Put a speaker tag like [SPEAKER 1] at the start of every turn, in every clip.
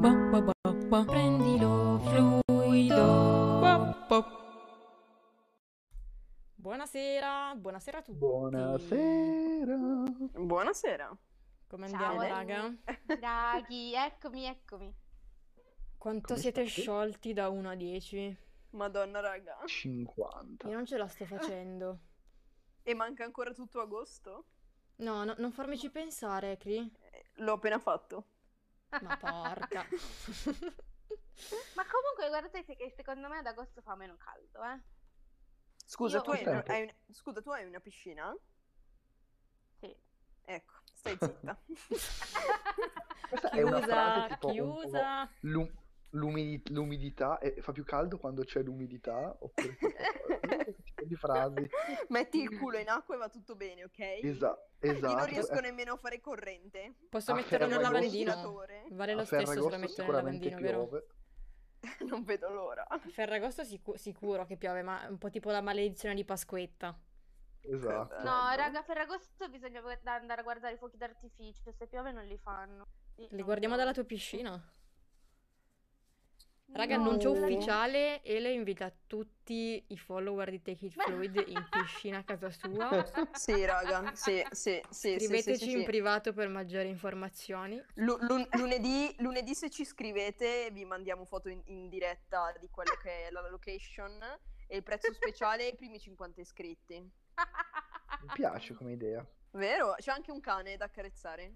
[SPEAKER 1] Ba, ba, ba, ba.
[SPEAKER 2] Prendilo fluido.
[SPEAKER 1] Ba, ba.
[SPEAKER 2] Buonasera, buonasera a tutti.
[SPEAKER 3] Buonasera.
[SPEAKER 4] Buonasera.
[SPEAKER 2] Come
[SPEAKER 5] Ciao,
[SPEAKER 2] andiamo,
[SPEAKER 5] Eleni.
[SPEAKER 2] raga?
[SPEAKER 5] Draghi, eccomi, eccomi.
[SPEAKER 2] Quanto
[SPEAKER 3] Come
[SPEAKER 2] siete
[SPEAKER 3] state?
[SPEAKER 2] sciolti da 1 a 10?
[SPEAKER 4] Madonna, raga.
[SPEAKER 3] 50.
[SPEAKER 2] Io non ce la sto facendo.
[SPEAKER 4] E manca ancora tutto agosto?
[SPEAKER 2] No, no, non farmici pensare, Cri.
[SPEAKER 4] Eh, L'ho appena fatto.
[SPEAKER 2] Ma porca.
[SPEAKER 5] Ma comunque guardate che secondo me ad agosto fa meno caldo, eh?
[SPEAKER 4] Scusa,
[SPEAKER 5] Io-
[SPEAKER 4] tu hai,
[SPEAKER 3] Senti.
[SPEAKER 4] hai un- scusa, tu hai una piscina?
[SPEAKER 5] Sì.
[SPEAKER 4] Ecco, stai zitta.
[SPEAKER 3] Questa è una
[SPEAKER 2] chiusa,
[SPEAKER 3] frase tipo un-
[SPEAKER 2] chiusa.
[SPEAKER 3] l'um- l'umidi- l'umidità e fa più caldo quando c'è l'umidità oppure tipo di frasi.
[SPEAKER 4] Metti il culo in acqua e va tutto bene, ok?
[SPEAKER 3] Esa-
[SPEAKER 4] Io non
[SPEAKER 3] esatto.
[SPEAKER 4] riesco
[SPEAKER 3] eh,
[SPEAKER 4] nemmeno a fare corrente.
[SPEAKER 2] Posso
[SPEAKER 3] a
[SPEAKER 4] Cioè,
[SPEAKER 2] metterlo nel
[SPEAKER 3] Ferragosto-
[SPEAKER 2] lavandino?
[SPEAKER 4] Respiratore.
[SPEAKER 2] Vale lo
[SPEAKER 3] a
[SPEAKER 2] stesso se lo
[SPEAKER 3] Ferragosto
[SPEAKER 2] metto nel
[SPEAKER 3] sicuramente
[SPEAKER 2] lavandino, vero?
[SPEAKER 3] piove.
[SPEAKER 4] Non vedo l'ora.
[SPEAKER 2] A Ferragosto sicu- sicuro che piove, ma è un po' tipo la maledizione di Pasquetta.
[SPEAKER 3] Esatto.
[SPEAKER 5] No,
[SPEAKER 4] Bello.
[SPEAKER 5] raga, per agosto bisogna guarda- andare a guardare i fuochi d'artificio, se piove non li fanno.
[SPEAKER 2] Li guardiamo dalla tua piscina. Raga, annuncio
[SPEAKER 4] No.
[SPEAKER 2] ufficiale, Ele invita tutti i follower di Take It Fluid in piscina a casa sua.
[SPEAKER 4] Sì, raga. Sì, sì, sì. sì, sì,
[SPEAKER 2] Scriveteci
[SPEAKER 4] sì,
[SPEAKER 2] in
[SPEAKER 4] sì.
[SPEAKER 2] privato per maggiori informazioni.
[SPEAKER 4] Lu- lun- lunedì, lunedì se ci scrivete vi mandiamo foto in, in diretta di quello che è la location e il prezzo speciale ai primi 50 iscritti.
[SPEAKER 3] Mi piace come idea.
[SPEAKER 4] Vero? C'è anche un cane da accarezzare.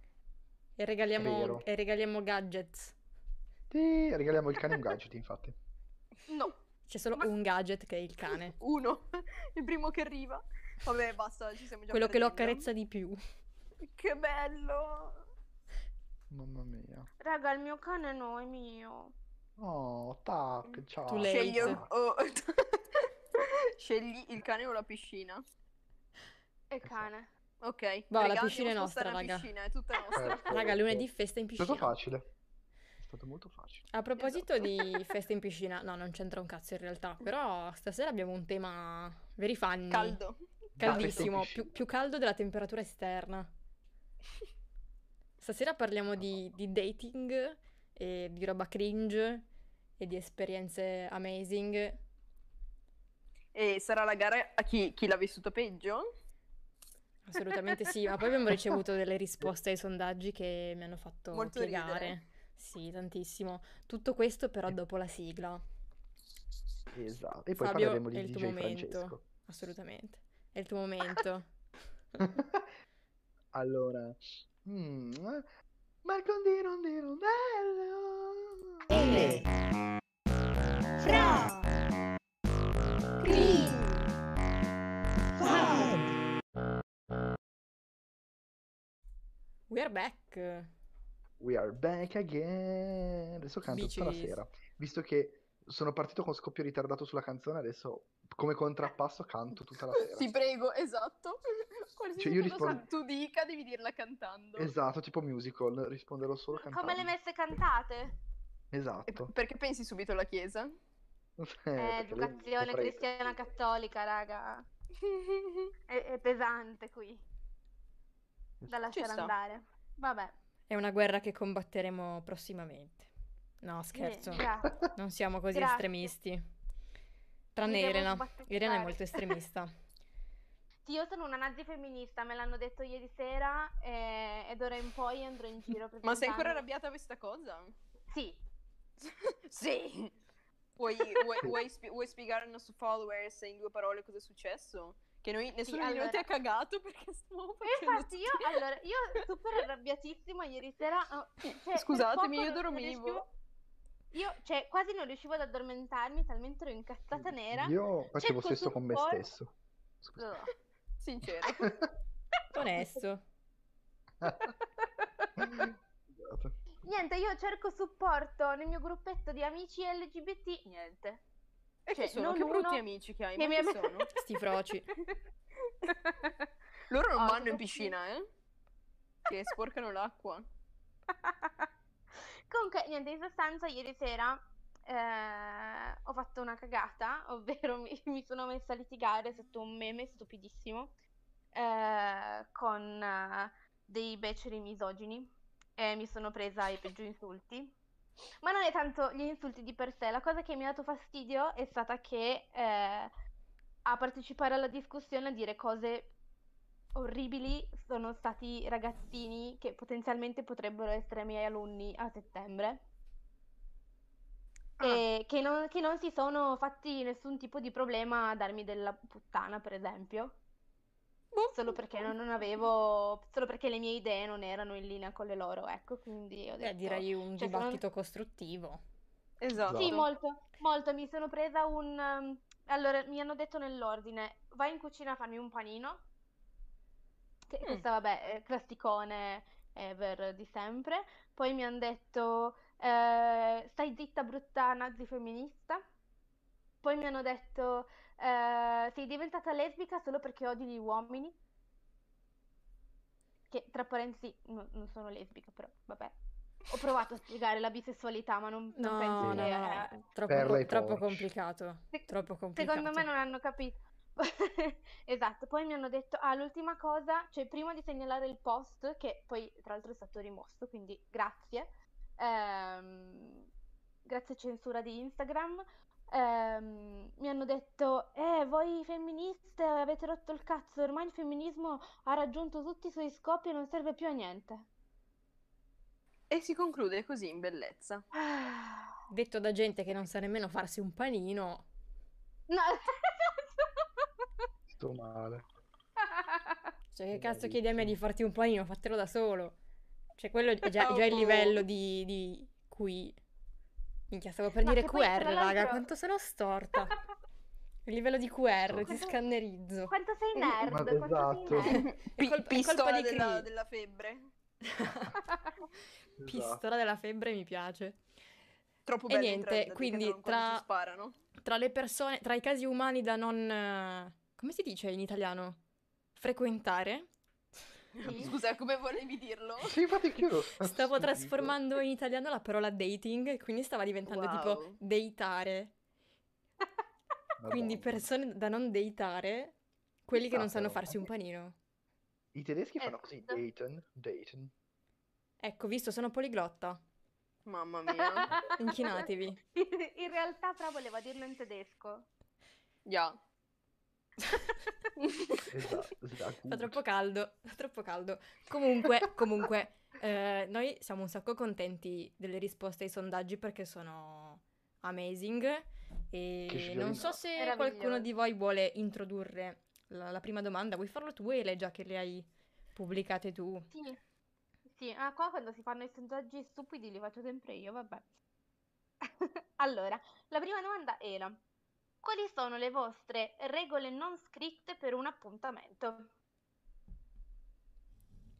[SPEAKER 2] E regaliamo,
[SPEAKER 3] Vero.
[SPEAKER 2] e regaliamo gadgets.
[SPEAKER 3] Ti regaliamo il cane un gadget, infatti.
[SPEAKER 4] No,
[SPEAKER 2] C'è solo
[SPEAKER 4] Ma-
[SPEAKER 2] un gadget che è il cane.
[SPEAKER 4] uno, il primo che arriva. Vabbè, basta, ci siamo già
[SPEAKER 2] Quello che lo
[SPEAKER 4] perdendo.
[SPEAKER 2] accarezza di più.
[SPEAKER 4] Che bello!
[SPEAKER 3] Mamma mia.
[SPEAKER 5] Raga, il mio cane no, è mio.
[SPEAKER 3] Oh, tac, ciao.
[SPEAKER 2] Tu lei-
[SPEAKER 4] Scegli,
[SPEAKER 2] Lenzo.
[SPEAKER 4] o- Scegli il cane o la piscina.
[SPEAKER 5] È
[SPEAKER 3] Esatto.
[SPEAKER 5] cane.
[SPEAKER 4] Ok,
[SPEAKER 2] Va, la
[SPEAKER 4] raga,
[SPEAKER 2] piscina è
[SPEAKER 4] andiamo a
[SPEAKER 2] nostra,
[SPEAKER 4] spostare la
[SPEAKER 2] raga. Mm.
[SPEAKER 4] piscina, è tutta nostra.
[SPEAKER 3] Perfetto.
[SPEAKER 2] Raga, lunedì
[SPEAKER 4] Esatto.
[SPEAKER 2] festa in
[SPEAKER 3] È stato
[SPEAKER 2] piscina.
[SPEAKER 3] facile. È stato molto facile.
[SPEAKER 2] A proposito
[SPEAKER 4] Esatto.
[SPEAKER 2] di festa in piscina, no, non c'entra un cazzo in realtà, però stasera abbiamo un tema very funny.
[SPEAKER 4] Caldo.
[SPEAKER 2] Caldissimo,
[SPEAKER 3] Dai,
[SPEAKER 2] più, più caldo della temperatura esterna. Stasera parliamo di, di dating e di roba cringe e di esperienze amazing.
[SPEAKER 4] E sarà la gara a chi, chi l'ha vissuto peggio?
[SPEAKER 2] Assolutamente sì, ma poi abbiamo ricevuto delle risposte ai sondaggi che mi hanno fatto
[SPEAKER 4] Molto
[SPEAKER 2] piegare.
[SPEAKER 4] ridere. Eh.
[SPEAKER 2] Sì, tantissimo. Tutto questo però dopo la sigla,
[SPEAKER 3] Esatto. E poi
[SPEAKER 2] Fabio,
[SPEAKER 3] parleremo di
[SPEAKER 2] è il tuo
[SPEAKER 3] DJ
[SPEAKER 2] momento.
[SPEAKER 3] Francesco.
[SPEAKER 2] assolutamente. È il tuo momento.
[SPEAKER 3] Allora, mm, Marcondino di Rondello.
[SPEAKER 6] Ele. Fra. Crin. Fab.
[SPEAKER 2] We are back.
[SPEAKER 3] We are back again. Adesso canto tutta la
[SPEAKER 2] Bitches.
[SPEAKER 3] sera, visto che sono partito con scoppio ritardato sulla canzone, adesso come contrappasso canto tutta la sera.
[SPEAKER 4] Ti prego, esatto. Qualsiasi
[SPEAKER 3] Cioè, io
[SPEAKER 4] cosa
[SPEAKER 3] rispondo-
[SPEAKER 4] tu dica devi dirla cantando.
[SPEAKER 3] Esatto, tipo musical, risponderò solo cantando.
[SPEAKER 5] Come le messe cantate?
[SPEAKER 4] E p-
[SPEAKER 3] Esatto.
[SPEAKER 4] Perché pensi subito alla chiesa?
[SPEAKER 3] Eh,
[SPEAKER 5] Eh,
[SPEAKER 3] perché lei è un po'
[SPEAKER 5] educazione
[SPEAKER 3] prete.
[SPEAKER 5] cristiana cattolica, raga. È, è pesante qui. Da lasciare
[SPEAKER 4] sta.
[SPEAKER 5] andare. Vabbè.
[SPEAKER 2] È una guerra che combatteremo prossimamente. No, scherzo.
[SPEAKER 5] Eh, grazie.
[SPEAKER 2] Non siamo così
[SPEAKER 5] Grazie.
[SPEAKER 2] estremisti. Tranne
[SPEAKER 5] Mi devo
[SPEAKER 2] Irena. Irena è
[SPEAKER 5] sbattere.
[SPEAKER 2] molto estremista.
[SPEAKER 5] Sì, io sono una nazi femminista, me l'hanno detto ieri sera e- ed ora in poi andrò in giro.
[SPEAKER 4] Ma sei
[SPEAKER 5] presentando-
[SPEAKER 4] ancora arrabbiata per questa cosa?
[SPEAKER 5] Sì.
[SPEAKER 4] sì. Vuoi, vuoi- vuoi spi- vuoi spiegare ai nostri followers in due parole cosa è successo? Che noi nessuno di noi
[SPEAKER 5] allora-
[SPEAKER 4] ti ha cagato perché stavamo
[SPEAKER 5] E
[SPEAKER 4] facendo...
[SPEAKER 5] infatti io, allora, io super arrabbiatissima ieri sera. oh,
[SPEAKER 4] Eh,
[SPEAKER 5] cioè, per poco
[SPEAKER 4] Scusatemi, io
[SPEAKER 5] non- non
[SPEAKER 4] dormivo.
[SPEAKER 5] riuscivo- Io, cioè, quasi non riuscivo ad addormentarmi, talmente ero incazzata nera.
[SPEAKER 3] Io facevo
[SPEAKER 5] Cerco
[SPEAKER 3] stesso
[SPEAKER 5] sul
[SPEAKER 3] con me
[SPEAKER 5] forum-
[SPEAKER 3] stesso. Scusa.
[SPEAKER 5] Ugh.
[SPEAKER 4] Sincero.
[SPEAKER 2] Onesto.
[SPEAKER 3] Scusate.
[SPEAKER 5] Niente, io cerco supporto nel mio gruppetto di amici LGBT. Niente.
[SPEAKER 4] E chi
[SPEAKER 5] Cioè,
[SPEAKER 4] sono?
[SPEAKER 5] non
[SPEAKER 4] Che brutti
[SPEAKER 5] uno
[SPEAKER 4] amici che hai,
[SPEAKER 5] che
[SPEAKER 4] ma
[SPEAKER 5] mi
[SPEAKER 4] chi
[SPEAKER 5] ha-
[SPEAKER 4] sono?
[SPEAKER 2] Sti froci.
[SPEAKER 4] Loro non
[SPEAKER 5] Oh,
[SPEAKER 4] vanno in
[SPEAKER 5] troppo-
[SPEAKER 4] piscina, eh? Che sporcano l'acqua.
[SPEAKER 5] Comunque, niente, in sostanza, ieri sera eh, ho fatto una cagata, ovvero mi, mi sono messa a litigare sotto un meme stupidissimo eh, con eh, dei beceri misogini e mi sono presa i peggio insulti. Ma non è tanto gli insulti di per sé, la cosa che mi ha dato fastidio è stata che eh, a partecipare alla discussione a dire cose orribili sono stati ragazzini che potenzialmente potrebbero essere miei alunni a settembre.
[SPEAKER 4] Ah.
[SPEAKER 5] E che non, che non si sono fatti nessun tipo di problema a darmi della puttana, per esempio. Solo perché non
[SPEAKER 2] Boh.
[SPEAKER 5] non avevo, solo perché le mie idee non erano in linea con le loro, ecco, quindi ho
[SPEAKER 2] Beh,
[SPEAKER 5] detto
[SPEAKER 2] Eh, direi un
[SPEAKER 5] cioè, se non-
[SPEAKER 2] dibattito costruttivo.
[SPEAKER 4] Esatto.
[SPEAKER 5] sì, molto, molto. Mi sono presa un... um, Allora, mi hanno detto nell'ordine, vai in cucina a farmi un panino. Che
[SPEAKER 4] Mm.
[SPEAKER 5] questo, vabbè, è classicone ever di sempre. Poi mi hanno detto, eh, stai zitta, brutta nazi femminista. Poi mi hanno detto, eh, sei diventata lesbica solo perché odi gli uomini. Che tra parentesi, no- non sono lesbica, però vabbè. Ho provato a spiegare la bisessualità, ma non, non
[SPEAKER 2] No,
[SPEAKER 5] penso
[SPEAKER 2] no,
[SPEAKER 5] che...
[SPEAKER 2] no,
[SPEAKER 5] eh,
[SPEAKER 2] troppo,
[SPEAKER 3] Perla
[SPEAKER 2] co-
[SPEAKER 3] e
[SPEAKER 2] troppo
[SPEAKER 3] Porsche.
[SPEAKER 2] complicato.
[SPEAKER 5] Se-
[SPEAKER 2] Troppo complicato.
[SPEAKER 5] Secondo me non hanno capito. Esatto, poi mi hanno detto, ah, l'ultima cosa, cioè prima di segnalare il post, che poi tra l'altro è stato rimosso, quindi grazie, ehm, grazie censura di Instagram, ehm, mi hanno detto, eh, voi femministe avete rotto il cazzo, ormai il femminismo ha raggiunto tutti i suoi scopi e non serve più a niente.
[SPEAKER 4] E si conclude così in bellezza.
[SPEAKER 2] Detto da gente che non sa nemmeno farsi un panino.
[SPEAKER 5] No. esatto.
[SPEAKER 3] Sto male.
[SPEAKER 2] Cioè, che cazzo chiedi a me di farti un panino? Fatelo da solo. Cioè, quello è già,
[SPEAKER 4] Oh.
[SPEAKER 2] già il livello di, di qui. Minchia, stavo per
[SPEAKER 5] No,
[SPEAKER 2] dire
[SPEAKER 5] che poi,
[SPEAKER 2] QR,
[SPEAKER 5] tra
[SPEAKER 2] raga,
[SPEAKER 5] l'altro-
[SPEAKER 2] quanto sono storta. Il livello di QR, ti
[SPEAKER 5] Quanto-
[SPEAKER 2] scannerizzo.
[SPEAKER 5] Quanto sei
[SPEAKER 4] Ma
[SPEAKER 5] nerd, quanto
[SPEAKER 3] esatto.
[SPEAKER 5] sei nerd.
[SPEAKER 4] Pi-
[SPEAKER 2] colpa- è
[SPEAKER 4] pistola
[SPEAKER 2] colpa di
[SPEAKER 4] della,
[SPEAKER 2] Cree.
[SPEAKER 4] della febbre.
[SPEAKER 3] Esatto.
[SPEAKER 2] Pistola della febbre mi piace.
[SPEAKER 4] Troppo
[SPEAKER 2] E
[SPEAKER 4] bella
[SPEAKER 2] niente,
[SPEAKER 4] entrata,
[SPEAKER 2] quindi
[SPEAKER 4] Decathlon, quando
[SPEAKER 2] tra-
[SPEAKER 4] ci sparano.
[SPEAKER 2] Tra le persone, tra i casi umani da non... eh, Come si dice in italiano? Frequentare?
[SPEAKER 5] Sì.
[SPEAKER 4] Scusa, come volevi dirlo?
[SPEAKER 3] Sì, infatti anch'io lo
[SPEAKER 2] Stavo trasformando in italiano la parola dating e quindi stava diventando tipo
[SPEAKER 4] Wow.
[SPEAKER 2] deitare. Quindi persone da non deitare, quelli che non sanno
[SPEAKER 3] Esatto.
[SPEAKER 2] farsi un panino.
[SPEAKER 3] I tedeschi fanno così,
[SPEAKER 5] Esatto.
[SPEAKER 3] Dayton, Dayton.
[SPEAKER 2] Ecco, visto, sono poliglotta.
[SPEAKER 4] Mamma mia.
[SPEAKER 2] Inchinatevi.
[SPEAKER 5] In realtà, però, voleva dirlo in tedesco.
[SPEAKER 4] Ya.
[SPEAKER 3] Esatto, esatto.
[SPEAKER 2] Fa troppo caldo, fa troppo caldo. Comunque, comunque, eh, noi siamo un sacco contenti delle risposte ai sondaggi perché sono amazing
[SPEAKER 3] Che
[SPEAKER 2] e
[SPEAKER 3] fiori.
[SPEAKER 2] non so se
[SPEAKER 5] Meraviglioso.
[SPEAKER 2] qualcuno di voi vuole introdurre la, la prima domanda. Vuoi farlo tu, Ele, già che le hai pubblicate tu?
[SPEAKER 5] Sì. Sì, ah, qua quando si fanno i sondaggi stupidi li faccio sempre io, vabbè. Allora, la prima domanda era: quali sono le vostre regole non scritte per un appuntamento?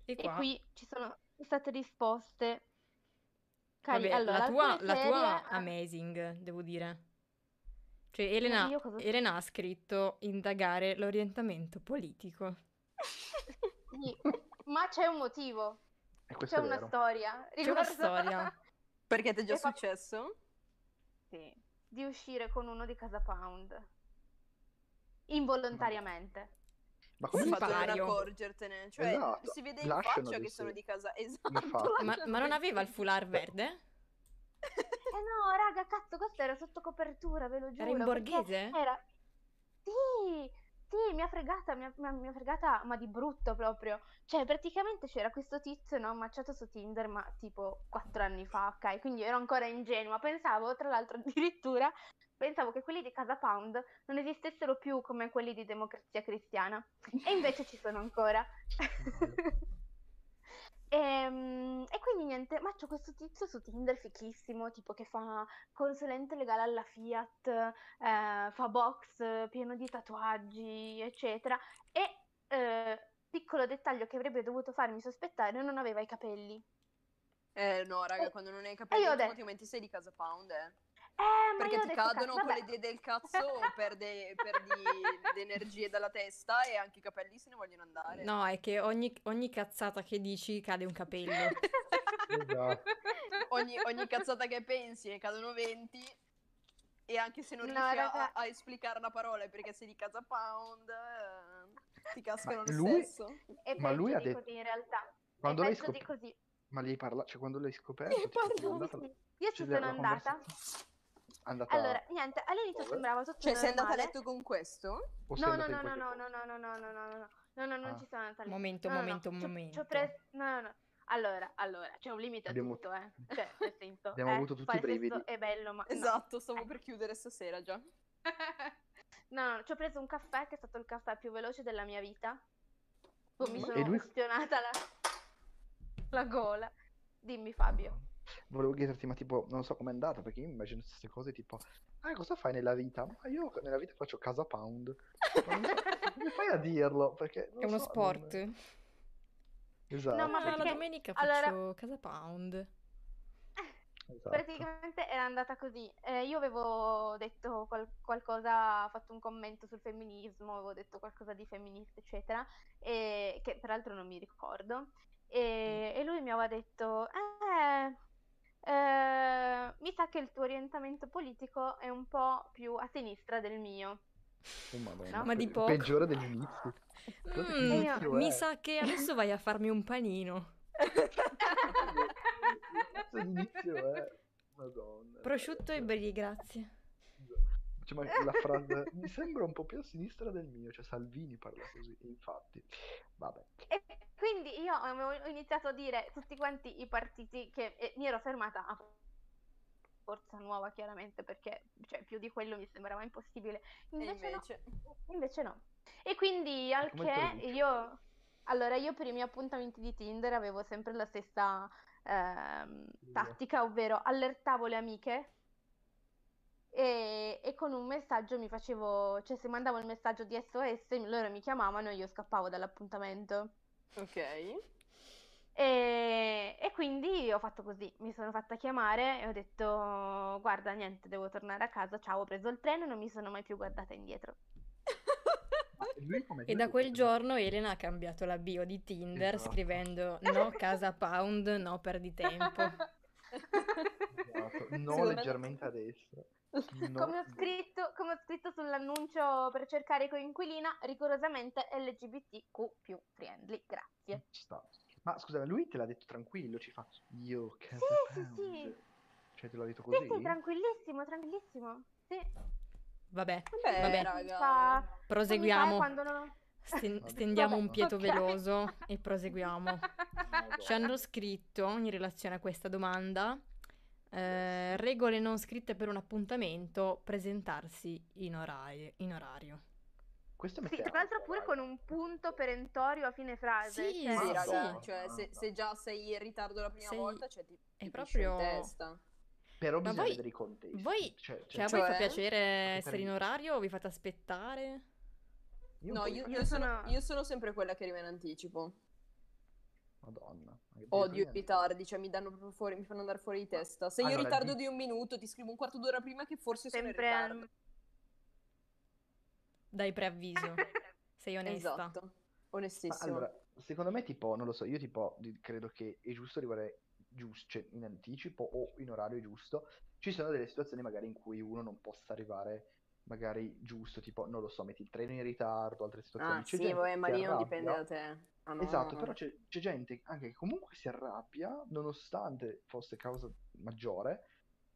[SPEAKER 2] E
[SPEAKER 5] E
[SPEAKER 2] qua,
[SPEAKER 5] qui ci sono state risposte. Cari,
[SPEAKER 2] vabbè,
[SPEAKER 5] allora,
[SPEAKER 2] la tua,
[SPEAKER 5] alcune
[SPEAKER 2] la tua
[SPEAKER 5] serie-
[SPEAKER 2] amazing, devo dire. Cioè, Elena,
[SPEAKER 5] Io cosa-
[SPEAKER 2] Elena ha scritto indagare l'orientamento politico.
[SPEAKER 5] Sì, ma c'è un motivo,
[SPEAKER 3] E
[SPEAKER 5] c'è
[SPEAKER 3] Eh, questo è
[SPEAKER 5] una
[SPEAKER 3] vero.
[SPEAKER 5] storia
[SPEAKER 2] C'è una
[SPEAKER 5] riguardo-
[SPEAKER 2] storia.
[SPEAKER 4] Perché ti è già
[SPEAKER 5] E fa-
[SPEAKER 4] successo?
[SPEAKER 5] Sì, di uscire con uno di Casa Pound involontariamente.
[SPEAKER 3] Ma
[SPEAKER 2] Come
[SPEAKER 4] Come
[SPEAKER 2] si
[SPEAKER 4] hai
[SPEAKER 3] comunque
[SPEAKER 4] fatto a non
[SPEAKER 2] paio.
[SPEAKER 4] accorgertene? Cioè,
[SPEAKER 3] Esatto.
[SPEAKER 4] si vede in
[SPEAKER 3] Lasciano
[SPEAKER 4] faccia
[SPEAKER 3] di
[SPEAKER 4] che
[SPEAKER 3] sì.
[SPEAKER 4] sono di casa. Esatto.
[SPEAKER 3] Infatti.
[SPEAKER 2] Ma,
[SPEAKER 4] lasciano
[SPEAKER 2] ma non
[SPEAKER 4] di
[SPEAKER 2] aveva il
[SPEAKER 4] sì.
[SPEAKER 2] foulard verde?
[SPEAKER 5] Eh no, raga, cazzo, questo era sotto copertura, ve lo giuro.
[SPEAKER 2] Era in
[SPEAKER 5] perché
[SPEAKER 2] borghese?
[SPEAKER 5] Era... Sì, sì, mi ha fregata, mi ha, mi ha- mi ha fregata, ma di brutto proprio. Cioè, praticamente c'era questo tizio, no, macciato su Tinder, ma tipo quattro anni fa, ok? Quindi ero ancora ingenua. Pensavo, tra l'altro, addirittura, pensavo che quelli di Casa Pound non esistessero più come quelli di Democrazia Cristiana. E invece ci sono ancora. Ehm, E, quindi niente, ma c'ho questo tizio su Tinder fichissimo, tipo che fa consulente legale alla Fiat, eh, fa box eh, pieno di tatuaggi, eccetera. E eh, piccolo dettaglio che avrebbe dovuto farmi sospettare, non aveva i capelli.
[SPEAKER 4] Eh, no, raga,
[SPEAKER 2] Oh.
[SPEAKER 5] E-
[SPEAKER 4] quando non hai capito
[SPEAKER 5] io ho detto-
[SPEAKER 4] automaticamente sei di casa pound, eh.
[SPEAKER 5] Eh, ma
[SPEAKER 4] Perché
[SPEAKER 5] io ho
[SPEAKER 4] ti
[SPEAKER 5] detto, "Cazzo,
[SPEAKER 4] cadono
[SPEAKER 5] vabbè."
[SPEAKER 4] quelle idee del cazzo o perde- perdi le energie dalla testa e anche i capelli se ne vogliono andare.
[SPEAKER 2] No, è che ogni, ogni cazzata che dici cade un capello.
[SPEAKER 3] Esatto.
[SPEAKER 4] ogni, ogni cazzata che pensi ne cadono 20 e anche se non
[SPEAKER 5] No,
[SPEAKER 4] riesci a-
[SPEAKER 5] raga.
[SPEAKER 4] a, esplicare una parola è perché sei di casa pound eh, ti cascano
[SPEAKER 3] Ma
[SPEAKER 4] lo
[SPEAKER 3] lui-
[SPEAKER 4] stesso
[SPEAKER 5] E
[SPEAKER 3] Ma lui
[SPEAKER 5] peggio
[SPEAKER 3] ha
[SPEAKER 5] di
[SPEAKER 3] detto-
[SPEAKER 5] così in realtà.
[SPEAKER 3] Quando
[SPEAKER 5] e
[SPEAKER 3] l'hai
[SPEAKER 5] peggio di
[SPEAKER 3] scop-
[SPEAKER 5] così.
[SPEAKER 3] Ma lei parla, cioè quando l'hai scoperto? tipo,
[SPEAKER 2] parlato?
[SPEAKER 3] è andata-
[SPEAKER 5] Io ci
[SPEAKER 3] cioè,
[SPEAKER 5] Eh, sono
[SPEAKER 3] la
[SPEAKER 5] andata.
[SPEAKER 3] conversazione- È andata
[SPEAKER 5] Allora, niente, all'inizio
[SPEAKER 3] Dove?
[SPEAKER 5] sembrava tutto
[SPEAKER 4] Cioè, sei andata a
[SPEAKER 5] normale.
[SPEAKER 4] letto con questo?
[SPEAKER 3] o sei
[SPEAKER 5] No, no,
[SPEAKER 3] andata in
[SPEAKER 5] no, no,
[SPEAKER 3] qualche-
[SPEAKER 5] no, no, no, no, no, no, no, no, no, no, non
[SPEAKER 3] Ah.
[SPEAKER 5] ci sono andata lì.
[SPEAKER 2] Momento,
[SPEAKER 5] No, no, no,
[SPEAKER 2] momento,
[SPEAKER 5] ci ho- Ci
[SPEAKER 2] momento.
[SPEAKER 5] ho preso... No, no, no. Allora, allora, c'è un limite
[SPEAKER 3] Abbiamo-
[SPEAKER 5] a tutto, eh. Cioè, nel senso,
[SPEAKER 3] Abbiamo
[SPEAKER 5] eh,
[SPEAKER 3] avuto tutti i
[SPEAKER 5] fare sesso
[SPEAKER 3] brividi.
[SPEAKER 5] È bello, ma... no.
[SPEAKER 4] Esatto, stavo per chiudere stasera già.
[SPEAKER 5] No, no, ci ho preso un caffè che è stato il caffè più veloce della mia vita. Poi mi
[SPEAKER 4] Ma-
[SPEAKER 5] sono
[SPEAKER 3] e lui-
[SPEAKER 5] questionata la... la gola. Dimmi Fabio.
[SPEAKER 3] Volevo chiederti, ma tipo, non so com'è andata, perché io mi immagino queste cose tipo, ah, cosa fai nella vita? Ma io nella vita faccio casa pound. Ma non so, come fai a dirlo? Perché non
[SPEAKER 2] È uno
[SPEAKER 3] so, non-
[SPEAKER 2] sport.
[SPEAKER 3] Esatto,
[SPEAKER 5] No, ma
[SPEAKER 2] Ah, la
[SPEAKER 5] perché-
[SPEAKER 2] domenica
[SPEAKER 5] allora-
[SPEAKER 2] faccio casa pound.
[SPEAKER 3] esatto.
[SPEAKER 5] Praticamente era andata così. Eh, io avevo detto qual- qualcosa, fatto un commento sul femminismo, avevo detto qualcosa di femminista, eccetera, e- che peraltro non mi ricordo. E, e lui mi aveva detto: "Eh, eh, Mi sa che il tuo orientamento politico è un po' più a sinistra del mio.
[SPEAKER 3] Oh, Madonna,
[SPEAKER 5] No?
[SPEAKER 2] Ma
[SPEAKER 3] pe-
[SPEAKER 2] di poco.
[SPEAKER 3] Peggiore degli inizi. Cosa Eh. che
[SPEAKER 2] Mm,
[SPEAKER 3] inizio è?
[SPEAKER 2] mi sa che adesso vai a farmi un panino.
[SPEAKER 3] Che inizio è? Madonna.
[SPEAKER 2] Prosciutto e brie, grazie.
[SPEAKER 3] Cioè, ma la frase mi sembra un po' più a sinistra del mio, cioè Salvini parla così, infatti. Vabbè.
[SPEAKER 5] E quindi io avevo iniziato a dire tutti quanti i partiti che e mi ero fermata a Forza Nuova, chiaramente, perché cioè, più di quello mi sembrava impossibile.
[SPEAKER 4] E
[SPEAKER 5] Invece, no,
[SPEAKER 4] invece...
[SPEAKER 5] invece no. E quindi al
[SPEAKER 3] come te lo
[SPEAKER 5] che
[SPEAKER 3] dici?
[SPEAKER 5] io allora io per i miei appuntamenti di Tinder avevo sempre la stessa ehm,
[SPEAKER 3] Sì.
[SPEAKER 5] tattica, ovvero allertavo le amiche e, e con un messaggio mi facevo, cioè se mandavo il messaggio di SOS, loro mi chiamavano e io scappavo dall'appuntamento.
[SPEAKER 4] Ok.
[SPEAKER 5] E, e quindi ho fatto così, mi sono fatta chiamare e ho detto guarda niente, devo tornare a casa, ciao, ho preso il treno e non mi sono mai più guardata indietro.
[SPEAKER 3] Ma lui come
[SPEAKER 2] E da quel giorno Elena ha cambiato la bio di Tinder
[SPEAKER 3] Esatto.
[SPEAKER 2] scrivendo no casa pound, no perdi tempo.
[SPEAKER 3] Esatto, No,
[SPEAKER 4] Secondo me-
[SPEAKER 3] leggermente a destra. No,
[SPEAKER 5] Come ho scritto, come ho scritto sull'annuncio per cercare coinquilina, rigorosamente LGBTQ più friendly, grazie.
[SPEAKER 3] ci sta. Ma scusa, ma lui te l'ha detto tranquillo, ci fa io che
[SPEAKER 5] sì, sì.
[SPEAKER 3] Cioè te l'ha detto
[SPEAKER 5] Sì,
[SPEAKER 3] così?
[SPEAKER 5] sì, tranquillissimo, tranquillissimo. Sì.
[SPEAKER 2] Vabbè,
[SPEAKER 4] Vabbè,
[SPEAKER 2] Vabbè.
[SPEAKER 4] raga.
[SPEAKER 5] Fa- fa
[SPEAKER 2] proseguiamo.
[SPEAKER 5] quando no-
[SPEAKER 2] Sten-
[SPEAKER 3] Vabbè.
[SPEAKER 2] stendiamo un
[SPEAKER 3] Vabbè,
[SPEAKER 2] pieto
[SPEAKER 5] ok.
[SPEAKER 2] veloso e proseguiamo.
[SPEAKER 3] Madonna.
[SPEAKER 2] Ci hanno scritto in relazione a questa domanda eh, regole non scritte per un appuntamento, presentarsi in orario. In orario.
[SPEAKER 3] Questo mette
[SPEAKER 5] Sì, tra l'altro
[SPEAKER 3] ansia,
[SPEAKER 5] pure
[SPEAKER 3] raga.
[SPEAKER 5] con un punto perentorio a fine frase.
[SPEAKER 2] Sì,
[SPEAKER 5] cioè-
[SPEAKER 4] Sì,
[SPEAKER 3] Madonna.
[SPEAKER 4] raga,
[SPEAKER 2] Sì.
[SPEAKER 4] cioè, se, se già sei in ritardo la prima
[SPEAKER 2] Sei-
[SPEAKER 4] volta, cioè ti,
[SPEAKER 2] è
[SPEAKER 4] ti
[SPEAKER 2] proprio-
[SPEAKER 4] piscio in testa.
[SPEAKER 3] Però bisogna
[SPEAKER 2] voi-
[SPEAKER 3] vedere i contesti.
[SPEAKER 2] voi-
[SPEAKER 3] Cioè,
[SPEAKER 2] Cioè, a
[SPEAKER 4] Cioè?
[SPEAKER 2] voi fa piacere
[SPEAKER 3] per
[SPEAKER 2] essere in
[SPEAKER 3] dire.
[SPEAKER 2] orario o vi fate aspettare?
[SPEAKER 3] io un
[SPEAKER 4] No,
[SPEAKER 3] po'
[SPEAKER 4] io,
[SPEAKER 3] di-
[SPEAKER 4] io sono,
[SPEAKER 5] sono-
[SPEAKER 4] io sono sempre quella che arriva in anticipo.
[SPEAKER 3] Madonna. ma che
[SPEAKER 4] Odio i
[SPEAKER 3] vergogna.
[SPEAKER 4] ritardi, cioè mi danno proprio fuori, mi fanno andare fuori di testa. Se io
[SPEAKER 3] Allora,
[SPEAKER 4] in ritardo
[SPEAKER 3] di-
[SPEAKER 4] di un minuto, ti scrivo un quarto d'ora prima che forse sono in
[SPEAKER 5] Sempre
[SPEAKER 4] ritardo.
[SPEAKER 2] Dai preavviso, sei onesta.
[SPEAKER 4] Esatto.
[SPEAKER 3] Ma
[SPEAKER 4] Onestissimo.
[SPEAKER 3] allora, secondo me, tipo, non lo so, io tipo di- credo che è giusto arrivare giusto, cioè in anticipo o in orario giusto. Ci sono delle situazioni magari in cui uno non possa arrivare magari giusto, tipo, non lo so, metti il treno in ritardo, altre situazioni.
[SPEAKER 4] ah,
[SPEAKER 3] C'è
[SPEAKER 4] sì,
[SPEAKER 3] gente
[SPEAKER 4] vabbè,
[SPEAKER 3] che
[SPEAKER 4] ma
[SPEAKER 3] si
[SPEAKER 4] lì non dipende da
[SPEAKER 3] arrabbia.
[SPEAKER 4] te. Ah, no, no,
[SPEAKER 3] Esatto,
[SPEAKER 4] no.
[SPEAKER 3] però c'è, c'è gente anche che comunque si arrabbia, nonostante fosse causa maggiore,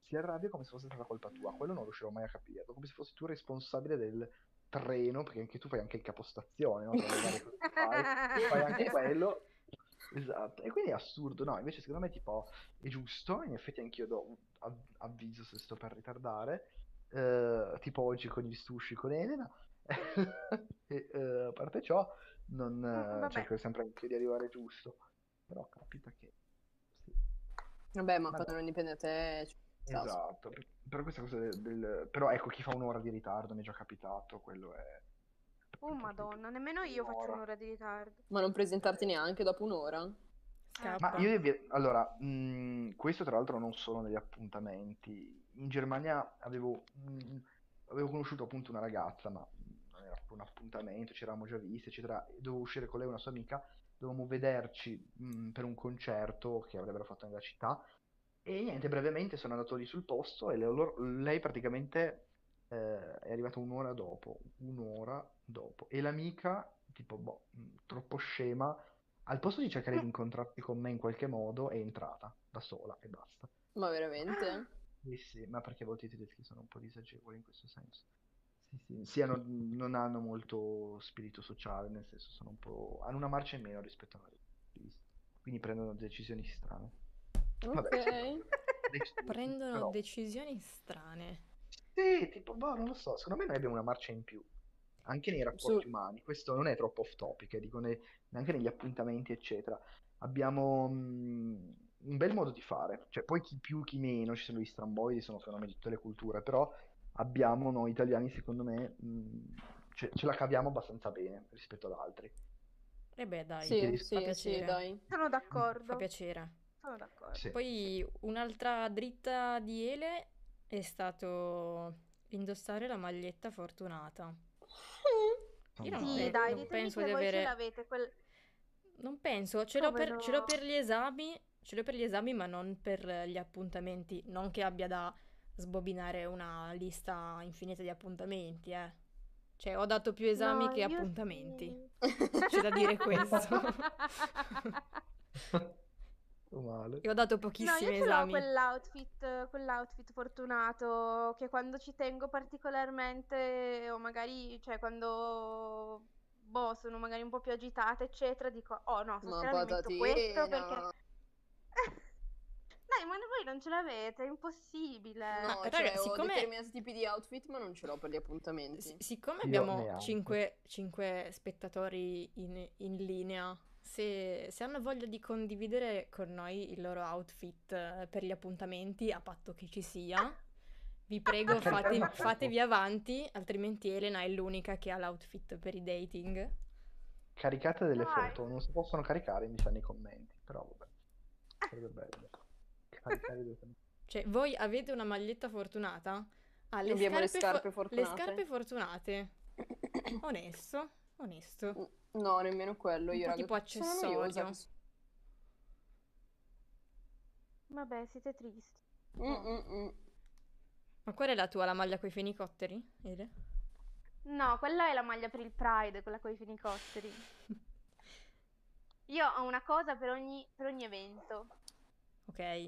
[SPEAKER 3] si arrabbia come se fosse stata colpa tua. Quello non riuscirò mai a capirlo, come se fossi tu responsabile del treno, perché anche tu fai anche il capostazione, no? Tra le varie cose che fai fai anche quello. Esatto, e quindi è assurdo, no? Invece secondo me tipo è giusto, in effetti anch'io do un av- avviso se sto per ritardare, eh, tipo oggi con gli sushi con Elena, e eh, a parte ciò non,
[SPEAKER 5] Mm,
[SPEAKER 3] eh,
[SPEAKER 5] vabbè.
[SPEAKER 3] cerco sempre anche di arrivare giusto, però capita che... sì.
[SPEAKER 4] Vabbè, ma
[SPEAKER 3] Vabbè.
[SPEAKER 4] quando non dipende da te... cioè, cazzo.
[SPEAKER 3] Esatto, per- però questa cosa del, del- Però ecco, chi fa un'ora di ritardo mi è già capitato, quello è...
[SPEAKER 5] Oh madonna, nemmeno io faccio un'ora di ritardo.
[SPEAKER 4] Ma non presentarti neanche dopo un'ora?
[SPEAKER 2] Scappa.
[SPEAKER 3] Ma io devi... Allora, mh, questo tra l'altro non solo negli appuntamenti. In Germania avevo, mh, avevo conosciuto appunto una ragazza, ma non era proprio un appuntamento, ci eravamo già visti, eccetera. e Dovevo uscire con lei e una sua amica, dovevamo vederci mh, per un concerto che avrebbero fatto nella città. E niente, brevemente sono andato lì sul posto e le- loro- lei praticamente eh, è arrivata un'ora dopo, un'ora dopo. E l'amica, tipo, boh, mh, troppo mm, scema Al posto di cercare di incontrarti con me in qualche modo, è entrata da sola e basta.
[SPEAKER 4] Ma veramente?
[SPEAKER 3] Sì, sì, ma perché a volte i tedeschi sono un po' disagevoli in questo senso. Sì, sì, sì, hanno- non hanno molto spirito sociale, nel senso sono un po'... hanno una marcia in meno rispetto a noi. Quindi prendono decisioni strane. Ah, Vabbè,
[SPEAKER 4] Ok.
[SPEAKER 3] Dec-
[SPEAKER 2] Prendono
[SPEAKER 3] però-
[SPEAKER 2] decisioni strane.
[SPEAKER 3] Sì, tipo, boh, non lo so, secondo me noi abbiamo una marcia in più, anche nei rapporti
[SPEAKER 4] Su-
[SPEAKER 3] umani, questo non è troppo off topic, eh, dico, ne- neanche negli appuntamenti, eccetera. Abbiamo mm, un bel modo di fare, cioè poi chi più, chi meno, ci sono gli stramboidi, sono fenomeni di tutte le culture, però abbiamo noi italiani, secondo me, mm, ce, ce la caviamo abbastanza bene rispetto ad altri.
[SPEAKER 2] E Eh beh, dai,
[SPEAKER 4] Sì,
[SPEAKER 3] Fa
[SPEAKER 4] sì, sì,
[SPEAKER 2] piacere.
[SPEAKER 4] dai.
[SPEAKER 5] Sono
[SPEAKER 2] fa
[SPEAKER 5] d'accordo.
[SPEAKER 2] piacere.
[SPEAKER 5] Sono d'accordo.
[SPEAKER 3] Sì.
[SPEAKER 2] Poi un'altra dritta di Ele è stato indossare la maglietta fortunata. Io non,
[SPEAKER 5] Sì,
[SPEAKER 2] pe-
[SPEAKER 5] dai,
[SPEAKER 2] non
[SPEAKER 5] ditemi
[SPEAKER 2] penso
[SPEAKER 5] che
[SPEAKER 2] di
[SPEAKER 5] voi ce
[SPEAKER 2] avere...
[SPEAKER 5] l'avete quel-
[SPEAKER 2] Non penso, ce l'ho,
[SPEAKER 5] Come
[SPEAKER 2] per,
[SPEAKER 5] no?
[SPEAKER 2] ce l'ho per gli esami, ce l'ho per gli esami, ma non per eh, gli appuntamenti. Non che abbia da sbobinare una lista infinita di appuntamenti, eh. Cioè, ho dato più esami
[SPEAKER 5] No,
[SPEAKER 2] che
[SPEAKER 5] io
[SPEAKER 2] appuntamenti.
[SPEAKER 5] sì.
[SPEAKER 2] C'è da dire questo.
[SPEAKER 3] Non Oh, male.
[SPEAKER 2] E ho dato
[SPEAKER 5] No,
[SPEAKER 2] pochissimi
[SPEAKER 5] io ce l'ho
[SPEAKER 2] esami.
[SPEAKER 5] quell'outfit, quell'outfit fortunato che quando ci tengo particolarmente o magari, cioè quando boh, sono magari un po' più agitata, eccetera, dico "Oh no,
[SPEAKER 4] Ma
[SPEAKER 5] stasera mi metto
[SPEAKER 4] patatina.
[SPEAKER 5] questo perché Dai, ma voi non ce l'avete, è impossibile.
[SPEAKER 4] No,
[SPEAKER 2] Ma,
[SPEAKER 4] cioè,
[SPEAKER 2] raga,
[SPEAKER 4] ho
[SPEAKER 2] siccome-
[SPEAKER 4] determinati tipi di outfit, ma non ce l'ho per gli appuntamenti.
[SPEAKER 2] Si- siccome
[SPEAKER 3] Io
[SPEAKER 2] abbiamo
[SPEAKER 3] neanche.
[SPEAKER 2] 5, spettatori in, in linea, se, se hanno voglia di condividere con noi il loro outfit eh, per gli appuntamenti, a patto che ci sia, vi prego fate- fatevi avanti, altrimenti Elena è l'unica che ha l'outfit per i dating.
[SPEAKER 3] Caricate delle
[SPEAKER 5] Dai.
[SPEAKER 3] foto, non si possono caricare, mi sa nei commenti, però vabbè. Sarebbe bello. Caricare delle foto.
[SPEAKER 2] Cioè, voi avete una maglietta fortunata? Ah, le
[SPEAKER 4] Abbiamo le
[SPEAKER 2] scarpe,
[SPEAKER 4] scarpe
[SPEAKER 2] fo-
[SPEAKER 4] fortunate.
[SPEAKER 2] Le scarpe fortunate. Onesto, onesto.
[SPEAKER 4] Mm. No, nemmeno quello.
[SPEAKER 2] Un
[SPEAKER 4] Io,
[SPEAKER 2] po'
[SPEAKER 4] raga,
[SPEAKER 2] tipo
[SPEAKER 4] sono noiosa.
[SPEAKER 5] Vabbè, siete tristi.
[SPEAKER 4] Mm, mm, mm.
[SPEAKER 2] Ma qual è la tua, la maglia coi fenicotteri, Ele?
[SPEAKER 5] No, quella è la maglia per il Pride, quella con i fenicotteri. Io ho una cosa per ogni, per ogni evento.
[SPEAKER 2] Ok.
[SPEAKER 5] E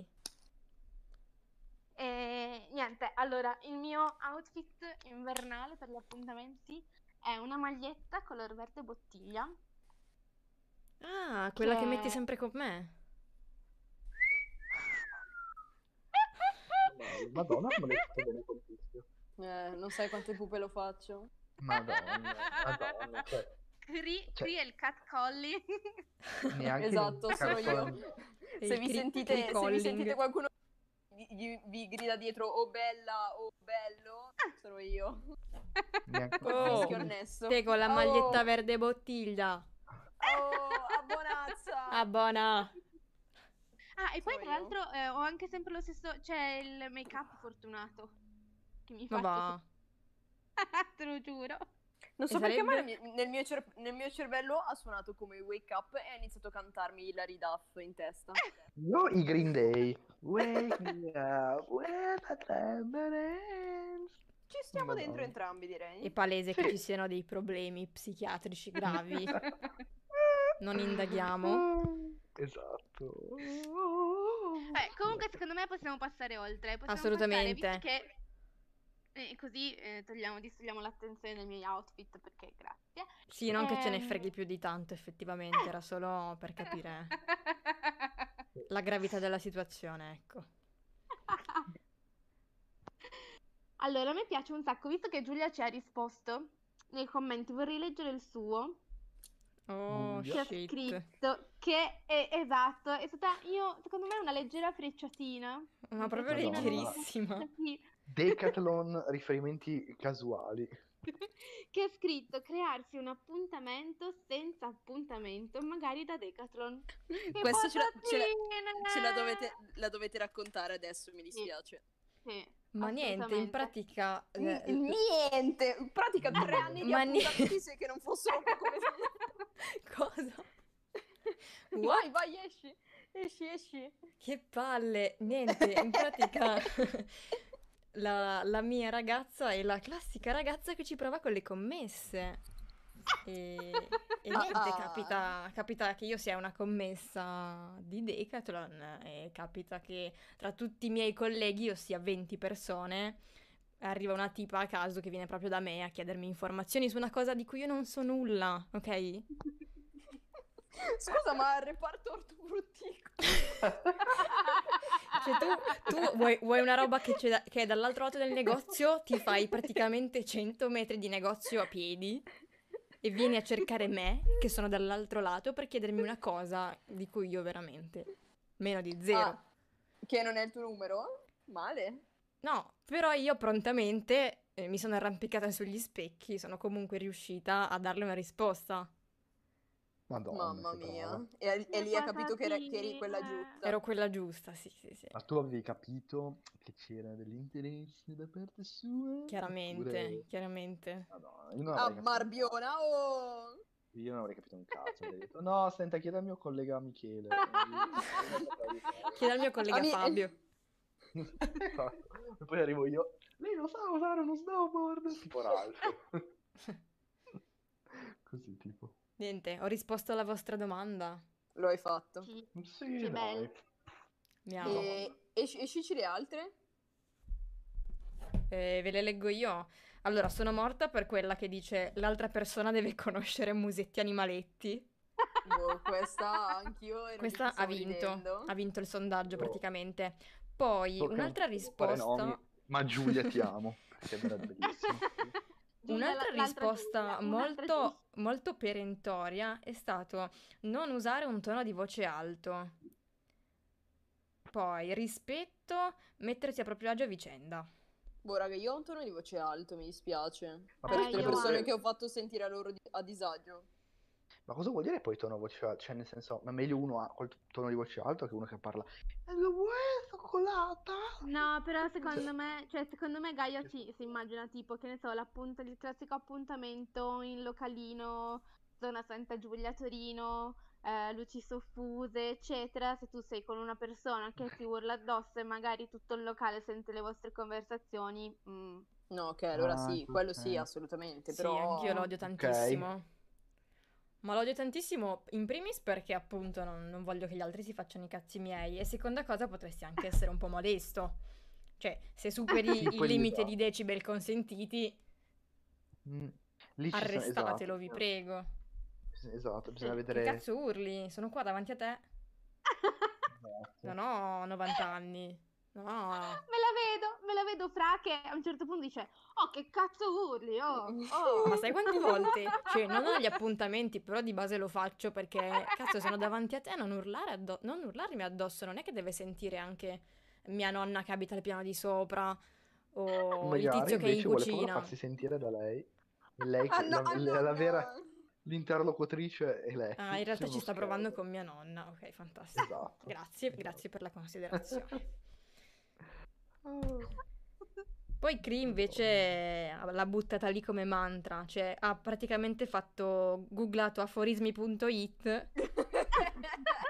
[SPEAKER 5] niente, allora il mio outfit invernale per gli appuntamenti è una maglietta color verde bottiglia.
[SPEAKER 2] Ah, quella che
[SPEAKER 5] Che-
[SPEAKER 2] metti sempre con me.
[SPEAKER 3] Madonna, non l'hai fatto bene col tizio.
[SPEAKER 4] Eh, non sai quante pupe lo faccio?
[SPEAKER 3] Madonna, madonna, cioè,
[SPEAKER 5] Qui,
[SPEAKER 3] Cioè-
[SPEAKER 5] qui è il cat collie.
[SPEAKER 3] neanche
[SPEAKER 4] Esatto,
[SPEAKER 3] il
[SPEAKER 4] sono
[SPEAKER 3] calcolo-
[SPEAKER 4] io.
[SPEAKER 2] E
[SPEAKER 4] Se
[SPEAKER 2] il
[SPEAKER 4] vi,
[SPEAKER 2] cri-
[SPEAKER 4] sentite, se vi
[SPEAKER 2] cricolling.
[SPEAKER 4] sentite qualcuno vi, gli- vi grida dietro o bella o bello, sono io.
[SPEAKER 3] neanche-
[SPEAKER 4] Col
[SPEAKER 2] Ah. Oh.
[SPEAKER 4] fischio annesso.
[SPEAKER 2] Te con la
[SPEAKER 4] Oh.
[SPEAKER 2] maglietta verde bottiglia.
[SPEAKER 4] Oh, abbonazza!
[SPEAKER 2] Ah, buona.
[SPEAKER 5] Ah, e poi
[SPEAKER 4] Sono
[SPEAKER 5] tra
[SPEAKER 4] io.
[SPEAKER 5] l'altro eh, ho anche sempre lo stesso, c'è il make up fortunato che mi
[SPEAKER 2] Ma
[SPEAKER 5] faccio,
[SPEAKER 2] va.
[SPEAKER 5] te lo giuro.
[SPEAKER 4] Non so
[SPEAKER 2] E
[SPEAKER 4] perché, ma nel
[SPEAKER 2] sarebbe-
[SPEAKER 4] mio, nel mio cer- nel mio cervello ha suonato come Wake Up e ha iniziato a cantarmi Hilary Duff in testa.
[SPEAKER 2] Eh,
[SPEAKER 3] Io i Green Day. Wake me up with a tremorance.
[SPEAKER 4] Ci stiamo
[SPEAKER 3] Madonna.
[SPEAKER 4] dentro entrambi, direi.
[SPEAKER 2] È palese che
[SPEAKER 3] Sì.
[SPEAKER 2] ci siano dei problemi psichiatrici gravi. Non indaghiamo.
[SPEAKER 3] Esatto.
[SPEAKER 4] Eh,
[SPEAKER 5] Vabbè, comunque secondo me possiamo passare oltre. possiamo
[SPEAKER 2] Assolutamente.
[SPEAKER 5] passare, visto che- eh, così eh, togliamo, distogliamo l'attenzione dai miei outfit perché grazie.
[SPEAKER 2] Sì, non che ce ne
[SPEAKER 5] Ehm.
[SPEAKER 2] freghi più di tanto, effettivamente, era solo per capire la gravità della situazione, ecco.
[SPEAKER 5] Allora, a me piace un sacco, visto che Giulia ci ha risposto nei commenti, vorrei leggere il suo.
[SPEAKER 2] Oh,
[SPEAKER 3] Minchia.
[SPEAKER 5] Che ha
[SPEAKER 2] shit.
[SPEAKER 5] scritto che è esatto, è stata io, secondo me, una leggera frecciatina.
[SPEAKER 2] Ma proprio
[SPEAKER 3] Madonna.
[SPEAKER 2] leggerissima.
[SPEAKER 5] Sì.
[SPEAKER 3] Decathlon, riferimenti casuali.
[SPEAKER 5] che ha scritto crearsi un appuntamento senza appuntamento, magari da Decathlon. Che
[SPEAKER 4] Questo ce la, ce la-
[SPEAKER 5] posatina!
[SPEAKER 4] ce la dovete, la dovete raccontare adesso, mi dispiace.
[SPEAKER 5] Sì,
[SPEAKER 2] Ma niente, in
[SPEAKER 5] assolutamente.
[SPEAKER 2] pratica... eh,
[SPEAKER 4] Niente! In pratica tre anni di
[SPEAKER 2] Ma ni-
[SPEAKER 4] appuntamenti se che non fossero come...
[SPEAKER 2] Cosa? What?
[SPEAKER 4] vai, vai, esci! Esci, esci!
[SPEAKER 2] Che palle! Niente, in pratica la, la mia ragazza è la classica ragazza che ci prova con le commesse. E, e niente,
[SPEAKER 4] Ah.
[SPEAKER 2] capita, capita che io sia una commessa di Decathlon e capita che tra tutti i miei colleghi, ossia 20 persone, arriva una tipa a caso che viene proprio da me a chiedermi informazioni su una cosa di cui io non so nulla, ok?
[SPEAKER 4] Scusa, ma il reparto ortofrutticolo.
[SPEAKER 2] Cioè tu, tu vuoi, vuoi una roba che, c'è da- che è dall'altro lato del negozio, ti fai praticamente 100 metri di negozio a piedi e vieni a cercare me, che sono dall'altro lato, per chiedermi una cosa di cui io veramente meno di zero.
[SPEAKER 4] Ah, che non è il tuo numero? Male.
[SPEAKER 2] No, però io prontamente eh, mi sono arrampicata sugli specchi, sono comunque riuscita a darle una risposta.
[SPEAKER 3] Madonna,
[SPEAKER 4] Mamma
[SPEAKER 3] che
[SPEAKER 4] mia.
[SPEAKER 3] brava.
[SPEAKER 4] E, e lì ha capito che, era-
[SPEAKER 5] Guardatine.
[SPEAKER 4] che eri quella giusta.
[SPEAKER 2] Ero quella giusta, sì, sì, sì.
[SPEAKER 3] Ma tu avevi capito che c'era dell'interesse da parte sua?
[SPEAKER 2] Chiaramente,
[SPEAKER 3] Oppure-
[SPEAKER 2] chiaramente.
[SPEAKER 3] Madonna, io non
[SPEAKER 4] Ah,
[SPEAKER 3] avrei capito.
[SPEAKER 4] Marbiona oh. o...
[SPEAKER 3] Io non avrei capito un cazzo. avrei detto, no, senta, chieda al mio collega Michele. E
[SPEAKER 2] Chiedo al mio collega
[SPEAKER 4] Ami-
[SPEAKER 2] Fabio.
[SPEAKER 3] poi arrivo io. Lei lo sa usare uno snowboard? Tipo Ralph. Così tipo.
[SPEAKER 2] Niente, ho risposto alla vostra domanda.
[SPEAKER 4] Lo hai fatto.
[SPEAKER 5] Sì.
[SPEAKER 3] Sì,
[SPEAKER 5] Che
[SPEAKER 3] dai.
[SPEAKER 5] bello.
[SPEAKER 2] Mi
[SPEAKER 3] Ah.
[SPEAKER 2] amo.
[SPEAKER 4] E, e, e scici le altre?
[SPEAKER 2] Eh, ve le leggo io. Allora, sono morta per quella che dice l'altra persona deve conoscere musetti animaletti.
[SPEAKER 4] Boh, questa anch'io ero lì che
[SPEAKER 2] Questa ha
[SPEAKER 4] stavo
[SPEAKER 2] vinto,
[SPEAKER 4] ridendo.
[SPEAKER 2] ha vinto il sondaggio
[SPEAKER 3] Oh.
[SPEAKER 2] praticamente. Poi
[SPEAKER 3] Tocca
[SPEAKER 2] un'altra
[SPEAKER 3] non fare
[SPEAKER 2] risposta,
[SPEAKER 3] nomi, Ma Giulia ti amo. Perché era bellissimo.
[SPEAKER 5] Giulia,
[SPEAKER 2] un'altra
[SPEAKER 5] la- l'altra
[SPEAKER 2] risposta
[SPEAKER 5] Giulia, un'altra Giulia.
[SPEAKER 2] molto, molto perentoria è stato non usare un tono di voce alto. Poi rispetto, mettersi a proprio agio a vicenda.
[SPEAKER 4] Boh, raga, io ho un tono di voce alto, mi dispiace.
[SPEAKER 3] Ma
[SPEAKER 4] per
[SPEAKER 5] Eh,
[SPEAKER 4] tutte le
[SPEAKER 5] io
[SPEAKER 4] persone
[SPEAKER 5] anche.
[SPEAKER 4] che ho fatto sentire a loro di- a disagio.
[SPEAKER 3] Ma cosa vuol dire poi tono voce alto? Cioè, nel senso, ma meglio uno a- col tono di voce alto che uno che parla. E lo vuoi la cioccolata?
[SPEAKER 5] No, però secondo me, cioè, secondo me Gaia si, si immagina tipo, che ne so, l'appunta- il classico appuntamento in localino, zona Santa Giulia, Torino, eh, luci soffuse, eccetera. Se tu sei con una persona che ti urla addosso e magari tutto il locale sente le vostre conversazioni, mm,
[SPEAKER 4] No, ok, allora
[SPEAKER 3] Ah,
[SPEAKER 4] sì, quello sì,
[SPEAKER 3] ok.
[SPEAKER 4] assolutamente,
[SPEAKER 2] Sì,
[SPEAKER 4] però...
[SPEAKER 2] anch'io lo odio
[SPEAKER 3] Ok.
[SPEAKER 2] tantissimo. Ma lo odio tantissimo, in primis perché appunto non, non voglio che gli altri si facciano i cazzi miei. E seconda cosa, potresti anche essere un po' modesto. Cioè, se superi
[SPEAKER 3] Sì,
[SPEAKER 2] il
[SPEAKER 3] quelli
[SPEAKER 2] limite
[SPEAKER 3] là.
[SPEAKER 2] di decibel consentiti,
[SPEAKER 3] Mm. Lì ci sono-
[SPEAKER 2] arrestatelo,
[SPEAKER 3] esatto,
[SPEAKER 2] vi prego.
[SPEAKER 3] bisogna- Esatto, bisogna
[SPEAKER 5] Sì, che
[SPEAKER 2] Che
[SPEAKER 3] vedere.
[SPEAKER 2] cazzo urli? Sono qua davanti a te.
[SPEAKER 3] esatto.
[SPEAKER 2] Non ho 90 anni. No.
[SPEAKER 5] Ah, Me la vedo, me la vedo fra che a un certo punto dice, oh che cazzo urli, oh, oh.
[SPEAKER 2] Ma sai quante volte? Cioè, non ho gli appuntamenti, però di base lo faccio perché, cazzo, sono davanti a te, non urlare addo- non urlarmi addosso, non è che deve sentire anche mia nonna che abita al piano di sopra o il
[SPEAKER 3] Magari
[SPEAKER 2] tizio che è in
[SPEAKER 3] invece vuole proprio
[SPEAKER 2] cucina.
[SPEAKER 3] farsi sentire da lei. E lei che
[SPEAKER 4] Ah, no,
[SPEAKER 3] la,
[SPEAKER 4] ah,
[SPEAKER 3] la-
[SPEAKER 4] no,
[SPEAKER 3] la
[SPEAKER 4] no.
[SPEAKER 3] vera l'interlocutrice è lei.
[SPEAKER 2] Ah, in realtà
[SPEAKER 3] Uno
[SPEAKER 2] ci sta
[SPEAKER 3] scherzo.
[SPEAKER 2] provando con mia nonna. Ok, fantastico.
[SPEAKER 3] Esatto.
[SPEAKER 2] Grazie, grazie per la considerazione. Poi Cree invece l'ha buttata lì come mantra, cioè ha praticamente fatto googlato aforismi.it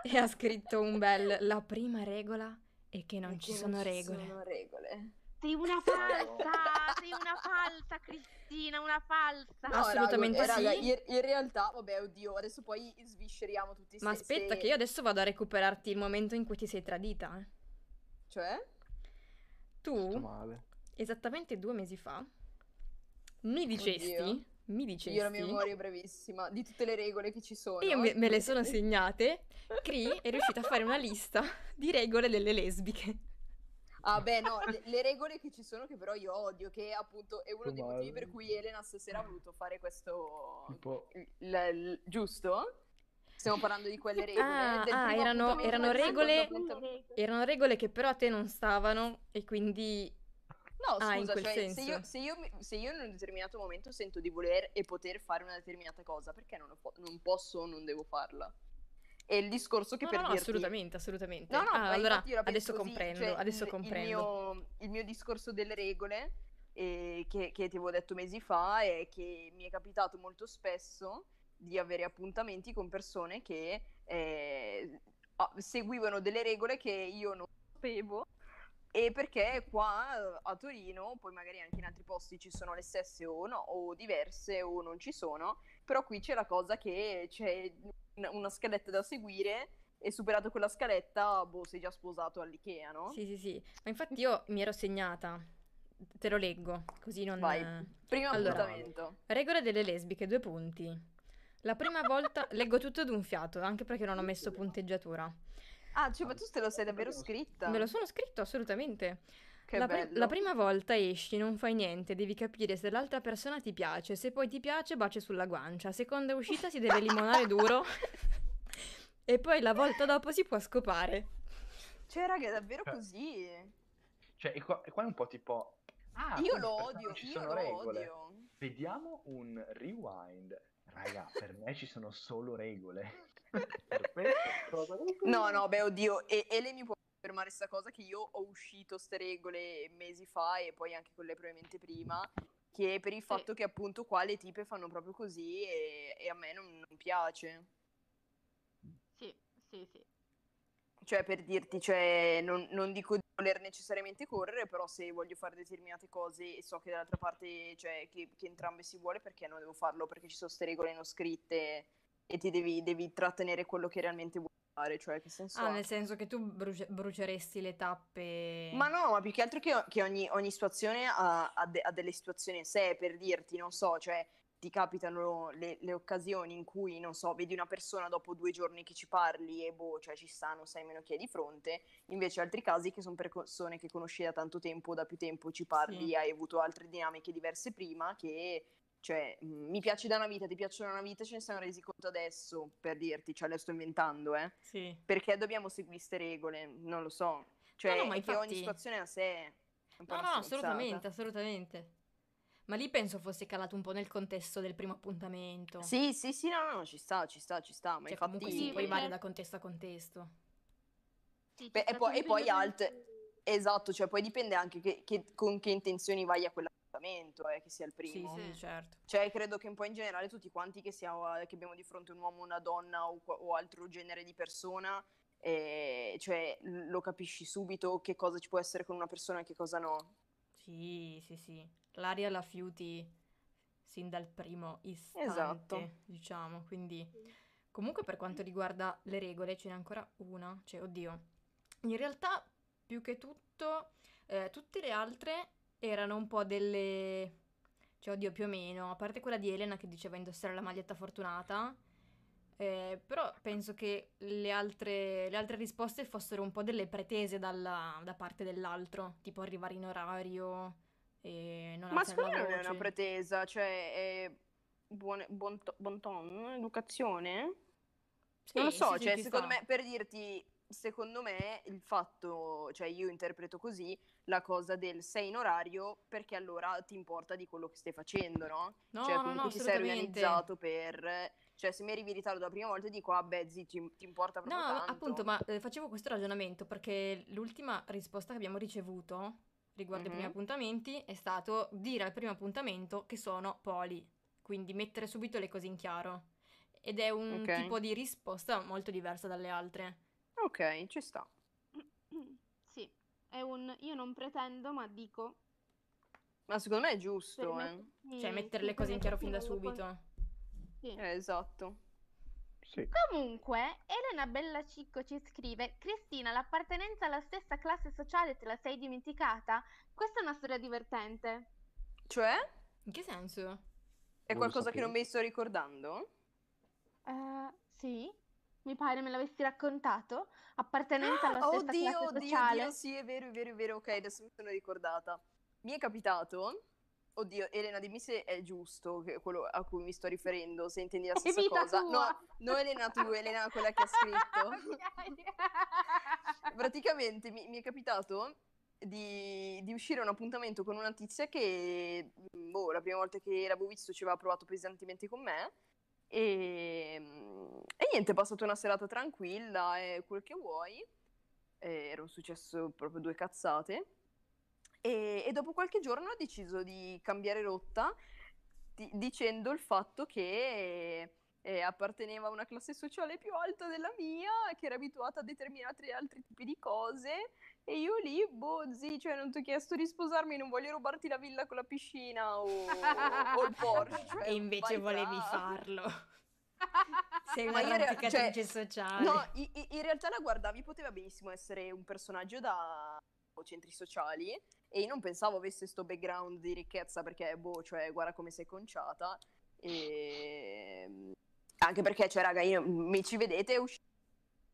[SPEAKER 2] e ha scritto un bel la prima regola è che non ci
[SPEAKER 4] Perché
[SPEAKER 2] sono
[SPEAKER 4] ci
[SPEAKER 2] regole.
[SPEAKER 4] sono regole.
[SPEAKER 5] Sei una falsa, sei una falsa Cristina, una falsa.
[SPEAKER 4] No,
[SPEAKER 2] Assolutamente
[SPEAKER 4] raga, eh, raga,
[SPEAKER 2] sì.
[SPEAKER 4] in, in realtà, vabbè, oddio, adesso poi svisceriamo tutti
[SPEAKER 2] Ma
[SPEAKER 4] se-
[SPEAKER 2] aspetta
[SPEAKER 4] se-
[SPEAKER 2] che io adesso vado a recuperarti il momento in cui ti sei tradita. eh.
[SPEAKER 4] Cioè?
[SPEAKER 3] Sto
[SPEAKER 2] Tu
[SPEAKER 3] male.
[SPEAKER 2] esattamente due mesi fa mi dicesti,
[SPEAKER 4] Oddio.
[SPEAKER 2] mi
[SPEAKER 4] Io ho la
[SPEAKER 2] dicesti,
[SPEAKER 4] mia memoria è brevissima di tutte le regole che ci sono.
[SPEAKER 2] io me, me le sono segnate, Cree è riuscita a fare una lista di regole delle lesbiche.
[SPEAKER 4] Ah, beh, no, le, le regole che ci sono, che però io odio, che appunto è uno dei
[SPEAKER 3] Male.
[SPEAKER 4] motivi per cui Elena stasera ha voluto fare questo.
[SPEAKER 3] Tipo,
[SPEAKER 4] l- l- giusto? Stiamo parlando di quelle regole.
[SPEAKER 2] Ah,
[SPEAKER 4] del
[SPEAKER 2] ah,
[SPEAKER 4] primo
[SPEAKER 2] erano-
[SPEAKER 4] appuntamento
[SPEAKER 2] erano
[SPEAKER 4] e del secondo
[SPEAKER 2] regole-
[SPEAKER 4] appuntamento.
[SPEAKER 2] Erano regole che però a te non stavano e quindi
[SPEAKER 4] No,
[SPEAKER 2] Ah, in
[SPEAKER 4] scusa,
[SPEAKER 2] quel
[SPEAKER 4] cioè,
[SPEAKER 2] senso.
[SPEAKER 4] Se, io, se io mi- se io in un determinato momento sento di voler e poter fare una determinata cosa, perché non, lo po- non posso o non devo farla? E il discorso che
[SPEAKER 2] No,
[SPEAKER 4] per
[SPEAKER 2] no, no,
[SPEAKER 4] dirti...
[SPEAKER 2] assolutamente, assolutamente.
[SPEAKER 4] No, no,
[SPEAKER 2] Ah,
[SPEAKER 4] ma
[SPEAKER 2] allora
[SPEAKER 4] infatti io la penso
[SPEAKER 2] adesso
[SPEAKER 4] così,
[SPEAKER 2] comprendo,
[SPEAKER 4] cioè,
[SPEAKER 2] adesso
[SPEAKER 4] il- il
[SPEAKER 2] comprendo.
[SPEAKER 4] mio- Il mio discorso delle regole eh, che, che ti avevo detto mesi fa è che mi è capitato molto spesso di avere appuntamenti con persone che eh, a- seguivano delle regole che io non sapevo e perché qua eh, a Torino, poi magari anche in altri posti ci sono le stesse o no, o diverse o non ci sono, però qui c'è la cosa che c'è un- una scaletta da seguire e superato quella scaletta, boh, sei già sposato all'Ikea, no?
[SPEAKER 2] Sì, sì, sì. Ma infatti io mi ero segnata, te lo leggo, così non...
[SPEAKER 4] Vai. Primo
[SPEAKER 2] Allora.
[SPEAKER 4] appuntamento.
[SPEAKER 2] Regole delle lesbiche, due punti. La prima volta leggo tutto d'un fiato, anche perché non ho messo punteggiatura.
[SPEAKER 4] Ah, cioè, ma tu te lo sei davvero scritta?
[SPEAKER 2] Me lo sono scritto assolutamente.
[SPEAKER 4] Che
[SPEAKER 2] la, pri-
[SPEAKER 4] bello.
[SPEAKER 2] la prima volta esci, non fai niente, devi capire se l'altra persona ti piace, se poi ti piace baci sulla guancia, seconda uscita si deve limonare duro e poi la volta dopo si può scopare.
[SPEAKER 4] Cioè, raga, è davvero
[SPEAKER 3] Eh.
[SPEAKER 4] così?
[SPEAKER 3] Cioè, e qua, e qua è un po' tipo... Ah,
[SPEAKER 4] io
[SPEAKER 3] quindi
[SPEAKER 4] lo
[SPEAKER 3] per te non
[SPEAKER 4] odio,
[SPEAKER 3] ci
[SPEAKER 4] io
[SPEAKER 3] sono
[SPEAKER 4] lo
[SPEAKER 3] regole.
[SPEAKER 4] odio.
[SPEAKER 3] Vediamo un rewind. Raga, per me ci sono solo regole. per me cosa
[SPEAKER 4] No, no, beh, oddio, e Ele mi può confermare questa cosa che io ho uscito ste regole mesi fa e poi anche quelle probabilmente prima, che è per il fatto che appunto qua le tipe fanno proprio così e, e a me non, non piace.
[SPEAKER 5] Sì, sì, sì.
[SPEAKER 4] Cioè, per dirti, cioè, non, non dico di voler necessariamente correre, però se voglio fare determinate cose e so che dall'altra parte, cioè, che, che entrambe si vuole, perché non devo farlo? Perché ci sono queste regole non scritte e ti devi, devi trattenere quello che realmente vuoi fare, cioè, che senso
[SPEAKER 2] Ah,
[SPEAKER 4] ha?
[SPEAKER 2] nel senso che tu bruci- bruceresti le tappe...
[SPEAKER 4] Ma no, ma più che altro che, che ogni, ogni situazione ha, ha de- ha delle situazioni in sé, per dirti, non so, cioè ti capitano le, le occasioni in cui, non so, vedi una persona dopo due giorni che ci parli e boh, cioè ci sta, non sai meno chi è di fronte, invece altri casi che sono persone che conosci da tanto tempo, da più tempo ci parli,
[SPEAKER 2] Sì.
[SPEAKER 4] hai avuto altre dinamiche diverse prima che... Cioè, mh, mi piace da una vita, ti piacciono da una vita, ce ne siamo resi conto adesso, per dirti, cioè le sto inventando, eh
[SPEAKER 2] Sì.
[SPEAKER 4] perché dobbiamo seguire queste regole? Non lo so. Cioè,
[SPEAKER 2] No, no, ma
[SPEAKER 4] è che ogni
[SPEAKER 2] infatti-
[SPEAKER 4] situazione ha sé. È un po'
[SPEAKER 2] No,
[SPEAKER 4] una
[SPEAKER 2] no,
[SPEAKER 4] stronzata.
[SPEAKER 2] assolutamente, assolutamente. Ma lì penso fosse calato un po' nel contesto del primo appuntamento.
[SPEAKER 4] Sì, sì, sì, no, no, no, ci sta, ci sta, ci sta. Ma
[SPEAKER 2] Cioè,
[SPEAKER 4] infatti...
[SPEAKER 2] comunque sì,
[SPEAKER 5] Sì,
[SPEAKER 2] poi
[SPEAKER 5] perché-
[SPEAKER 2] varia da contesto a contesto.
[SPEAKER 5] Sì, cioè, c'è
[SPEAKER 4] Beh, e
[SPEAKER 5] stato
[SPEAKER 4] poi-
[SPEAKER 5] un
[SPEAKER 4] e
[SPEAKER 5] periodo
[SPEAKER 4] poi
[SPEAKER 5] in
[SPEAKER 4] alt-
[SPEAKER 5] cui-
[SPEAKER 4] Esatto, cioè poi dipende anche che- che- con che intenzioni vai a quell'appuntamento, eh, che sia il
[SPEAKER 2] Sì,
[SPEAKER 4] primo.
[SPEAKER 2] sì,
[SPEAKER 5] Sì.
[SPEAKER 2] certo.
[SPEAKER 4] Cioè, credo che un po' in generale tutti quanti che, siamo, che abbiamo di fronte un uomo, una donna o, qua- o altro genere di persona, eh, cioè l- lo capisci subito che cosa ci può essere con una persona e che cosa no.
[SPEAKER 2] Sì, sì, sì. L'aria la fiuti sin dal primo istante,
[SPEAKER 4] Esatto.
[SPEAKER 2] diciamo, quindi comunque per quanto riguarda le regole ce n'è ancora una, cioè oddio. In realtà più che tutto eh, tutte le altre erano un po' delle cioè oddio più o meno, a parte quella di Elena che diceva indossare la maglietta fortunata. eh, però penso che le altre, le altre risposte fossero un po' delle pretese dalla- da parte dell'altro, tipo arrivare in orario e non
[SPEAKER 4] Ma
[SPEAKER 2] alzare
[SPEAKER 4] secondo me
[SPEAKER 2] la
[SPEAKER 4] non è una
[SPEAKER 2] voce.
[SPEAKER 4] pretesa, cioè è buone- buon, to- buon ton, educazione? non lo
[SPEAKER 2] Sì,
[SPEAKER 4] so,
[SPEAKER 2] sì, sì,
[SPEAKER 4] cioè
[SPEAKER 2] ci
[SPEAKER 4] secondo
[SPEAKER 2] sta.
[SPEAKER 4] me, per dirti, secondo me il fatto, cioè io interpreto così la cosa del sei in orario perché allora ti importa di quello che stai facendo, no?
[SPEAKER 2] No,
[SPEAKER 4] cioè
[SPEAKER 2] no,
[SPEAKER 4] comunque
[SPEAKER 2] no,
[SPEAKER 4] ti sei
[SPEAKER 2] assolutamente.
[SPEAKER 4] organizzato per... Cioè se mi arrivi in ritardo la prima volta dico, ah beh zii, ti, ti importa
[SPEAKER 2] No,
[SPEAKER 4] proprio tanto.
[SPEAKER 2] appunto, ma eh, facevo questo ragionamento perché l'ultima risposta che abbiamo ricevuto riguardo ai primi
[SPEAKER 4] Mhm.
[SPEAKER 2] appuntamenti è stato dire al primo appuntamento che sono poli, quindi mettere subito le cose in chiaro. Ed è un
[SPEAKER 4] Ok.
[SPEAKER 2] tipo di risposta molto diversa dalle altre.
[SPEAKER 4] Ok, ci sta.
[SPEAKER 5] Sì, è un io non pretendo, ma dico...
[SPEAKER 4] Ma secondo me è giusto, eh.
[SPEAKER 5] mettermi-
[SPEAKER 2] Cioè, mettere
[SPEAKER 5] sì,
[SPEAKER 2] le cose in chiaro fin da
[SPEAKER 5] mettermi nelle
[SPEAKER 2] subito.
[SPEAKER 5] cose- sì.
[SPEAKER 4] Eh, esatto.
[SPEAKER 3] Sì.
[SPEAKER 5] Comunque, Elena Bellacicco ci scrive: Cristina, l'appartenenza alla stessa classe sociale te la sei dimenticata? Questa è una storia divertente.
[SPEAKER 4] Cioè?
[SPEAKER 2] In che senso?
[SPEAKER 4] È
[SPEAKER 3] Non lo
[SPEAKER 4] qualcosa che non
[SPEAKER 3] sapevo.
[SPEAKER 4] mi sto ricordando?
[SPEAKER 5] Eh, sì, mi pare me l'avessi raccontato. Appartenenza alla stessa
[SPEAKER 4] Ah, oddio,
[SPEAKER 5] classe
[SPEAKER 4] oddio,
[SPEAKER 5] sociale.
[SPEAKER 4] oddio, sì, è vero, è vero, è vero, ok, adesso mi sono ricordata. Mi è capitato, oddio, Elena, dimmi se è giusto che- quello a cui mi sto riferendo, se intendi la
[SPEAKER 5] È
[SPEAKER 4] stessa
[SPEAKER 5] vita
[SPEAKER 4] cosa. No,
[SPEAKER 5] tua.
[SPEAKER 4] no, Elena, tu, Elena, quella che ha scritto.
[SPEAKER 5] Ok.
[SPEAKER 4] Praticamente mi, mi è capitato di, di uscire a un appuntamento con una tizia che mh, boh, la prima volta che l'avevo visto ci aveva provato pesantemente con me. E, mh, Ehm, e niente, è passata una serata tranquilla e quel che vuoi. Eh, erano successo proprio due cazzate. E, e dopo qualche giorno ho deciso di cambiare rotta di- dicendo il fatto che eh, apparteneva a una classe sociale più alta della mia, che era abituata a determinati altri tipi di cose, e io lì, boh, zii, cioè non ti ho chiesto di sposarmi, non voglio rubarti la villa con la piscina o, o il Porsche. cioè,
[SPEAKER 2] E invece
[SPEAKER 4] vai là.
[SPEAKER 2] volevi farlo. Sei
[SPEAKER 4] Ma
[SPEAKER 2] una
[SPEAKER 4] io in realtà-
[SPEAKER 2] radicatrice sociale.
[SPEAKER 4] No, i- i- in realtà la guardavi, poteva benissimo essere un personaggio da boh, centri sociali e io non pensavo avesse sto background di ricchezza perché, boh, cioè, guarda come sei conciata. E... Anche perché, cioè, raga, io, mi ci vedete uscire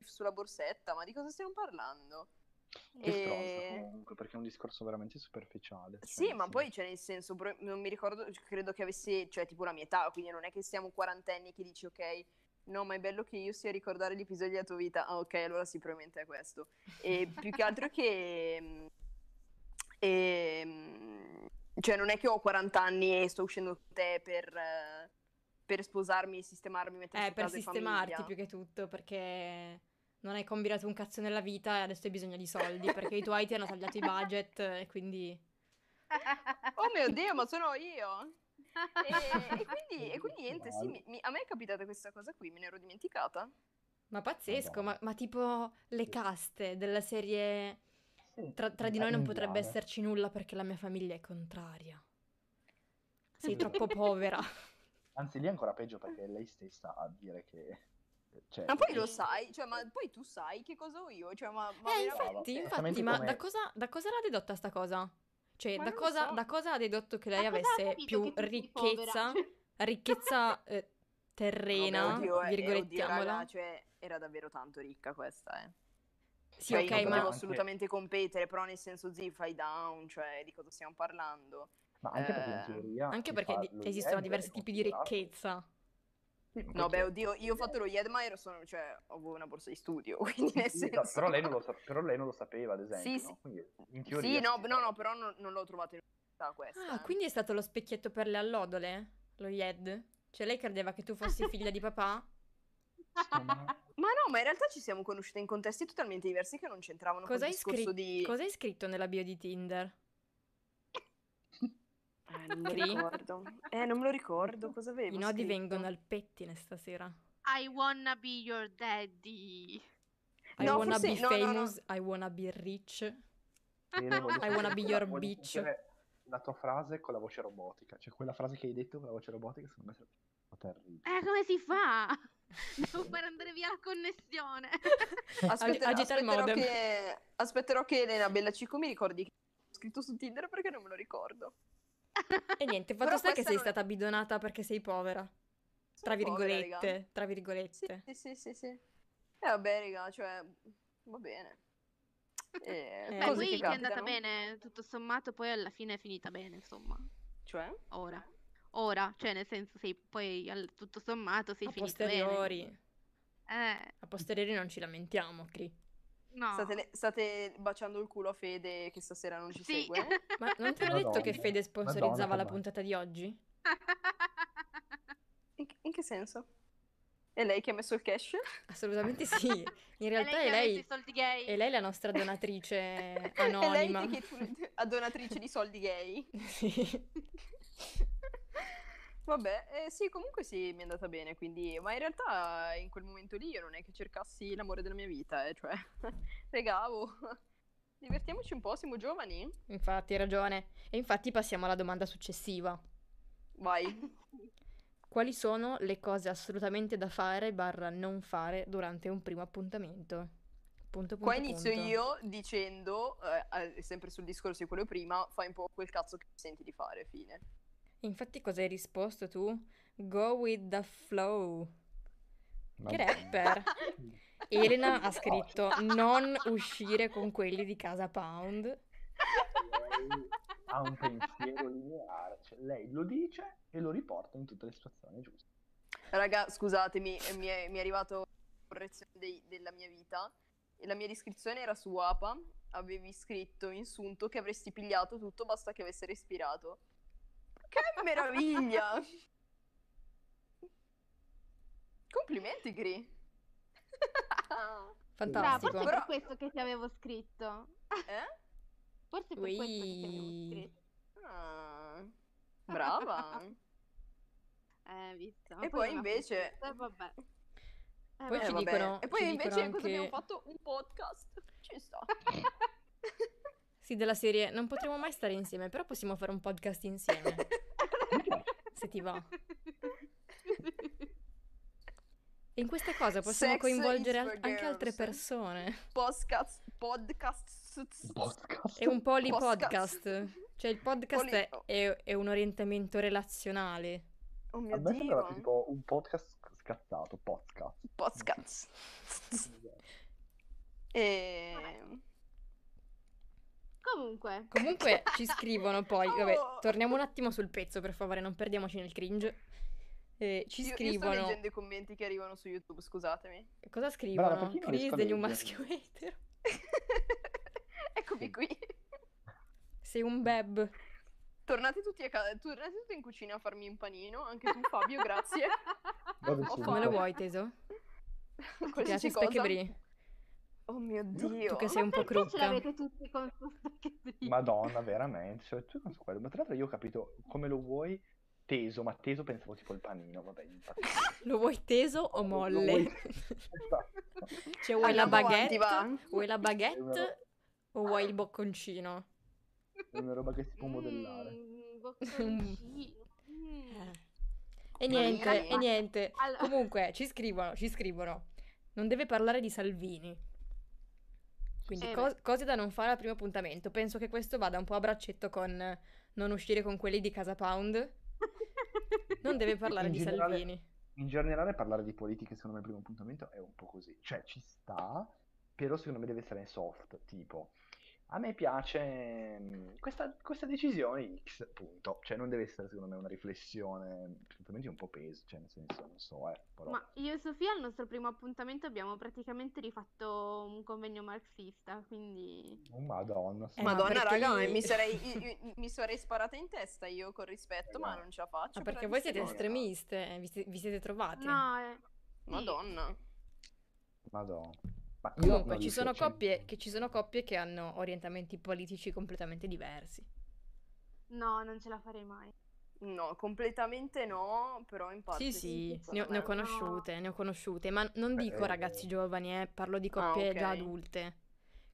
[SPEAKER 4] sulla borsetta, ma di cosa stiamo parlando?
[SPEAKER 3] Che
[SPEAKER 4] Eh,
[SPEAKER 3] stronza comunque, perché è un discorso veramente superficiale. cioè,
[SPEAKER 4] Sì,
[SPEAKER 3] nel
[SPEAKER 4] ma poi
[SPEAKER 3] senso-
[SPEAKER 4] cioè nel senso, pro- non mi ricordo, credo che avessi, cioè tipo la mia età, quindi non è che siamo quarantenni che dici ok, no ma è bello che io sia a ricordare gli episodi della tua vita, ah ok, allora sicuramente è questo. E più che altro che... mm, e, mm, cioè non è che ho 40 anni e sto uscendo con te per, eh, per sposarmi, sistemarmi, mettere
[SPEAKER 2] Eh,
[SPEAKER 4] su
[SPEAKER 2] per
[SPEAKER 4] casa e
[SPEAKER 2] sistemarti
[SPEAKER 4] famiglia.
[SPEAKER 2] più che tutto, perché non hai combinato un cazzo nella vita e adesso hai bisogno di soldi, perché i tuoi ti hanno tagliato i budget e quindi...
[SPEAKER 4] Oh mio Dio, ma sono io! E, e quindi, e quindi niente, sì, mi- mi- a me è capitata questa cosa qui, me ne ero dimenticata.
[SPEAKER 2] Ma pazzesco, ma,
[SPEAKER 3] Madonna.
[SPEAKER 2] ma tipo le caste della serie...
[SPEAKER 3] Sì,
[SPEAKER 2] Tra, tra di noi
[SPEAKER 3] Eh,
[SPEAKER 2] non potrebbe
[SPEAKER 3] indiana.
[SPEAKER 2] esserci nulla perché la mia famiglia è contraria. Sei
[SPEAKER 3] Sì.
[SPEAKER 2] troppo povera. Eh,
[SPEAKER 3] Anzi, lì è ancora peggio perché è lei stessa a dire che... Cioè,
[SPEAKER 4] Ma poi lo sai, cioè, ma poi tu sai che cosa ho io, cioè, ma, ma
[SPEAKER 2] eh,
[SPEAKER 4] veramente-
[SPEAKER 2] infatti,
[SPEAKER 3] vabbè,
[SPEAKER 2] infatti,
[SPEAKER 3] esattamente
[SPEAKER 2] ma
[SPEAKER 3] come-
[SPEAKER 2] da cosa, da cosa era dedotta sta cosa? Cioè,
[SPEAKER 4] Ma
[SPEAKER 2] da
[SPEAKER 4] non
[SPEAKER 2] cosa,
[SPEAKER 4] so.
[SPEAKER 2] da cosa ha dedotto che lei
[SPEAKER 5] Ma cosa ha
[SPEAKER 2] avesse
[SPEAKER 5] capito
[SPEAKER 2] più
[SPEAKER 5] che tu sei
[SPEAKER 2] ricchezza,
[SPEAKER 5] povera?
[SPEAKER 2] ricchezza eh, terrena,
[SPEAKER 4] Vabbè, oddio, eh, eh, oddio,
[SPEAKER 2] virgolettiamola?
[SPEAKER 4] raga, cioè, era davvero tanto ricca questa, eh.
[SPEAKER 2] sì,
[SPEAKER 4] Cioè,
[SPEAKER 2] ok,
[SPEAKER 4] io non
[SPEAKER 2] ma
[SPEAKER 4] potevo
[SPEAKER 3] anche-
[SPEAKER 4] assolutamente competere, però nel senso, zii, fai down, cioè, di cosa stiamo parlando?
[SPEAKER 3] Ma anche perché in
[SPEAKER 4] Eh,
[SPEAKER 3] teoria...
[SPEAKER 2] anche
[SPEAKER 3] chi
[SPEAKER 2] perché
[SPEAKER 3] fa
[SPEAKER 2] di- cioè,
[SPEAKER 3] lo
[SPEAKER 2] esistono
[SPEAKER 3] Yed
[SPEAKER 2] diversi
[SPEAKER 3] è
[SPEAKER 4] cioè,
[SPEAKER 2] tipi di
[SPEAKER 3] considerato-
[SPEAKER 2] ricchezza.
[SPEAKER 3] Sì, ma
[SPEAKER 4] No,
[SPEAKER 3] poi
[SPEAKER 4] beh,
[SPEAKER 3] c'è-
[SPEAKER 4] odmiro, io ho fatto lo Yedmire, sono, cioè, avevo una borsa di studio, quindi nel
[SPEAKER 3] Sì,
[SPEAKER 4] senso...
[SPEAKER 3] Però lei, non lo sa- però lei non lo sapeva, ad esempio.
[SPEAKER 4] sì.
[SPEAKER 3] no? Quindi, in teoria,
[SPEAKER 4] Sì, no,
[SPEAKER 3] si
[SPEAKER 4] no,
[SPEAKER 3] sa.
[SPEAKER 4] no, però non, non l'ho trovato in realtà questa.
[SPEAKER 2] Ah,
[SPEAKER 4] eh.
[SPEAKER 2] quindi è stato lo specchietto per le allodole? Lo Yed? Cioè, lei credeva che tu fossi figlia di papà?
[SPEAKER 3] Sì, ma-
[SPEAKER 4] Ma no, ma in realtà ci siamo conosciute in contesti totalmente diversi che non c'entravano
[SPEAKER 2] Cosa
[SPEAKER 4] col
[SPEAKER 2] hai,
[SPEAKER 4] discorso
[SPEAKER 2] scritto?
[SPEAKER 4] di...
[SPEAKER 2] Cosa hai scritto nella bio di Tinder?
[SPEAKER 4] Eh, non me lo
[SPEAKER 2] Cri?
[SPEAKER 4] ricordo. Eh, non me lo ricordo, cosa avevo
[SPEAKER 2] I nodi
[SPEAKER 4] scritto?
[SPEAKER 2] vengono al pettine stasera.
[SPEAKER 5] I wanna be your daddy.
[SPEAKER 2] I
[SPEAKER 4] No,
[SPEAKER 2] wanna
[SPEAKER 4] forse-
[SPEAKER 2] be
[SPEAKER 4] no, no, no.
[SPEAKER 2] famous, I wanna be rich.
[SPEAKER 3] Sì, le voglio
[SPEAKER 2] I wanna be your
[SPEAKER 3] voglio
[SPEAKER 2] bitch.
[SPEAKER 3] sentire La tua frase con la voce robotica, cioè quella frase che hai detto con la voce robotica, secondo me è terribile.
[SPEAKER 5] Eh, come si fa? Devo far andare via la connessione.
[SPEAKER 2] Eh,
[SPEAKER 4] Aspetta-
[SPEAKER 2] Ag- agita il
[SPEAKER 4] aspetterò,
[SPEAKER 2] modem.
[SPEAKER 4] che, aspetterò che Elena Bella Cico mi ricordi che ho scritto su Tinder perché non me lo ricordo.
[SPEAKER 2] E niente, il fatto
[SPEAKER 4] Però
[SPEAKER 2] sta che
[SPEAKER 4] questa
[SPEAKER 2] sei
[SPEAKER 4] non è-
[SPEAKER 2] stata bidonata perché sei povera. Tra
[SPEAKER 4] Sono povera,
[SPEAKER 2] virgolette, Cioè.
[SPEAKER 4] raga.
[SPEAKER 2] tra virgolette.
[SPEAKER 4] Sì, sì, sì, sì, sì. E vabbè, raga, cioè, va bene. Eh,
[SPEAKER 2] Beh,
[SPEAKER 5] Beh,
[SPEAKER 4] cose
[SPEAKER 2] così
[SPEAKER 5] poi
[SPEAKER 4] che
[SPEAKER 5] ti è
[SPEAKER 4] capitano.
[SPEAKER 5] andata bene, tutto sommato, poi alla fine è finita bene, insomma.
[SPEAKER 4] Cioè?
[SPEAKER 5] Ora. Ora, cioè nel senso sei poi al- tutto sommato sei
[SPEAKER 2] A
[SPEAKER 5] finito bene.
[SPEAKER 2] posteriori,
[SPEAKER 5] Eh,
[SPEAKER 2] a posteriori non ci lamentiamo, Cri.
[SPEAKER 5] no.
[SPEAKER 4] State, le- state baciando il culo a Fede che stasera non ci
[SPEAKER 5] Sì.
[SPEAKER 4] segue?
[SPEAKER 2] Ma non ti avevo detto che
[SPEAKER 3] Madonna,
[SPEAKER 2] Fede sponsorizzava
[SPEAKER 3] Madonna,
[SPEAKER 2] la
[SPEAKER 3] che
[SPEAKER 2] puntata di oggi?
[SPEAKER 4] In, in che senso? E lei che ha messo il cash?
[SPEAKER 2] Assolutamente sì. In realtà
[SPEAKER 5] che
[SPEAKER 2] è
[SPEAKER 5] ha messo
[SPEAKER 2] lei,
[SPEAKER 5] i soldi gay.
[SPEAKER 2] è lei la nostra donatrice
[SPEAKER 4] E
[SPEAKER 2] anonima.
[SPEAKER 4] lei che a donatrice di soldi gay.
[SPEAKER 2] Sì.
[SPEAKER 4] Vabbè, eh, sì, comunque sì, mi è andata bene, quindi... Ma in realtà in quel momento lì io non è che cercassi l'amore della mia vita, eh, cioè... Regavo. Divertiamoci un po', siamo giovani?
[SPEAKER 2] Infatti, hai ragione. E infatti passiamo alla domanda successiva.
[SPEAKER 4] Vai.
[SPEAKER 2] Quali sono le cose assolutamente da fare barra non fare durante un primo appuntamento? Punto, punto,
[SPEAKER 4] Qua inizio
[SPEAKER 2] punto.
[SPEAKER 4] io dicendo, eh, eh, sempre sul discorso di quello prima, fai un po' quel cazzo che senti di fare, fine.
[SPEAKER 2] Infatti cosa hai risposto tu? Go with the flow. Che rapper. Elena ha scritto non uscire con quelli di casa Pound.
[SPEAKER 3] Lei ha un pensiero lineare, cioè lei lo dice e lo riporta in tutte le situazioni giuste.
[SPEAKER 4] Raga, scusatemi, eh, mi è, mi è arrivato una correzione dei- della mia vita. E la mia descrizione era su APA. Avevi scritto insunto che avresti pigliato tutto, basta che avessi respirato. Che meraviglia! Complimenti, Gri.
[SPEAKER 5] Brava,
[SPEAKER 2] Fantastico.
[SPEAKER 5] forse è
[SPEAKER 4] Però-
[SPEAKER 5] per questo che ti avevo scritto.
[SPEAKER 4] eh?
[SPEAKER 5] Forse è per questo che ti avevo
[SPEAKER 2] Ui.
[SPEAKER 5] scritto.
[SPEAKER 4] Ah, brava.
[SPEAKER 5] Eh, visto. Ma
[SPEAKER 4] E poi
[SPEAKER 5] è una
[SPEAKER 4] invece-
[SPEAKER 5] puntata, vabbè. Eh,
[SPEAKER 2] Poi
[SPEAKER 5] vabbè.
[SPEAKER 2] ci
[SPEAKER 4] Eh, va
[SPEAKER 2] dicono-
[SPEAKER 4] bene. E poi
[SPEAKER 2] ci
[SPEAKER 4] invece
[SPEAKER 2] dicono
[SPEAKER 4] cosa abbiamo
[SPEAKER 2] anche-
[SPEAKER 4] fatto? Un podcast. Ci sta.
[SPEAKER 2] Sì, della serie non potremo mai stare insieme, però possiamo fare un podcast insieme. Se ti va. E in questa cosa possiamo
[SPEAKER 4] Sex
[SPEAKER 2] coinvolgere
[SPEAKER 4] is
[SPEAKER 2] al-
[SPEAKER 4] for
[SPEAKER 2] anche altre
[SPEAKER 4] girls.
[SPEAKER 2] persone.
[SPEAKER 4] Podcast. Podcast.
[SPEAKER 3] Podcast.
[SPEAKER 2] È un
[SPEAKER 4] Podcast.
[SPEAKER 2] polipodcast. Cioè, il podcast è,
[SPEAKER 4] Poli-
[SPEAKER 2] è- è un orientamento relazionale.
[SPEAKER 4] Oh mio
[SPEAKER 3] A me
[SPEAKER 4] Dio.
[SPEAKER 5] eh.
[SPEAKER 3] sembrava più tipo un podcast scazzato, podcast.
[SPEAKER 4] Podcast.
[SPEAKER 2] Eh,
[SPEAKER 4] E...
[SPEAKER 5] Comunque,
[SPEAKER 2] Comunque ci scrivono poi, vabbè,
[SPEAKER 4] Oh.
[SPEAKER 2] torniamo un attimo sul pezzo per favore, non perdiamoci nel cringe. Eh, ci
[SPEAKER 4] Io, io sto
[SPEAKER 2] scrivono,
[SPEAKER 4] leggendo i commenti che arrivano su YouTube, scusatemi.
[SPEAKER 2] cosa scrivono?
[SPEAKER 3] perché non
[SPEAKER 2] Chris degli un
[SPEAKER 3] rispondevi?
[SPEAKER 2] maschio etero.
[SPEAKER 4] Eccomi qui.
[SPEAKER 2] Sei un beb.
[SPEAKER 4] Tornate tutti, a ca- tornate tutti in cucina a farmi un panino, anche tu Fabio, grazie.
[SPEAKER 3] Vado
[SPEAKER 4] Ho
[SPEAKER 3] su.
[SPEAKER 2] Come lo
[SPEAKER 4] fame.
[SPEAKER 2] vuoi teso? Ti piace
[SPEAKER 4] Qualsiasi cosa.
[SPEAKER 2] Specchebri?
[SPEAKER 4] Oh mio Dio.
[SPEAKER 2] Tu che sei un po'
[SPEAKER 5] perché ce
[SPEAKER 2] crocca.
[SPEAKER 5] l'avete tutti con tutto che dico?
[SPEAKER 3] Madonna, veramente. Cioè, tu non so quello. Ma tra l'altro io ho capito come lo vuoi teso, ma teso pensavo tipo il panino, vabbè. infatti.
[SPEAKER 2] Lo vuoi teso o
[SPEAKER 3] Lo vuoi-
[SPEAKER 2] molle?
[SPEAKER 3] Esatto.
[SPEAKER 2] cioè vuoi la
[SPEAKER 4] Andiamo
[SPEAKER 2] baguette?
[SPEAKER 4] avanti, va.
[SPEAKER 2] Vuoi la
[SPEAKER 3] Una-
[SPEAKER 2] baguette o vuoi il bocconcino?
[SPEAKER 3] È una roba che si può modellare.
[SPEAKER 5] Mm, bocconcino. Mm.
[SPEAKER 2] E
[SPEAKER 4] Ma
[SPEAKER 2] niente,
[SPEAKER 4] ragazzi.
[SPEAKER 2] e niente.
[SPEAKER 5] Allora-
[SPEAKER 2] Comunque ci scrivono, ci scrivono. Non deve parlare di Salvini. Quindi
[SPEAKER 5] Eh
[SPEAKER 2] co-
[SPEAKER 5] beh.
[SPEAKER 2] cose da non fare al primo appuntamento. Penso che questo vada un po' a braccetto con eh, non uscire con quelli di Casa Pound. Non deve parlare
[SPEAKER 3] In
[SPEAKER 2] di
[SPEAKER 3] generale-
[SPEAKER 2] Salvini. Ah,
[SPEAKER 3] In generale parlare di politica, secondo me, al primo appuntamento è un po' così. Cioè, ci sta, però secondo me deve essere soft, tipo... A me piace mm, questa, questa decisione X, punto. Cioè, non deve essere, secondo me, una riflessione, altrimenti è un po' peso, cioè, nel senso, non so, eh, però...
[SPEAKER 5] Ma io e Sofia al nostro primo appuntamento abbiamo praticamente rifatto un convegno marxista, quindi...
[SPEAKER 3] Oh, Madonna, sì.
[SPEAKER 2] Eh, ma
[SPEAKER 4] Madonna,
[SPEAKER 2] perché
[SPEAKER 4] raga,
[SPEAKER 2] lì-
[SPEAKER 4] mi sarei, io- io- mi sarei sparata in testa io con rispetto, ma non ce la
[SPEAKER 2] Esatto.
[SPEAKER 4] faccio.
[SPEAKER 2] Ma
[SPEAKER 4] per
[SPEAKER 2] perché
[SPEAKER 4] la
[SPEAKER 2] voi siete
[SPEAKER 4] distanza.
[SPEAKER 2] estremiste, eh, vi, si- vi siete trovati.
[SPEAKER 5] No, eh, sì.
[SPEAKER 4] Madonna.
[SPEAKER 3] Madonna. Ma io
[SPEAKER 2] Comunque,
[SPEAKER 3] non
[SPEAKER 2] ci
[SPEAKER 3] riesco-
[SPEAKER 2] sono,
[SPEAKER 3] cioè-
[SPEAKER 2] coppie, che ci sono coppie che hanno orientamenti politici completamente diversi.
[SPEAKER 5] No, non ce la farei mai.
[SPEAKER 4] No, completamente no, però in parte
[SPEAKER 2] Sì,
[SPEAKER 4] sì,
[SPEAKER 2] sì,
[SPEAKER 4] secondo
[SPEAKER 2] ne ho, ne ho
[SPEAKER 4] me.
[SPEAKER 2] conosciute, ne ho conosciute, ma non dico
[SPEAKER 3] Eh.
[SPEAKER 2] ragazzi giovani, eh, parlo di coppie
[SPEAKER 4] ok.
[SPEAKER 2] già adulte,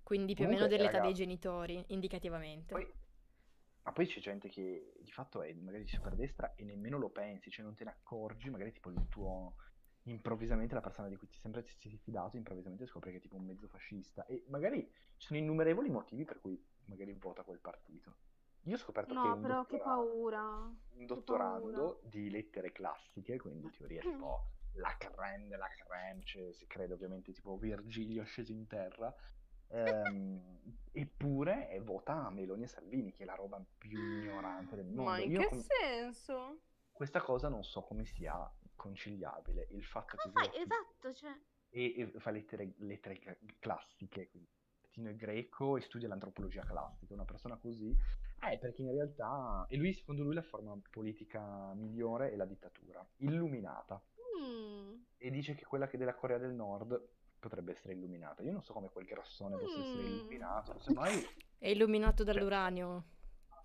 [SPEAKER 2] quindi più o meno
[SPEAKER 3] Comunque,
[SPEAKER 2] dell'età
[SPEAKER 3] raga-
[SPEAKER 2] dei genitori, indicativamente.
[SPEAKER 3] Poi- ma poi c'è gente che di fatto è magari di superdestra e nemmeno lo pensi, cioè non te ne accorgi, magari tipo il tuo improvvisamente la persona di cui ti sembra ti sei fidato, improvvisamente scopri che è tipo un mezzo fascista e magari ci sono innumerevoli motivi per cui magari vota quel partito. Io ho scoperto che
[SPEAKER 5] No,
[SPEAKER 3] un
[SPEAKER 5] però che
[SPEAKER 3] dottora-
[SPEAKER 5] paura.
[SPEAKER 3] un dottorando di lettere classiche, quindi teoria tipo la creme della creme, cioè si crede ovviamente tipo Virgilio sceso in terra, ehm, eppure eh, vota Meloni e Salvini, che è la roba più ignorante del mondo.
[SPEAKER 4] Ma in
[SPEAKER 3] Io
[SPEAKER 4] che
[SPEAKER 3] com-
[SPEAKER 4] senso?
[SPEAKER 3] questa cosa non so come sia conciliabile, il fatto
[SPEAKER 5] Come
[SPEAKER 3] che
[SPEAKER 5] fai?
[SPEAKER 3] voti
[SPEAKER 5] Esatto, cioè...
[SPEAKER 3] e, e fa lettere, lettere cla- classiche, quindi latino e greco e studia l'antropologia classica. Una persona così è perché in realtà, e lui secondo lui la forma politica migliore è la dittatura, illuminata,
[SPEAKER 5] Mm.
[SPEAKER 3] e dice che quella che della Corea del Nord potrebbe essere illuminata. Io non so come quel grassone possa essere
[SPEAKER 5] Mm.
[SPEAKER 3] illuminato, semmai
[SPEAKER 2] È illuminato
[SPEAKER 3] Cioè
[SPEAKER 2] dall'uranio.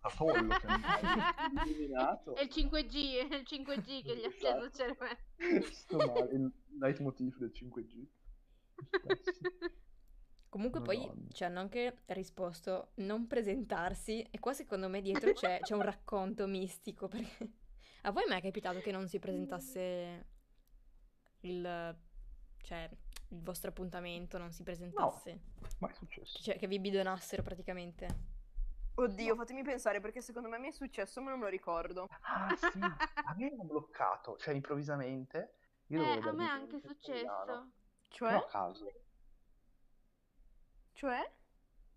[SPEAKER 3] a pollo, semmai. illuminato.
[SPEAKER 5] È il 5G, è il 5G che gli
[SPEAKER 3] Esatto.
[SPEAKER 5] ha cioè, acceso il cervello.
[SPEAKER 3] Sto male, il leitmotiv del 5G.
[SPEAKER 2] Comunque poi
[SPEAKER 3] Madonna.
[SPEAKER 2] ci hanno anche risposto non presentarsi e qua secondo me dietro c'è, c'è un racconto mistico perché a voi mai è capitato che non si presentasse il, cioè, il vostro appuntamento, non si presentasse,
[SPEAKER 3] Ma è successo?
[SPEAKER 2] cioè che vi bidonassero praticamente?
[SPEAKER 4] Oddio, fatemi pensare perché secondo me mi è successo ma non lo ricordo.
[SPEAKER 3] Ah sì, a me hanno bloccato, cioè improvvisamente. Io dovevo
[SPEAKER 5] Eh, a
[SPEAKER 3] dargli
[SPEAKER 5] me è
[SPEAKER 3] un
[SPEAKER 5] anche
[SPEAKER 3] pezzo di mano.
[SPEAKER 5] successo.
[SPEAKER 4] Cioè?
[SPEAKER 3] No, a caso.
[SPEAKER 4] Cioè?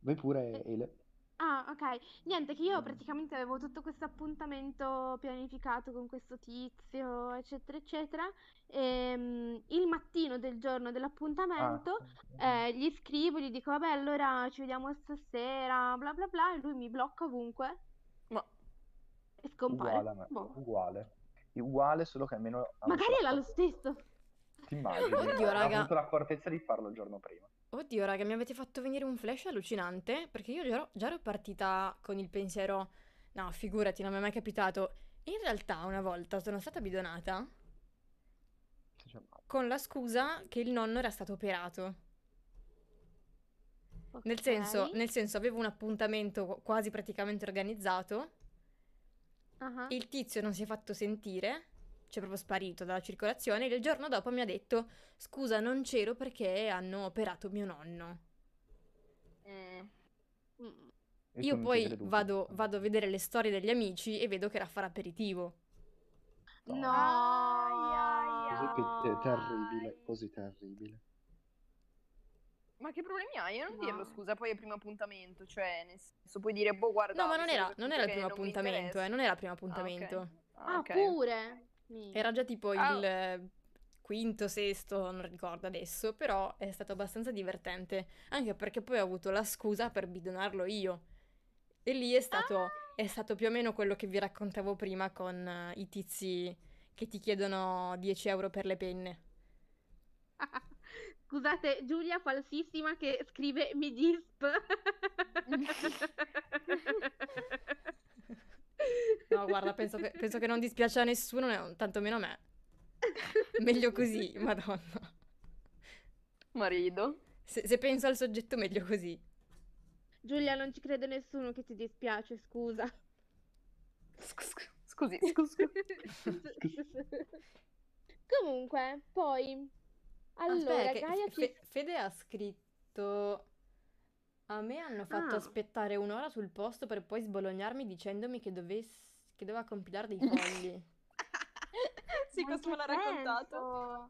[SPEAKER 3] Voi pure, Ele.
[SPEAKER 5] Ah, ok. Niente, che
[SPEAKER 3] Mm.
[SPEAKER 5] io praticamente avevo tutto questo appuntamento pianificato con questo tizio, eccetera, eccetera. E mm, il mattino del giorno dell'appuntamento
[SPEAKER 3] Ah,
[SPEAKER 5] eh, gli scrivo, gli dico, vabbè, allora ci vediamo stasera, bla bla bla, e lui mi blocca ovunque
[SPEAKER 4] Ma
[SPEAKER 5] e scompare.
[SPEAKER 3] uguale, a me,
[SPEAKER 5] Boh.
[SPEAKER 3] uguale. Uguale, solo che almeno... ha
[SPEAKER 5] Magari
[SPEAKER 3] avuto
[SPEAKER 5] era
[SPEAKER 3] la-
[SPEAKER 5] lo stesso.
[SPEAKER 3] Ti immagini?
[SPEAKER 2] Oddio,
[SPEAKER 3] Ha
[SPEAKER 2] raga.
[SPEAKER 3] avuto l'accortezza di farlo il giorno prima.
[SPEAKER 2] Oddio, raga, mi avete fatto venire un flash allucinante perché io già ero, già ero partita con il pensiero, no, figurati, non mi è mai capitato. In realtà una volta sono stata bidonata
[SPEAKER 3] Cioè, ma-
[SPEAKER 2] con la scusa che il nonno era stato operato. Nel senso,
[SPEAKER 5] Ok.
[SPEAKER 2] nel senso, avevo un appuntamento qu- quasi praticamente organizzato,
[SPEAKER 5] Ah.
[SPEAKER 2] il tizio non si è fatto sentire, cioè proprio sparito dalla circolazione, e il giorno dopo mi ha detto scusa non c'ero perché hanno operato mio nonno.
[SPEAKER 4] Mm.
[SPEAKER 5] Mm.
[SPEAKER 3] e
[SPEAKER 2] Io
[SPEAKER 3] tu non ti
[SPEAKER 2] poi
[SPEAKER 3] creduci.
[SPEAKER 2] vado, vado a vedere le storie degli amici e vedo che era a fare aperitivo.
[SPEAKER 3] No.
[SPEAKER 5] No.
[SPEAKER 4] Ai, ai,
[SPEAKER 3] Così che è terribile,
[SPEAKER 5] Ai.
[SPEAKER 3] così terribile.
[SPEAKER 4] Ma che problemi hai? Io non
[SPEAKER 5] No.
[SPEAKER 4] dirlo, scusa, poi è primo appuntamento, cioè nel senso puoi dire, boh, guarda...
[SPEAKER 2] No, ma
[SPEAKER 4] mi
[SPEAKER 2] non
[SPEAKER 4] sono
[SPEAKER 2] era,
[SPEAKER 4] reso
[SPEAKER 2] non
[SPEAKER 4] conto
[SPEAKER 2] era il
[SPEAKER 4] che
[SPEAKER 2] primo
[SPEAKER 4] mi
[SPEAKER 2] appuntamento, eh,
[SPEAKER 4] interessa.
[SPEAKER 2] non era il primo
[SPEAKER 4] Ah, ok.
[SPEAKER 2] appuntamento.
[SPEAKER 5] Ah,
[SPEAKER 4] ok.
[SPEAKER 5] pure.
[SPEAKER 2] Era già tipo
[SPEAKER 4] Ah.
[SPEAKER 2] il eh, quinto, sesto, non ricordo adesso, però è stato abbastanza divertente, anche perché poi ho avuto la scusa per bidonarlo io. E lì è stato, è stato più o meno quello che vi raccontavo prima con eh, i tizi che ti chiedono 10 euro per le penne.
[SPEAKER 5] Scusate, Giulia falsissima che scrive mi disp.
[SPEAKER 2] No, guarda, penso che, penso che non dispiace a nessuno, ne- tantomeno a me. Meglio così, madonna.
[SPEAKER 4] Marido.
[SPEAKER 2] Se, se penso al soggetto, meglio così.
[SPEAKER 5] Giulia, non ci crede nessuno che ti dispiace, scusa.
[SPEAKER 4] Scusi, scusi.
[SPEAKER 5] Comunque, poi... Allora,
[SPEAKER 2] Aspetta, che
[SPEAKER 5] Gaia
[SPEAKER 2] Fe-
[SPEAKER 5] ci...
[SPEAKER 2] Fe- Fede ha scritto: A me hanno fatto
[SPEAKER 5] Ah.
[SPEAKER 2] aspettare un'ora sul posto per poi sbolognarmi dicendomi che, dovess- che doveva compilare dei fogli.
[SPEAKER 5] Ma
[SPEAKER 4] sì,
[SPEAKER 5] in
[SPEAKER 4] questo
[SPEAKER 5] che
[SPEAKER 4] me l'ha raccontato.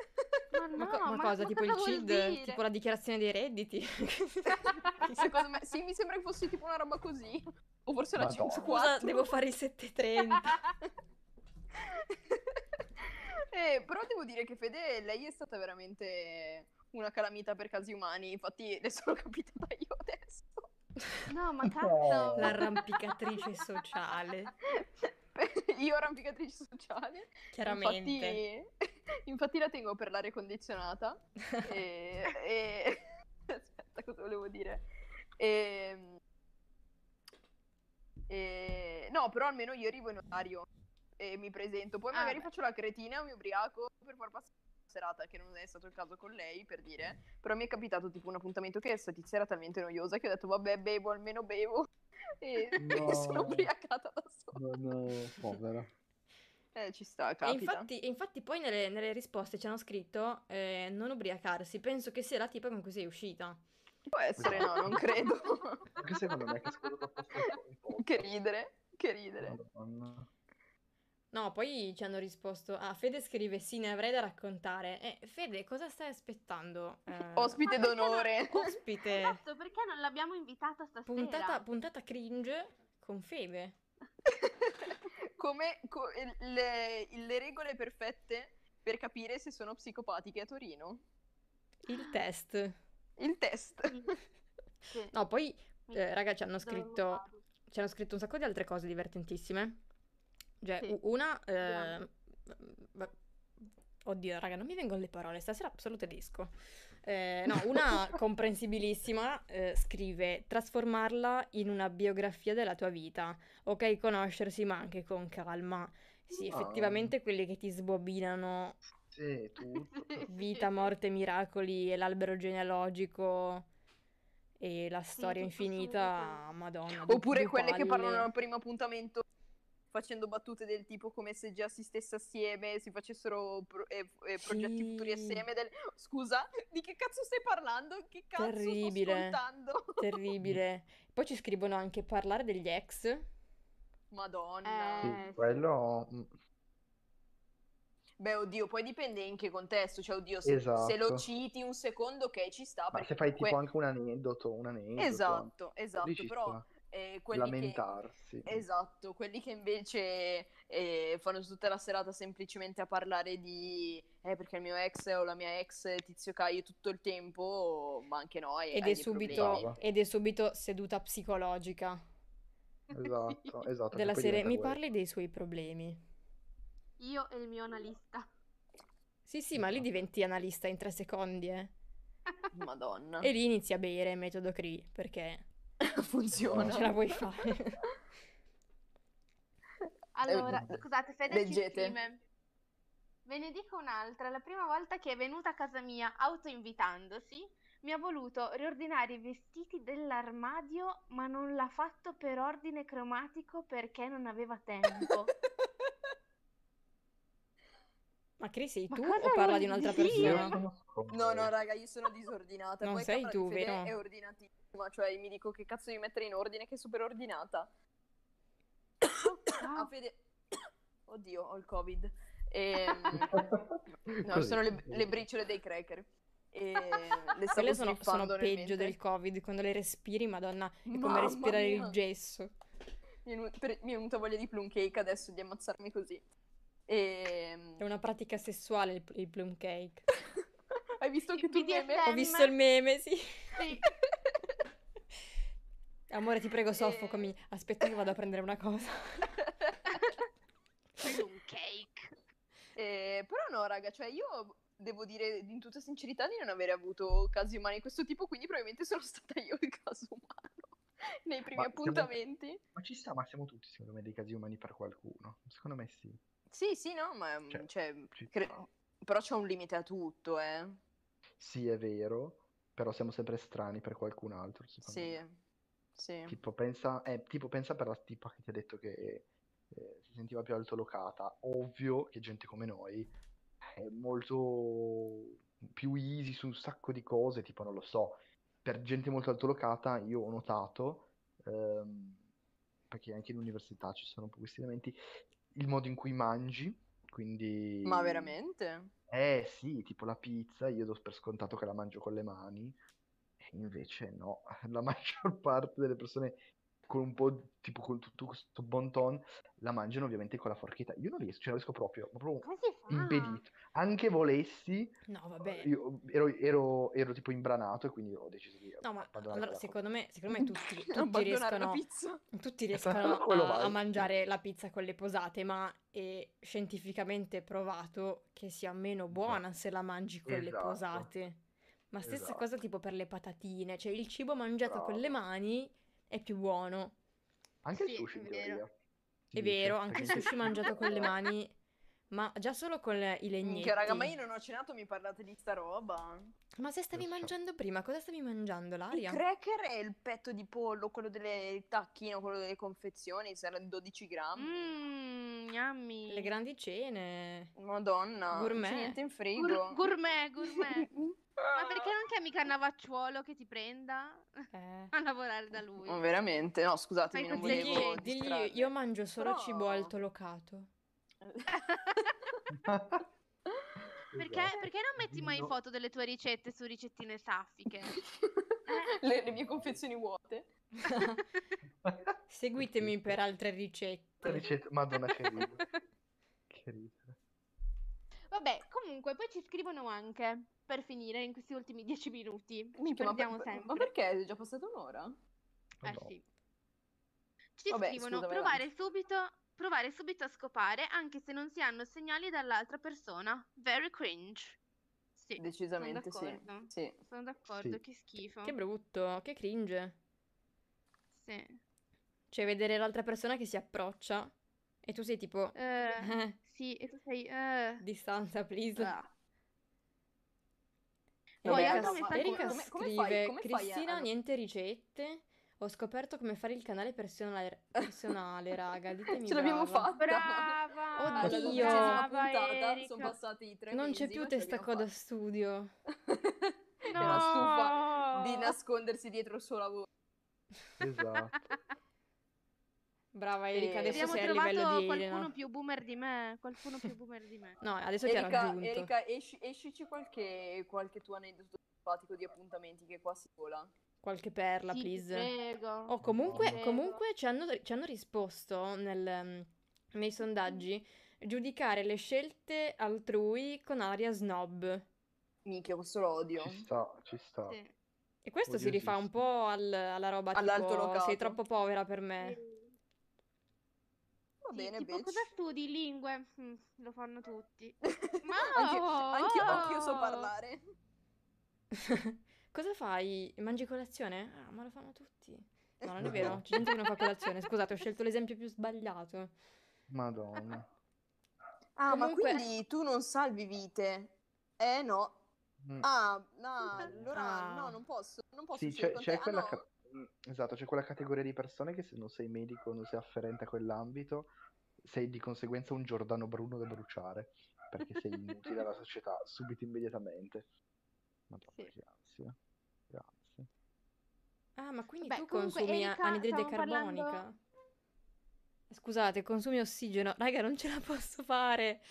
[SPEAKER 2] Ma,
[SPEAKER 5] senso? no,
[SPEAKER 2] co- ma
[SPEAKER 5] ma-
[SPEAKER 2] cosa?
[SPEAKER 5] ma
[SPEAKER 2] tipo il
[SPEAKER 5] cosa vuol
[SPEAKER 2] CID?
[SPEAKER 5] dire?
[SPEAKER 2] Tipo la dichiarazione dei redditi?
[SPEAKER 4] Secondo me, sì, mi sembra che fosse tipo una roba così. O forse la
[SPEAKER 3] Madonna.
[SPEAKER 4] 5-4.
[SPEAKER 2] Scusa, devo fare i 7.30.
[SPEAKER 4] Eh, però devo dire che Fede, lei è stata veramente una calamità per casi umani, infatti ne sono capitata io adesso.
[SPEAKER 5] No, ma cazzo.
[SPEAKER 2] L'arrampicatrice sociale.
[SPEAKER 4] io arrampicatrice sociale.
[SPEAKER 2] Chiaramente.
[SPEAKER 4] Infatti, infatti la tengo per l'aria condizionata.
[SPEAKER 2] Ecco.
[SPEAKER 4] e, e- Aspetta, cosa volevo dire? Ehm, e- No, però almeno io arrivo in orario e mi presento. Poi
[SPEAKER 2] Ah,
[SPEAKER 4] magari
[SPEAKER 2] beh.
[SPEAKER 4] faccio la cretina o mi ubriaco per far passare la serata, che non è stato il caso con lei, per dire. Però mi è capitato tipo un appuntamento che questa tizia era talmente noiosa che ho detto, vabbè, bevo, almeno bevo. E
[SPEAKER 3] No.
[SPEAKER 4] sono ubriacata da sola.
[SPEAKER 3] No, no, povera.
[SPEAKER 4] Eh, ci sta,
[SPEAKER 2] E
[SPEAKER 4] capita.
[SPEAKER 2] infatti, e infatti poi nelle, nelle risposte ci hanno scritto eh, non ubriacarsi, penso che sia la tipa con cui sei uscita.
[SPEAKER 4] Può essere, no, non credo.
[SPEAKER 3] Anche secondo me che scudo proposto un po'.
[SPEAKER 4] che ridere, che ridere.
[SPEAKER 3] Madonna.
[SPEAKER 2] No, poi ci hanno risposto, ah, Fede scrive sì, ne avrei da raccontare. Eh, Fede, cosa stai aspettando? Eh,
[SPEAKER 4] Ospite
[SPEAKER 5] Ma perché no?
[SPEAKER 4] d'onore.
[SPEAKER 2] ospite,
[SPEAKER 5] Esatto, perché non l'abbiamo invitata stasera?
[SPEAKER 2] puntata, puntata cringe con Fede.
[SPEAKER 4] Come co- le, le regole perfette per capire se sono psicopatiche a Torino.
[SPEAKER 2] Il test.
[SPEAKER 4] Il test.
[SPEAKER 2] Mm.
[SPEAKER 5] Sì.
[SPEAKER 2] No, poi,
[SPEAKER 5] Minchia,
[SPEAKER 2] eh, raga, ci hanno
[SPEAKER 5] dovremmo
[SPEAKER 2] scritto,
[SPEAKER 5] farlo.
[SPEAKER 2] ci hanno scritto un sacco di altre cose divertentissime. Cioè,
[SPEAKER 5] Sì,
[SPEAKER 2] u- una... eh,
[SPEAKER 5] vediamo.
[SPEAKER 2] va- oddio, raga, non mi vengono le parole, stasera solo tedesco. Eh, no, una comprensibilissima eh, scrive trasformarla in una biografia della tua vita. Ok, conoscersi, ma anche con calma. Sì,
[SPEAKER 3] Ah.
[SPEAKER 2] effettivamente quelli che ti sbobinano
[SPEAKER 3] Sì, tutto.
[SPEAKER 2] vita, morte, miracoli e l'albero genealogico e la storia
[SPEAKER 5] tutto
[SPEAKER 2] infinita,
[SPEAKER 5] subito.
[SPEAKER 2] madonna. du-
[SPEAKER 4] Oppure
[SPEAKER 2] due
[SPEAKER 4] quelle che
[SPEAKER 2] palle.
[SPEAKER 4] parlano al primo appuntamento facendo battute del tipo come se già si stesse assieme, si facessero pro- e- e progetti
[SPEAKER 2] Sì.
[SPEAKER 4] futuri assieme. del- Scusa, di che cazzo stai parlando? Che cazzo sto
[SPEAKER 2] Terribile.
[SPEAKER 4] ascoltando?
[SPEAKER 2] Terribile. Poi ci scrivono anche parlare degli ex.
[SPEAKER 4] Madonna.
[SPEAKER 5] Eh.
[SPEAKER 3] Sì, quello mm,
[SPEAKER 4] Beh, oddio, poi dipende in che contesto. Cioè, oddio, se,
[SPEAKER 3] Esatto.
[SPEAKER 4] se lo citi un secondo, ok, ci sta.
[SPEAKER 3] ma
[SPEAKER 4] perché
[SPEAKER 3] se fai
[SPEAKER 4] comunque-
[SPEAKER 3] tipo anche un aneddoto, un aneddoto.
[SPEAKER 4] Esatto,
[SPEAKER 3] lì
[SPEAKER 4] esatto,
[SPEAKER 3] ci
[SPEAKER 4] però
[SPEAKER 3] sta.
[SPEAKER 4] eh, quelli che...
[SPEAKER 3] lamentarsi.
[SPEAKER 4] Esatto, quelli che invece eh, fanno tutta la serata semplicemente a parlare di eh, perché il mio ex o la mia ex Tizio Caio tutto il tempo, ma anche noi.
[SPEAKER 2] Ed è, subito,
[SPEAKER 3] problemi.
[SPEAKER 2] ed è subito seduta psicologica
[SPEAKER 3] Esatto, esatto, che
[SPEAKER 2] della
[SPEAKER 3] poi
[SPEAKER 2] serie.
[SPEAKER 3] diventa
[SPEAKER 2] Mi
[SPEAKER 3] quello.
[SPEAKER 2] parli dei suoi problemi.
[SPEAKER 5] Io e il mio analista.
[SPEAKER 2] Sì, sì, ma lì
[SPEAKER 3] Esatto.
[SPEAKER 2] diventi analista in tre secondi, eh.
[SPEAKER 4] Madonna,
[SPEAKER 2] E lì inizi a bere metodo CRI, perché
[SPEAKER 4] funziona.
[SPEAKER 2] non ce la puoi fare.
[SPEAKER 5] Allora,
[SPEAKER 3] Eh,
[SPEAKER 5] scusate, Fede ci
[SPEAKER 4] leggete.
[SPEAKER 5] scrive. Ve ne dico un'altra. La prima volta che è venuta a casa mia autoinvitandosi, mi ha voluto riordinare i vestiti dell'armadio, ma non l'ha fatto per ordine cromatico perché non aveva tempo.
[SPEAKER 2] Ma Chris, sei
[SPEAKER 5] Ma
[SPEAKER 2] tu
[SPEAKER 5] cosa
[SPEAKER 2] o parla
[SPEAKER 5] vuol
[SPEAKER 2] di un'altra
[SPEAKER 5] dire?
[SPEAKER 2] persona?
[SPEAKER 5] No,
[SPEAKER 4] No,
[SPEAKER 3] eh.
[SPEAKER 4] no, raga, io sono disordinata.
[SPEAKER 2] Non
[SPEAKER 4] Poi
[SPEAKER 2] sei
[SPEAKER 4] Capra
[SPEAKER 2] tu,
[SPEAKER 4] di Fede
[SPEAKER 2] vero?
[SPEAKER 4] È ordinatissima, cioè mi dico che cazzo di mettere in ordine che è super ordinata.
[SPEAKER 5] Ah,
[SPEAKER 4] A Fede... Oddio, ho il covid. Ehm, no,
[SPEAKER 3] Così.
[SPEAKER 4] sono le, le briciole dei cracker. E le stavo
[SPEAKER 2] Quelle sono, sono
[SPEAKER 4] sniffando nel
[SPEAKER 2] peggio
[SPEAKER 4] mentre.
[SPEAKER 2] del covid, quando le respiri, madonna, è come
[SPEAKER 4] Mamma
[SPEAKER 2] respirare
[SPEAKER 4] mia.
[SPEAKER 2] il gesso.
[SPEAKER 4] Mi è, venu- per- mi è venuta voglia di plum cake adesso, di ammazzarmi così. Ehm,
[SPEAKER 2] È una pratica sessuale il, il plum cake.
[SPEAKER 4] Hai visto che tu il meme?
[SPEAKER 5] BDSM.
[SPEAKER 2] Ho visto il meme, sì.
[SPEAKER 5] sì.
[SPEAKER 2] Amore, ti prego, soffocami.
[SPEAKER 4] Eh.
[SPEAKER 2] Aspetta che vado a prendere una cosa.
[SPEAKER 5] Un cake.
[SPEAKER 4] Eh, però no, raga, cioè io devo dire in tutta sincerità di non aver avuto casi umani di questo tipo, quindi probabilmente sono stata io il caso umano nei primi
[SPEAKER 3] Ma siamo-
[SPEAKER 4] appuntamenti.
[SPEAKER 3] Ma ci sta, ma siamo tutti, secondo me, dei casi umani per qualcuno. Secondo me sì.
[SPEAKER 4] Sì, sì, no, ma mm,
[SPEAKER 3] Cioè,
[SPEAKER 4] cioè,
[SPEAKER 3] ci
[SPEAKER 4] cre-
[SPEAKER 3] sta.
[SPEAKER 4] però c'è un limite a tutto, eh.
[SPEAKER 3] Sì, è vero, però siamo sempre strani per qualcun altro, secondo
[SPEAKER 4] Sì,
[SPEAKER 3] me.
[SPEAKER 4] sì.
[SPEAKER 3] Tipo pensa, eh, tipo pensa per la tipa che ti ha detto che eh, si sentiva più altolocata. Ovvio che gente come noi è molto più easy su un sacco di cose, tipo non lo so, per gente molto altolocata io ho notato, ehm, perché anche in università ci sono un po' questi elementi, il modo in cui mangi, quindi...
[SPEAKER 4] Ma veramente?
[SPEAKER 3] Eh sì, tipo la pizza, io do per scontato che la mangio con le mani, e invece no, la maggior parte delle persone con un po' di- tipo con tutto questo bon ton la mangiano ovviamente con la forchetta. Io non riesco, ce la riesco proprio, ma proprio
[SPEAKER 5] Come si fa?
[SPEAKER 3] impedito. Anche volessi,
[SPEAKER 2] No, Ah. vabbè.
[SPEAKER 3] io ero, ero- ero tipo imbranato e quindi ho deciso di
[SPEAKER 2] No, ma
[SPEAKER 3] abbandonare
[SPEAKER 2] allora,
[SPEAKER 3] quella
[SPEAKER 2] secondo me, secondo me tutti, tutti
[SPEAKER 4] Abbandonare
[SPEAKER 2] riescono,
[SPEAKER 4] la pizza? Esatto.
[SPEAKER 2] tutti riescono
[SPEAKER 3] Quello
[SPEAKER 2] a, a
[SPEAKER 3] vale.
[SPEAKER 2] mangiare la pizza con le posate, ma è scientificamente provato che sia meno buona se la mangi con le
[SPEAKER 3] Esatto.
[SPEAKER 2] posate. Ma stessa
[SPEAKER 3] Esatto.
[SPEAKER 2] cosa tipo per le patatine, cioè il cibo mangiato con le
[SPEAKER 3] Bravo.
[SPEAKER 2] mani è più buono.
[SPEAKER 3] Anche il
[SPEAKER 5] Sì,
[SPEAKER 3] sushi, in
[SPEAKER 5] è vero.
[SPEAKER 3] teoria. Si
[SPEAKER 2] È
[SPEAKER 3] dice,
[SPEAKER 2] vero, anche il
[SPEAKER 3] perché-
[SPEAKER 2] sushi mangiato con le mani, ma già solo con le- i legnetti.
[SPEAKER 4] Minchia, raga, ma io non ho cenato, mi parlate di sta roba.
[SPEAKER 2] Ma se stavi
[SPEAKER 3] Lo so.
[SPEAKER 2] mangiando prima, cosa stavi mangiando,
[SPEAKER 4] Il
[SPEAKER 2] Laria?
[SPEAKER 4] cracker è il petto di pollo, quello del tacchino, quello delle confezioni, sarà 12 grammi.
[SPEAKER 5] Mmm, yummy.
[SPEAKER 2] Le grandi cene.
[SPEAKER 4] Madonna, non
[SPEAKER 2] Gourmet.
[SPEAKER 4] c'è niente in
[SPEAKER 5] Mm.
[SPEAKER 4] frigo.
[SPEAKER 5] Gour- gourmet, gourmet. Ma perché non chiami Cannavacciuolo che ti prenda
[SPEAKER 2] Eh.
[SPEAKER 5] a lavorare da lui?
[SPEAKER 4] Ma veramente, no, scusatemi,
[SPEAKER 5] Fai
[SPEAKER 4] Ah, non
[SPEAKER 5] così.
[SPEAKER 4] volevo
[SPEAKER 2] Digli, digli,
[SPEAKER 4] distrarre.
[SPEAKER 2] io mangio solo
[SPEAKER 4] Però-
[SPEAKER 2] cibo altolocato.
[SPEAKER 5] Perché,
[SPEAKER 3] Esatto.
[SPEAKER 5] perché non metti mai
[SPEAKER 3] No.
[SPEAKER 5] foto delle tue ricette su ricettine saffiche?
[SPEAKER 4] le, le mie confezioni vuote.
[SPEAKER 2] Seguitemi per altre ricette.
[SPEAKER 3] Ricetta- Madonna, che ridere. Che ridere.
[SPEAKER 5] Vabbè, comunque, poi ci scrivono anche per finire in questi ultimi dieci minuti. Ci
[SPEAKER 4] Minchia, ma,
[SPEAKER 5] perdiamo
[SPEAKER 4] per-
[SPEAKER 5] sempre.
[SPEAKER 4] ma perché è già passata un'ora? Ah,
[SPEAKER 5] Eh
[SPEAKER 3] Madonna.
[SPEAKER 5] sì. Ci
[SPEAKER 4] Vabbè,
[SPEAKER 5] scrivono
[SPEAKER 4] scusa, vai
[SPEAKER 5] provare
[SPEAKER 4] avanti."
[SPEAKER 5] subito, provare subito a scopare anche se non si hanno segnali dall'altra persona. Very cringe. Sì,
[SPEAKER 4] Decisamente
[SPEAKER 5] sono
[SPEAKER 4] sì.
[SPEAKER 5] d'accordo.
[SPEAKER 4] Sì.
[SPEAKER 5] Sono d'accordo,
[SPEAKER 3] Sì.
[SPEAKER 5] che schifo.
[SPEAKER 2] Che brutto, che cringe.
[SPEAKER 5] Sì.
[SPEAKER 2] Cioè, vedere l'altra persona che si approccia e tu sei tipo,
[SPEAKER 5] Eh,
[SPEAKER 2] eh,
[SPEAKER 5] sì, e tu sei... eh,
[SPEAKER 2] distanza, please.
[SPEAKER 5] ah.
[SPEAKER 4] Poi
[SPEAKER 2] Erika,
[SPEAKER 4] altro messaggio-
[SPEAKER 2] Erika
[SPEAKER 4] come- come fai-
[SPEAKER 2] scrive,
[SPEAKER 4] come fai a-
[SPEAKER 2] Cristina,
[SPEAKER 4] a-
[SPEAKER 2] niente ricette. Ho scoperto come fare il canale personale, personale raga, ditemi
[SPEAKER 4] Ce l'abbiamo
[SPEAKER 2] brava.
[SPEAKER 4] fatta.
[SPEAKER 5] Brava!
[SPEAKER 4] Alla
[SPEAKER 2] Oddio.
[SPEAKER 4] dodicesima
[SPEAKER 5] brava,
[SPEAKER 4] puntata,
[SPEAKER 5] Erika.
[SPEAKER 4] sono passati i tre
[SPEAKER 2] Non
[SPEAKER 4] mesi,
[SPEAKER 2] c'è più
[SPEAKER 4] ma ce
[SPEAKER 2] testa
[SPEAKER 4] l'abbiamo
[SPEAKER 2] coda studio.
[SPEAKER 4] fatta. Era stufa
[SPEAKER 5] No!
[SPEAKER 4] di nascondersi dietro il suo lavoro.
[SPEAKER 3] Esatto.
[SPEAKER 2] Brava Erika,
[SPEAKER 4] Eh,
[SPEAKER 2] adesso
[SPEAKER 5] Abbiamo
[SPEAKER 2] sei a
[SPEAKER 5] trovato
[SPEAKER 2] livello di Elena.
[SPEAKER 5] qualcuno più boomer di me, qualcuno più boomer di me.
[SPEAKER 2] No, adesso ti ha
[SPEAKER 4] Erika,
[SPEAKER 2] raggiunto.
[SPEAKER 4] Erika, esci- escici qualche, qualche tuo aneddoto simpatico di appuntamenti che qua si vola.
[SPEAKER 2] Qualche perla,
[SPEAKER 5] Sì, ti
[SPEAKER 2] please.
[SPEAKER 5] prego.
[SPEAKER 2] Oh, comunque,
[SPEAKER 5] Prego.
[SPEAKER 2] comunque ci hanno, ci hanno risposto nel, mm, nei sondaggi giudicare le scelte altrui con aria snob.
[SPEAKER 4] Minchia, questo lo odio.
[SPEAKER 3] Ci sta, ci sta.
[SPEAKER 5] Sì.
[SPEAKER 2] E questo si rifà un
[SPEAKER 3] Odiosissimo.
[SPEAKER 2] po' al- alla roba tipo
[SPEAKER 4] All'altolocato.
[SPEAKER 2] sei troppo povera per me.
[SPEAKER 5] Sì.
[SPEAKER 4] Va bene,
[SPEAKER 5] tipo,
[SPEAKER 4] bitch.
[SPEAKER 5] cosa studi? Lingue? Mm, lo fanno tutti. Ma
[SPEAKER 4] anche,
[SPEAKER 5] oh!
[SPEAKER 4] anche io, anche io so parlare.
[SPEAKER 2] Cosa fai? Mangi colazione? Ah, ma lo fanno tutti. No, non è vero, c'è gente che non fa colazione. Scusate, ho scelto l'esempio più sbagliato.
[SPEAKER 3] Madonna.
[SPEAKER 5] Ah, ma
[SPEAKER 4] ma
[SPEAKER 2] Comunque-
[SPEAKER 4] quindi tu non salvi vite? Eh no.
[SPEAKER 3] Mm.
[SPEAKER 4] Ah, no, allora
[SPEAKER 2] Ah.
[SPEAKER 4] no, non posso, non posso
[SPEAKER 3] Sì,
[SPEAKER 4] uscire
[SPEAKER 3] c'è,
[SPEAKER 4] con
[SPEAKER 3] c'è
[SPEAKER 4] te. Ah,
[SPEAKER 3] quella
[SPEAKER 4] no.
[SPEAKER 3] ca- mm, esatto, c'è quella categoria di persone che se non sei medico, non sei afferente a quell'ambito, sei di conseguenza un Giordano Bruno da bruciare, perché sei inutile alla società subito immediatamente. Madonna,
[SPEAKER 5] Sì.
[SPEAKER 3] che ansia. Che ansia.
[SPEAKER 2] Ah, ma quindi
[SPEAKER 5] Beh,
[SPEAKER 2] tu
[SPEAKER 5] comunque,
[SPEAKER 2] consumi
[SPEAKER 5] Erika,
[SPEAKER 2] anidride
[SPEAKER 5] stavamo parlando-
[SPEAKER 2] carbonica? Scusate, consumi ossigeno. Raga, non ce la posso fare.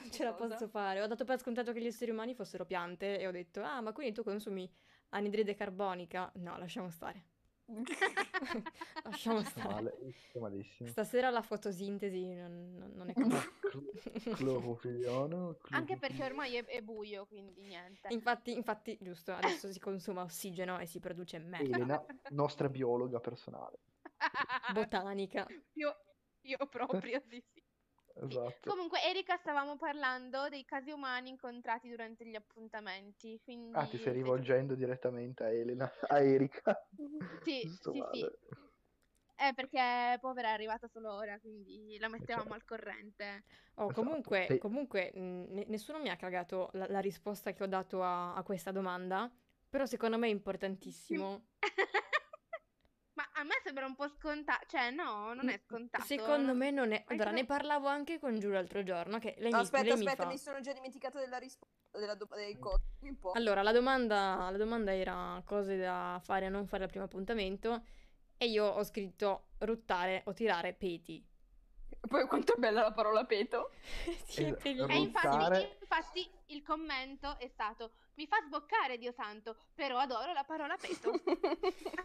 [SPEAKER 2] Non ce la
[SPEAKER 4] Cosa?
[SPEAKER 2] posso fare. Ho dato per scontato che gli esseri umani fossero piante e ho detto, ah, ma quindi tu consumi anidride carbonica? No, lasciamo stare. Lasciamo
[SPEAKER 3] Sto
[SPEAKER 2] stare.
[SPEAKER 3] male, sto malissimo.
[SPEAKER 2] Stasera la fotosintesi non, non- non è capace.
[SPEAKER 3] Cl- clorofiliano,
[SPEAKER 5] Anche perché
[SPEAKER 3] clorofiliano.
[SPEAKER 5] ormai è, è buio, quindi niente.
[SPEAKER 2] Infatti, infatti, giusto, adesso si consuma ossigeno e si produce me.
[SPEAKER 3] Elena, nostra biologa personale.
[SPEAKER 2] Botanica.
[SPEAKER 5] Io, io proprio di sì.
[SPEAKER 3] Esatto.
[SPEAKER 5] Comunque, Erika, stavamo parlando dei casi umani incontrati durante gli appuntamenti. Quindi...
[SPEAKER 3] Ah, ti stai rivolgendo direttamente a Elena, a Erika.
[SPEAKER 5] Sì,
[SPEAKER 3] Sto
[SPEAKER 5] sì, sì.
[SPEAKER 3] male.
[SPEAKER 5] Eh, perché povera è arrivata solo ora, quindi la mettevamo
[SPEAKER 3] certo.
[SPEAKER 5] al corrente.
[SPEAKER 2] Oh,
[SPEAKER 3] Esatto,
[SPEAKER 2] comunque,
[SPEAKER 3] sì.
[SPEAKER 2] comunque, mh, ne- nessuno mi ha cagato la, la risposta che ho dato a, a questa domanda, però secondo me è importantissimo.
[SPEAKER 5] Ma a me sembra un po' scontato, cioè no, non è scontato.
[SPEAKER 2] Mm,
[SPEAKER 5] eh.
[SPEAKER 2] Secondo me non è...
[SPEAKER 5] Anche
[SPEAKER 2] Allora, ne
[SPEAKER 5] per-
[SPEAKER 2] parlavo anche con Giù l'altro giorno, che lei mi,
[SPEAKER 4] Aspetta,
[SPEAKER 2] lei mi
[SPEAKER 4] aspetta,
[SPEAKER 2] fa...
[SPEAKER 4] mi sono già dimenticata della risposta della domanda del coso. Un po'.
[SPEAKER 2] Allora, la domanda, la domanda era cose da fare e non fare al primo appuntamento e io ho scritto ruttare o tirare peti.
[SPEAKER 4] Poi quanto è bella la parola peto.
[SPEAKER 2] Sì, è
[SPEAKER 3] Eh,
[SPEAKER 5] E
[SPEAKER 2] bellissimo.
[SPEAKER 5] infatti,
[SPEAKER 3] Ruttare-
[SPEAKER 5] infatti il commento è stato mi fa sboccare Dio santo, però adoro la parola peto.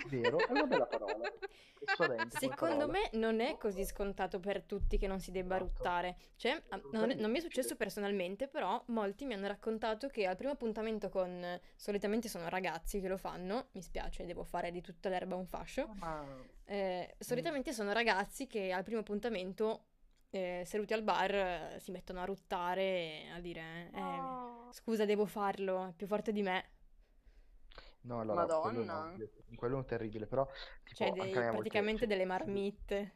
[SPEAKER 3] Vero, è una bella parola. È suadente come
[SPEAKER 2] Secondo
[SPEAKER 3] parola.
[SPEAKER 2] me non è così scontato per tutti che non si debba
[SPEAKER 3] Esatto.
[SPEAKER 2] ruttare. Cioè, a- non, è- non mi è successo personalmente, però molti mi hanno raccontato che al primo appuntamento con... Solitamente sono ragazzi che lo fanno, mi spiace, devo fare di tutta l'erba un fascio.
[SPEAKER 3] Ah, Ma
[SPEAKER 2] Eh, solitamente sono ragazzi che al primo appuntamento, eh, seduti al bar, eh, si mettono a ruttare, a dire, eh,
[SPEAKER 5] No.
[SPEAKER 2] scusa, devo farlo, è più forte di me.
[SPEAKER 3] no, allora, quello no,
[SPEAKER 4] Madonna.
[SPEAKER 3] quello è terribile, però tipo,
[SPEAKER 2] Cioè,
[SPEAKER 3] anche
[SPEAKER 2] dei-
[SPEAKER 3] a me a volte
[SPEAKER 2] praticamente
[SPEAKER 3] se-
[SPEAKER 2] delle
[SPEAKER 3] se-
[SPEAKER 2] marmitte.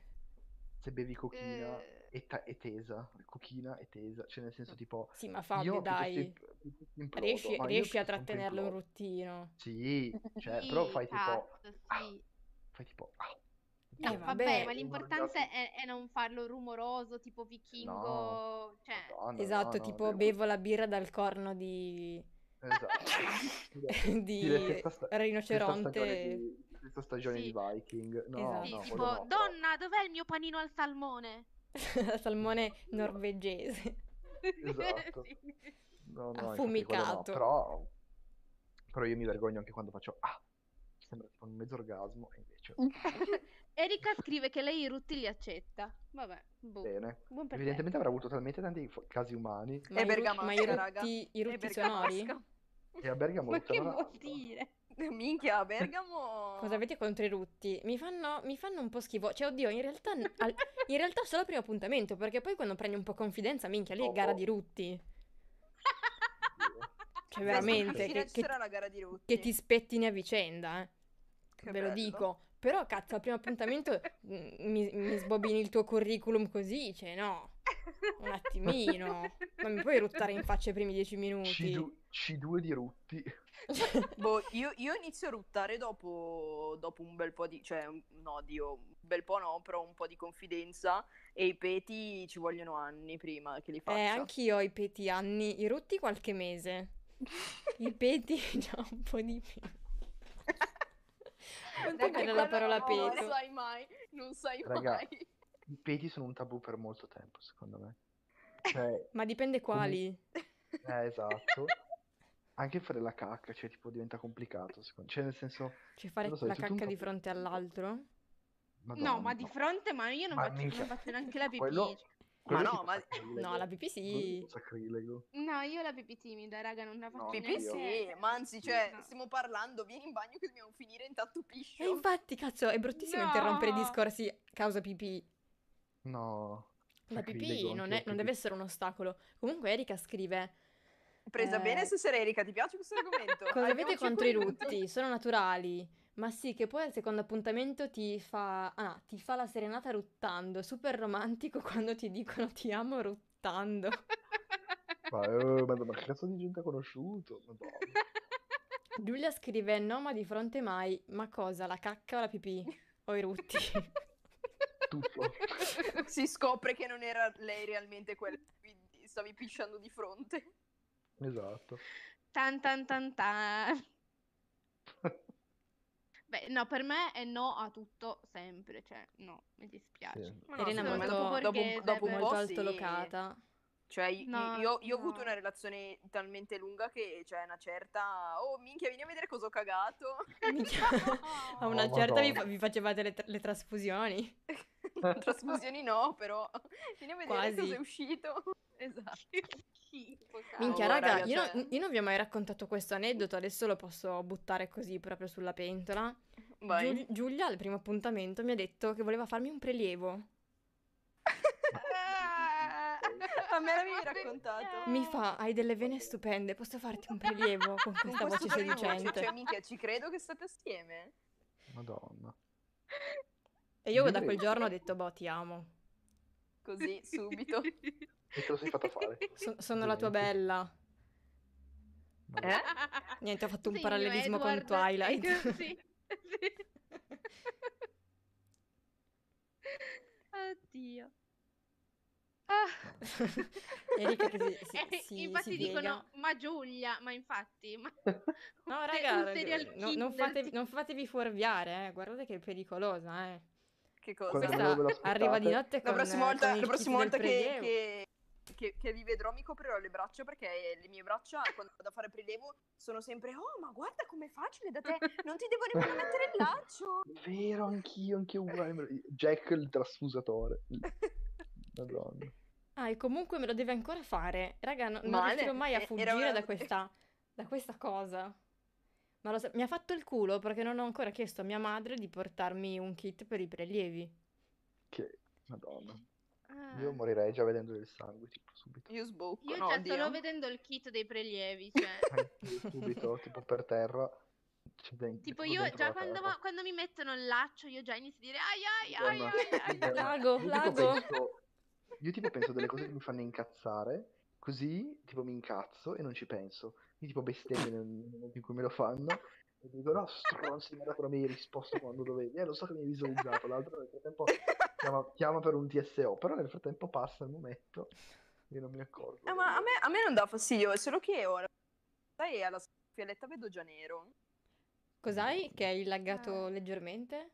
[SPEAKER 3] Se bevi cochina
[SPEAKER 5] Eh,
[SPEAKER 3] e, ta- e tesa, cochina e tesa, cioè nel senso tipo...
[SPEAKER 2] Sì, ma Fabio,
[SPEAKER 3] io piuttosto
[SPEAKER 2] dai,
[SPEAKER 3] imp- piuttosto implodo,
[SPEAKER 2] riesci,
[SPEAKER 3] ma io
[SPEAKER 2] riesci a
[SPEAKER 3] piuttosto sempre
[SPEAKER 2] trattenerlo un
[SPEAKER 3] implodo.
[SPEAKER 2] ruttino.
[SPEAKER 3] Sì, cioè,
[SPEAKER 5] sì,
[SPEAKER 3] però fai tipo...
[SPEAKER 5] cazzo, sì.
[SPEAKER 3] ah, Fai tipo... ah.
[SPEAKER 5] No,
[SPEAKER 2] Eh,
[SPEAKER 5] vabbè,
[SPEAKER 2] vabbè,
[SPEAKER 5] ma l'importante è, è non farlo rumoroso, tipo vichingo,
[SPEAKER 3] No,
[SPEAKER 5] cioè...
[SPEAKER 3] Madonna,
[SPEAKER 2] Esatto,
[SPEAKER 3] no, no,
[SPEAKER 2] tipo
[SPEAKER 3] devo-
[SPEAKER 2] bevo la birra dal corno di,
[SPEAKER 3] Esatto.
[SPEAKER 2] di
[SPEAKER 3] Dire questa sta-
[SPEAKER 2] rinoceronte.
[SPEAKER 3] Questa stagione di
[SPEAKER 5] Sì.
[SPEAKER 3] Viking. No,
[SPEAKER 2] Esatto.
[SPEAKER 5] Sì,
[SPEAKER 3] no,
[SPEAKER 5] tipo,
[SPEAKER 3] quello no, però-
[SPEAKER 5] donna, dov'è il mio panino al salmone?
[SPEAKER 2] salmone norvegese.
[SPEAKER 3] Esatto.
[SPEAKER 5] Sì.
[SPEAKER 3] No,
[SPEAKER 2] Ha
[SPEAKER 3] no, infatti quello no,
[SPEAKER 2] fumicato.
[SPEAKER 3] però, però io mi vergogno anche quando faccio ah, sembra tipo un mezzo orgasmo e invece
[SPEAKER 5] Uh, Erika scrive che lei i rutti li accetta. Vabbè, boh.
[SPEAKER 3] bene.
[SPEAKER 5] buon per te.
[SPEAKER 3] Evidentemente avrà avuto talmente tanti fo- casi umani
[SPEAKER 2] Ma i, ru- ma i
[SPEAKER 4] bergamasca, raga.
[SPEAKER 2] rutti, i
[SPEAKER 4] È
[SPEAKER 2] rutti sonori?
[SPEAKER 4] bergamasca.
[SPEAKER 3] e a Bergamo
[SPEAKER 5] Ma che
[SPEAKER 3] non
[SPEAKER 5] vuol
[SPEAKER 3] hanno.
[SPEAKER 5] dire?
[SPEAKER 4] Eh, Minchia, a Bergamo.
[SPEAKER 2] Cosa avete contro i rutti? Mi fanno, mi fanno un po' schifo. Cioè, oddio, in realtà, al- in realtà solo al primo appuntamento, perché poi quando prendi un po' confidenza, minchia, lì è gara di rutti. Cioè,
[SPEAKER 4] Festa
[SPEAKER 2] veramente,
[SPEAKER 4] in cucina
[SPEAKER 2] che-
[SPEAKER 4] ci
[SPEAKER 2] che-
[SPEAKER 4] sarà la gara di Rutti.
[SPEAKER 2] Che ti spettini a vicenda, eh.
[SPEAKER 4] Che
[SPEAKER 2] Ve lo
[SPEAKER 4] bello.
[SPEAKER 2] dico. Però, cazzo, al primo appuntamento mm, mi, mi sbobini il tuo curriculum così, cioè, no. Un attimino. Non mi puoi ruttare in faccia i primi dieci minuti. Eh,
[SPEAKER 3] C2, C2 di Rutti.
[SPEAKER 4] Boh, io, io inizio a ruttare dopo, dopo un bel po' di... Cioè, un- no, Dio, un bel po' no, però un po' di confidenza. E i peti ci vogliono anni prima che li
[SPEAKER 2] Eh,
[SPEAKER 4] faccia.
[SPEAKER 2] anch'io ho i peti anni, i rutti qualche mese. I peti già un po' di più. Quanto è
[SPEAKER 5] Raga,
[SPEAKER 2] bella la
[SPEAKER 5] quello
[SPEAKER 2] parola
[SPEAKER 5] no,
[SPEAKER 2] peto.
[SPEAKER 4] Non sai mai, non sai
[SPEAKER 3] Raga.
[SPEAKER 4] mai.
[SPEAKER 3] I peti sono un tabù per molto tempo, secondo me. Cioè,
[SPEAKER 2] Ma dipende quali.
[SPEAKER 3] eh, esatto. Anche fare la cacca, cioè, tipo, diventa complicato, secondo Cioè, nel senso,
[SPEAKER 2] Cioè fare
[SPEAKER 3] Non lo so, è
[SPEAKER 2] la
[SPEAKER 3] tutto un
[SPEAKER 2] cacca di
[SPEAKER 3] tabù.
[SPEAKER 2] fronte all'altro.
[SPEAKER 5] No, ma
[SPEAKER 3] Madonna.
[SPEAKER 5] di fronte, ma io non,
[SPEAKER 3] Ma
[SPEAKER 5] faccio,
[SPEAKER 3] minchia.
[SPEAKER 5] non faccio neanche la pipì.
[SPEAKER 3] Quello-
[SPEAKER 4] Ma
[SPEAKER 3] Quello è
[SPEAKER 4] no,
[SPEAKER 3] tipo Boh,
[SPEAKER 4] ma-
[SPEAKER 3] sacrilego.
[SPEAKER 2] No, la pipì
[SPEAKER 3] Quello è
[SPEAKER 2] sì.
[SPEAKER 3] tipo sacrilego.
[SPEAKER 5] No, io la pipì timida, raga, non la
[SPEAKER 3] No,
[SPEAKER 5] faccio
[SPEAKER 4] Pipì
[SPEAKER 5] neanche.
[SPEAKER 3] Oddio.
[SPEAKER 2] Eh,
[SPEAKER 4] sì, ma anzi, cioè,
[SPEAKER 5] No.
[SPEAKER 4] stiamo parlando, vieni in bagno che dobbiamo finire intanto piscio.
[SPEAKER 2] E Eh, infatti, cazzo, è bruttissimo interrompere i
[SPEAKER 5] No.
[SPEAKER 2] discorsi causa pipì.
[SPEAKER 3] No.
[SPEAKER 2] La pipì
[SPEAKER 3] Sacrilego,
[SPEAKER 2] non,
[SPEAKER 3] anche
[SPEAKER 2] è-
[SPEAKER 3] la
[SPEAKER 2] non
[SPEAKER 3] pipì.
[SPEAKER 2] deve essere un ostacolo. Comunque Erika scrive,
[SPEAKER 4] Presa
[SPEAKER 2] Eh.
[SPEAKER 4] bene, se Erika, ti piace questo argomento?
[SPEAKER 2] cosa
[SPEAKER 4] Abbiamo
[SPEAKER 2] avete contro i
[SPEAKER 4] cinque minuti.
[SPEAKER 2] rutti? Sono naturali. Ma sì, che poi al secondo appuntamento ti fa, ah, ti fa la serenata ruttando. È super romantico quando ti dicono ti amo ruttando.
[SPEAKER 3] Ma, eh, madonna, ma che cazzo di gente ha conosciuto? Madonna.
[SPEAKER 2] Giulia scrive: No, ma di fronte mai. Ma cosa? La cacca o la pipì? O i rutti?
[SPEAKER 3] Tutto.
[SPEAKER 4] si scopre che non era lei realmente quella che vi- stavi pisciando di fronte.
[SPEAKER 3] Esatto.
[SPEAKER 5] Tan tan tan tan. Beh, no, per me è no a tutto sempre, cioè no, mi dispiace.
[SPEAKER 3] Sì.
[SPEAKER 4] Ma
[SPEAKER 2] Elena
[SPEAKER 4] secondo me
[SPEAKER 2] molto-
[SPEAKER 4] dopo, dopo, un-
[SPEAKER 5] borghese,
[SPEAKER 4] dopo un
[SPEAKER 5] beh.
[SPEAKER 4] po'
[SPEAKER 2] Molto
[SPEAKER 4] sì.
[SPEAKER 2] altolocata.
[SPEAKER 4] Cioè, i-
[SPEAKER 5] No,
[SPEAKER 4] io, io ho
[SPEAKER 5] no.
[SPEAKER 4] avuto una relazione talmente lunga che c'è una certa... Oh, minchia, vieni a vedere cosa ho cagato.
[SPEAKER 2] Minchia. A una
[SPEAKER 3] Oh,
[SPEAKER 2] certa vi,
[SPEAKER 3] Madonna.
[SPEAKER 2] fa- vi facevate le, tra- le trasfusioni.
[SPEAKER 4] Trasfusioni no, però vieni a vedere
[SPEAKER 2] Quasi.
[SPEAKER 4] cosa è uscito. Esatto.
[SPEAKER 2] Minchia, raga,
[SPEAKER 4] Oh, raga,
[SPEAKER 2] Ah, io,
[SPEAKER 4] cioè-
[SPEAKER 2] non, io non vi ho mai raccontato questo aneddoto, adesso lo posso buttare così proprio sulla pentola.
[SPEAKER 4] Vai.
[SPEAKER 2] Giul- Giulia al primo appuntamento mi ha detto che voleva farmi un prelievo.
[SPEAKER 4] A me l'avevi raccontato.
[SPEAKER 2] Mi fa, hai delle vene stupende, posso farti un prelievo con
[SPEAKER 4] Ah. Con
[SPEAKER 2] questa
[SPEAKER 4] questo
[SPEAKER 2] voce
[SPEAKER 4] tono di voce,
[SPEAKER 2] seducente?
[SPEAKER 4] Cioè, minchia, ci credo che state assieme.
[SPEAKER 3] Madonna.
[SPEAKER 2] E io da
[SPEAKER 3] Giulia-
[SPEAKER 2] quel giorno ho detto, boh, ti amo.
[SPEAKER 4] Così, subito.
[SPEAKER 3] E te lo sei fatta fare?
[SPEAKER 2] So- sono la tua
[SPEAKER 3] Veramente.
[SPEAKER 2] bella.
[SPEAKER 3] Madonna.
[SPEAKER 4] Eh?
[SPEAKER 2] Niente, ho fatto un
[SPEAKER 5] Sì,
[SPEAKER 2] parallelismo
[SPEAKER 5] Edward,
[SPEAKER 2] con Twilight.
[SPEAKER 5] sì, sì. Oddio. Ah.
[SPEAKER 2] Erika che si, si,
[SPEAKER 5] Eh,
[SPEAKER 2] si-
[SPEAKER 5] infatti
[SPEAKER 2] si piega.
[SPEAKER 5] dicono, ma Giulia, ma infatti, ma...
[SPEAKER 2] No,
[SPEAKER 5] un se-
[SPEAKER 2] raga,
[SPEAKER 5] un serial
[SPEAKER 2] no- non,
[SPEAKER 5] killer,
[SPEAKER 2] fate-
[SPEAKER 5] sì.
[SPEAKER 2] non fatevi fuorviare, eh. guardate che è pericolosa, eh.
[SPEAKER 4] Che cosa?
[SPEAKER 3] Quando
[SPEAKER 2] Questa
[SPEAKER 3] ve lo aspettate?
[SPEAKER 2] arriva di notte
[SPEAKER 4] La
[SPEAKER 2] con, eh,
[SPEAKER 4] prossima volta,
[SPEAKER 2] con il
[SPEAKER 4] la prossima
[SPEAKER 2] kit
[SPEAKER 4] volta
[SPEAKER 2] del
[SPEAKER 4] che,
[SPEAKER 2] prelievo.
[SPEAKER 4] che, che- che vi vedrò mi coprirò le braccia perché le mie braccia quando vado a fare prelevo sono sempre oh ma guarda com'è facile da te, non ti devo nemmeno mettere il laccio.
[SPEAKER 3] Vero, anch'io, anch'io uguale. Jack il trasfusatore. Madonna.
[SPEAKER 2] Ah, e comunque me lo deve ancora fare. Raga, no- non
[SPEAKER 4] Male.
[SPEAKER 2] riuscirò mai a
[SPEAKER 4] E- era
[SPEAKER 2] fuggire
[SPEAKER 4] una-
[SPEAKER 2] da questa, da questa cosa. Ma lo sa- mi ha fatto il culo perché non ho ancora chiesto a mia madre di portarmi un kit per i prelievi.
[SPEAKER 3] Che... Madonna.
[SPEAKER 5] Ah.
[SPEAKER 3] Io morirei già vedendo del sangue, tipo, subito.
[SPEAKER 4] Io sbocco.
[SPEAKER 5] Io
[SPEAKER 4] no,
[SPEAKER 2] certo
[SPEAKER 5] già
[SPEAKER 4] Dio.
[SPEAKER 5] solo vedendo il kit dei prelievi, cioè...
[SPEAKER 3] Anch'io subito, tipo, per terra. C'è den-
[SPEAKER 5] Tipo
[SPEAKER 3] proprio
[SPEAKER 5] io
[SPEAKER 3] dentro
[SPEAKER 5] già
[SPEAKER 3] la
[SPEAKER 5] quando,
[SPEAKER 3] terra.
[SPEAKER 5] quando mi mettono il laccio io già inizio a dire ai ai ai
[SPEAKER 3] Madonna.
[SPEAKER 5] ai ai.
[SPEAKER 3] Madonna.
[SPEAKER 2] Lago,
[SPEAKER 4] Ecco
[SPEAKER 3] Io tipo
[SPEAKER 2] lago.
[SPEAKER 3] penso- io tipo penso delle cose che mi fanno incazzare, così tipo mi incazzo e non ci penso. Io tipo bestemmio nel momento in cui me lo fanno e dico no, stronzi, mi non mi hai risposto quando dovevi. Eh, lo so che mi hai visualizzato, l'altro nel frattempo chiama, chiama per un TSO, però nel frattempo passa il momento e non mi accorgo.
[SPEAKER 4] Eh, ma a me, a me non dà fastidio, è solo che ora sai alla fialetta vedo già nero.
[SPEAKER 2] Cos'hai? Che hai laggato
[SPEAKER 5] Ah.
[SPEAKER 2] leggermente?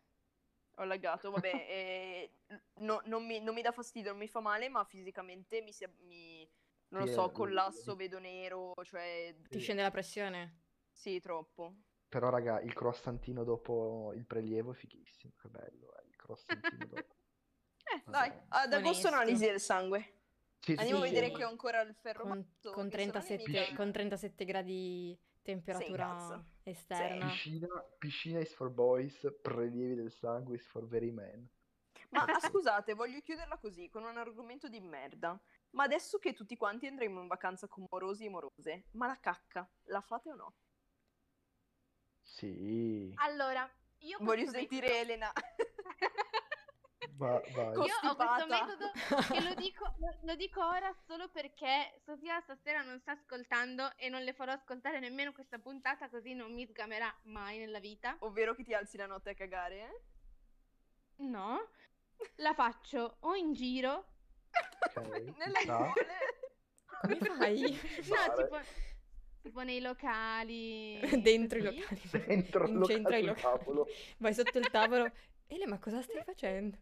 [SPEAKER 4] Ho laggato, vabbè, eh, no- non, mi, non mi dà fastidio, non mi fa male, ma fisicamente mi, si- mi- non lo
[SPEAKER 3] Sì,
[SPEAKER 4] so,
[SPEAKER 3] eh,
[SPEAKER 4] collasso, vedo nero, cioè
[SPEAKER 2] Ti
[SPEAKER 3] Sì.
[SPEAKER 2] scende la pressione?
[SPEAKER 4] sì, troppo.
[SPEAKER 3] Però raga, il croissantino dopo il prelievo è fighissimo, che bello, eh, il croissantino dopo.
[SPEAKER 4] Eh, dai,
[SPEAKER 3] Vabbè.
[SPEAKER 4] ad
[SPEAKER 2] Onesto.
[SPEAKER 4] agosto analisi del sangue.
[SPEAKER 3] Sì, sì,
[SPEAKER 4] Andiamo a
[SPEAKER 3] sì,
[SPEAKER 4] vedere
[SPEAKER 3] sì.
[SPEAKER 4] che ho ancora il ferro
[SPEAKER 2] Con,
[SPEAKER 4] matto,
[SPEAKER 2] con
[SPEAKER 4] che se no
[SPEAKER 2] 37,
[SPEAKER 4] nemmeno-
[SPEAKER 2] con 37 gradi temperatura
[SPEAKER 4] incazza.
[SPEAKER 2] esterna.
[SPEAKER 3] Piscina, piscina is for boys, prelievi del sangue is for very men.
[SPEAKER 4] Ma ah, scusate, voglio chiuderla così, con un argomento di merda. Ma adesso che tutti quanti andremo in vacanza con morosi e morose, ma la cacca, la fate o no?
[SPEAKER 3] Sì,
[SPEAKER 5] Allora, io questo
[SPEAKER 4] Voglio
[SPEAKER 5] metodo-
[SPEAKER 4] sentire Elena.
[SPEAKER 3] va- vai.
[SPEAKER 5] Io ho questo
[SPEAKER 4] Costipata.
[SPEAKER 5] metodo che lo dico, lo dico ora solo perché Sofia stasera non sta ascoltando e non le farò ascoltare nemmeno questa puntata così non mi sgamerà mai nella vita.
[SPEAKER 4] Ovvero che ti alzi la notte a cagare, eh?
[SPEAKER 5] No, la faccio o in giro
[SPEAKER 3] Ok,
[SPEAKER 4] Nelle
[SPEAKER 3] ci sta.
[SPEAKER 2] Come
[SPEAKER 4] nuvole.
[SPEAKER 2] fai?
[SPEAKER 5] No,
[SPEAKER 3] Fare.
[SPEAKER 5] tipo, tipo nei locali.
[SPEAKER 2] Dentro i
[SPEAKER 5] così.
[SPEAKER 2] locali.
[SPEAKER 3] Dentro il
[SPEAKER 2] in centro ai
[SPEAKER 3] locale sul
[SPEAKER 2] locali.
[SPEAKER 3] tavolo.
[SPEAKER 2] Vai sotto il tavolo. Ele, ma cosa stai facendo?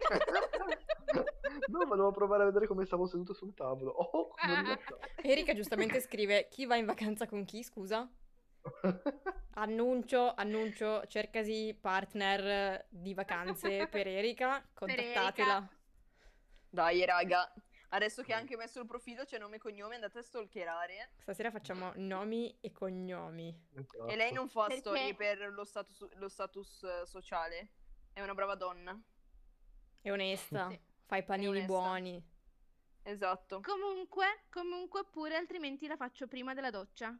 [SPEAKER 3] No, ma devo provare a vedere come stavo seduto sul tavolo. Oh,
[SPEAKER 5] Ah.
[SPEAKER 3] non rilasciavo.
[SPEAKER 2] Erika giustamente scrive: Chi va in vacanza con chi? Scusa. Annuncio, annuncio, cercasi partner di vacanze per Erika, contattatela.
[SPEAKER 4] Dai, raga, adesso che ha anche messo il profilo, c'è nome e cognome, andate a stalkerare.
[SPEAKER 2] Stasera facciamo nomi e cognomi.
[SPEAKER 3] Esatto.
[SPEAKER 4] E lei non fa
[SPEAKER 5] Perché-
[SPEAKER 4] storie per lo status, lo status, eh, sociale. È una brava donna.
[SPEAKER 2] È onesta,
[SPEAKER 5] Sì.
[SPEAKER 2] fai panini
[SPEAKER 4] onesta.
[SPEAKER 2] buoni.
[SPEAKER 4] Esatto.
[SPEAKER 5] Comunque, comunque pure, altrimenti la faccio prima della doccia.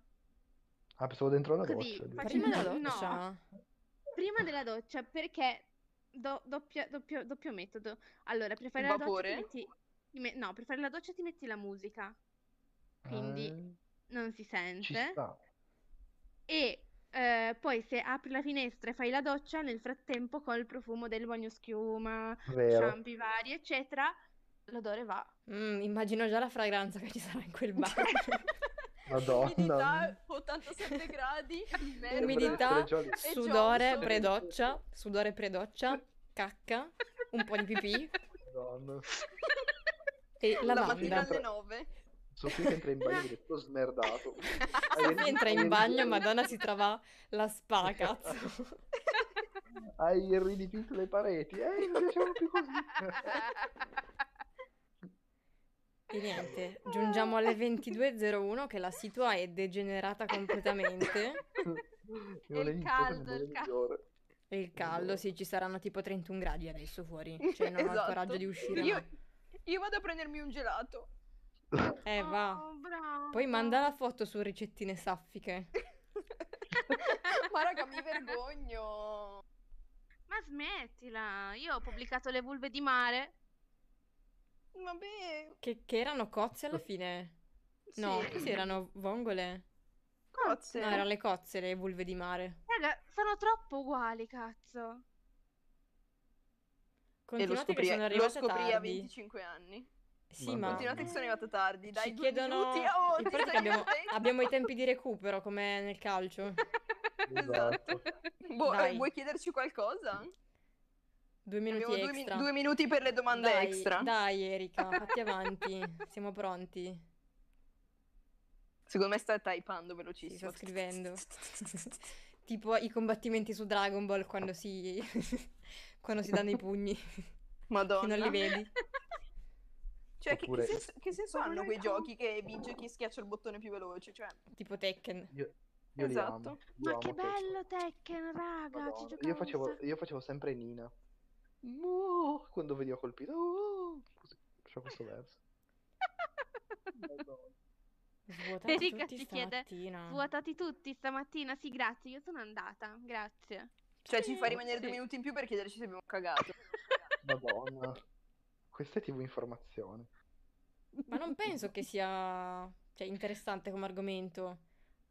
[SPEAKER 3] Ah, pensavo dentro la
[SPEAKER 5] Così,
[SPEAKER 3] doccia. Eh, dico.
[SPEAKER 5] faccio-
[SPEAKER 2] Prima la
[SPEAKER 5] no.
[SPEAKER 2] doccia.
[SPEAKER 5] prima della doccia perché do- doppia- doppio, doppio metodo. Allora, per fare
[SPEAKER 4] Il
[SPEAKER 5] la doccia ti
[SPEAKER 4] vapore?
[SPEAKER 5] metti... ti me- No, per fare la doccia ti metti la musica, quindi non si
[SPEAKER 3] Eh, ci
[SPEAKER 5] sente.
[SPEAKER 3] sta.
[SPEAKER 5] E eh, poi se apri la finestra e fai la doccia, nel frattempo col profumo del bagno schiuma,
[SPEAKER 3] Vero.
[SPEAKER 5] shampoo vari, eccetera, l'odore va.
[SPEAKER 2] Mm, immagino già la fragranza che ci sarà in quel bar.
[SPEAKER 3] Madonna.
[SPEAKER 4] Umidità 87 gradi, merda.
[SPEAKER 2] Umidità,
[SPEAKER 3] Sembra di essere
[SPEAKER 4] Johnson.
[SPEAKER 2] sudore, predoccia, sudore, predoccia, cacca, un po' di pipì
[SPEAKER 3] Jolly. Madonna.
[SPEAKER 2] e
[SPEAKER 4] La
[SPEAKER 2] lavanda.
[SPEAKER 4] mattina alle
[SPEAKER 3] Sempre.
[SPEAKER 4] 9.
[SPEAKER 3] Sofia che entra in bagno ed è tutto smerdato. Hai il-
[SPEAKER 2] Entra
[SPEAKER 3] hai
[SPEAKER 2] in
[SPEAKER 3] il-
[SPEAKER 2] bagno, Madonna si trova la spa, cazzo.
[SPEAKER 3] Hai ridipinto le pareti. Eh, non piacevano più così.
[SPEAKER 2] E niente, giungiamo alle 22.01 che la situa è degenerata completamente.
[SPEAKER 3] Non è
[SPEAKER 5] il
[SPEAKER 3] iniziato
[SPEAKER 5] caldo,
[SPEAKER 3] nel modo
[SPEAKER 5] il caldo.
[SPEAKER 3] migliore.
[SPEAKER 2] E il caldo, sì, ci saranno tipo 31 gradi adesso fuori. Cioè non ho il
[SPEAKER 4] Esatto.
[SPEAKER 2] coraggio di uscire. ma-
[SPEAKER 4] Io, io vado a prendermi un gelato.
[SPEAKER 2] Eh va.
[SPEAKER 5] Oh, bravo.
[SPEAKER 2] Poi manda la foto su ricettine saffiche.
[SPEAKER 4] Ma raga, mi vergogno.
[SPEAKER 5] Ma smettila, io ho pubblicato le vulve di mare.
[SPEAKER 4] Vabbè,
[SPEAKER 2] Che, che erano cozze alla fine? No,
[SPEAKER 4] sì.
[SPEAKER 2] sì, erano vongole.
[SPEAKER 4] Cozze.
[SPEAKER 2] No, erano le cozze, le vulve di mare.
[SPEAKER 5] Raga, sono troppo uguali, cazzo.
[SPEAKER 4] E lo
[SPEAKER 2] Continuate che
[SPEAKER 4] scoprì,
[SPEAKER 2] sono
[SPEAKER 4] lo
[SPEAKER 2] arrivate
[SPEAKER 4] scoprì a
[SPEAKER 2] tardi.
[SPEAKER 4] 25 anni.
[SPEAKER 2] Sì, ma
[SPEAKER 3] Continuate
[SPEAKER 4] Continuate che sono arrivata tardi. Dai,
[SPEAKER 2] ci
[SPEAKER 4] due
[SPEAKER 2] chiedono...
[SPEAKER 4] minuti. Oh,
[SPEAKER 2] in
[SPEAKER 4] ti
[SPEAKER 2] pratica
[SPEAKER 4] stai
[SPEAKER 2] abbiamo,
[SPEAKER 4] divertendo?
[SPEAKER 2] abbiamo i tempi di recupero, come nel calcio.
[SPEAKER 4] Esatto. Boh, eh,
[SPEAKER 2] Dai.
[SPEAKER 4] vuoi chiederci qualcosa?
[SPEAKER 2] Due minuti
[SPEAKER 4] Abbiamo due, min-
[SPEAKER 2] extra.
[SPEAKER 4] due minuti per le domande
[SPEAKER 2] dai,
[SPEAKER 4] extra.
[SPEAKER 2] Dai, Erika, fatti avanti. Siamo pronti.
[SPEAKER 4] Secondo me sta typando
[SPEAKER 2] Ci
[SPEAKER 4] velocissimo.
[SPEAKER 2] sto scrivendo. tipo i combattimenti su Dragon Ball quando si... quando si danno i pugni. che
[SPEAKER 4] Madonna.
[SPEAKER 2] non li vedi.
[SPEAKER 4] Cioè, che, che
[SPEAKER 3] Oppure-
[SPEAKER 4] senso, che senso hanno quei giochi che vince chi schiaccia il bottone più veloce? Cioè,
[SPEAKER 2] Tipo Tekken.
[SPEAKER 3] Io li amo.
[SPEAKER 4] Esatto.
[SPEAKER 3] Io
[SPEAKER 5] Ma
[SPEAKER 3] amo
[SPEAKER 5] che
[SPEAKER 3] Tekken.
[SPEAKER 5] bello Tekken, raga,
[SPEAKER 3] Madonna.
[SPEAKER 5] ci giocavo
[SPEAKER 3] Io
[SPEAKER 5] un
[SPEAKER 3] facevo,
[SPEAKER 5] sacco.
[SPEAKER 3] io facevo sempre Nina. Muh, Quando veniva colpita. uh, così. C'è questo verso. Madonna.
[SPEAKER 2] Svuotati
[SPEAKER 5] Erika
[SPEAKER 2] tutti
[SPEAKER 5] ci chiede,
[SPEAKER 2] stamattina.
[SPEAKER 5] Vuotati tutti stamattina, sì, grazie, io sono andata, grazie.
[SPEAKER 4] cioè ci fa rimanere
[SPEAKER 5] Sì.
[SPEAKER 4] due minuti in più per chiederci se abbiamo cagato.
[SPEAKER 3] Madonna. Questa è tipo informazione.
[SPEAKER 2] Ma non penso che sia cioè, interessante come argomento.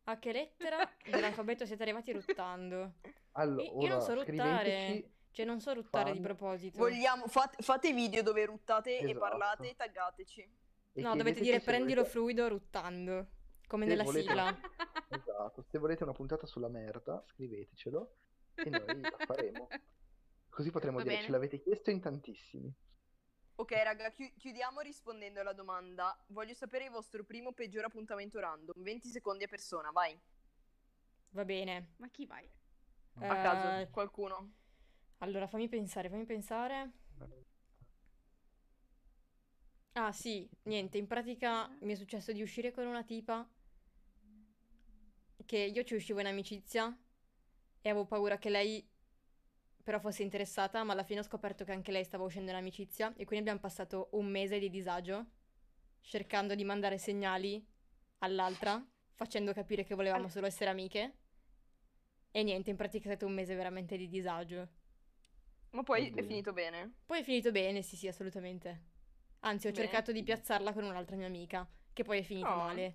[SPEAKER 2] A che lettera dell'alfabeto siete arrivati ruttando?
[SPEAKER 3] Allora,
[SPEAKER 2] Io- io non so ruttare.
[SPEAKER 3] scriveteci-
[SPEAKER 2] Cioè, non so ruttare di
[SPEAKER 3] Fan.
[SPEAKER 2] proposito.
[SPEAKER 4] Vogliamo, fate, fate video dove ruttate e
[SPEAKER 3] Esatto.
[SPEAKER 4] parlate e taggateci.
[SPEAKER 3] e
[SPEAKER 2] No, dovete
[SPEAKER 3] chiedeteci
[SPEAKER 2] dire
[SPEAKER 3] se
[SPEAKER 2] prendilo
[SPEAKER 3] volete-
[SPEAKER 2] fluido ruttando, come
[SPEAKER 3] Se
[SPEAKER 2] nella
[SPEAKER 3] volete-
[SPEAKER 2] sigla.
[SPEAKER 3] Esatto, se volete una puntata sulla merda, scrivetecelo e noi la faremo. Così potremo
[SPEAKER 5] Va
[SPEAKER 3] dire,
[SPEAKER 5] bene.
[SPEAKER 3] ce l'avete chiesto in tantissimi.
[SPEAKER 4] Ok, raga, chi- chiudiamo rispondendo alla domanda. Voglio sapere il vostro primo peggior appuntamento random. 20 secondi a persona, vai.
[SPEAKER 2] Va bene.
[SPEAKER 5] Ma chi vai?
[SPEAKER 4] A
[SPEAKER 2] Eh,
[SPEAKER 4] caso, qualcuno.
[SPEAKER 2] allora, fammi pensare, fammi pensare. Ah, sì, niente, in pratica mi è successo di uscire con una tipa che io ci uscivo in amicizia e avevo paura che lei però fosse interessata, ma alla fine ho scoperto che anche lei stava uscendo in amicizia e quindi abbiamo passato un mese di disagio cercando di mandare segnali all'altra, facendo capire che volevamo solo essere amiche. E niente, in pratica è stato un mese veramente di disagio.
[SPEAKER 4] Ma poi è
[SPEAKER 3] Oddio.
[SPEAKER 4] finito bene.
[SPEAKER 2] Poi è finito bene, sì, sì, assolutamente. Anzi, ho
[SPEAKER 4] Bene.
[SPEAKER 2] cercato di piazzarla con un'altra mia amica, che poi è finita
[SPEAKER 4] Oh,
[SPEAKER 2] male.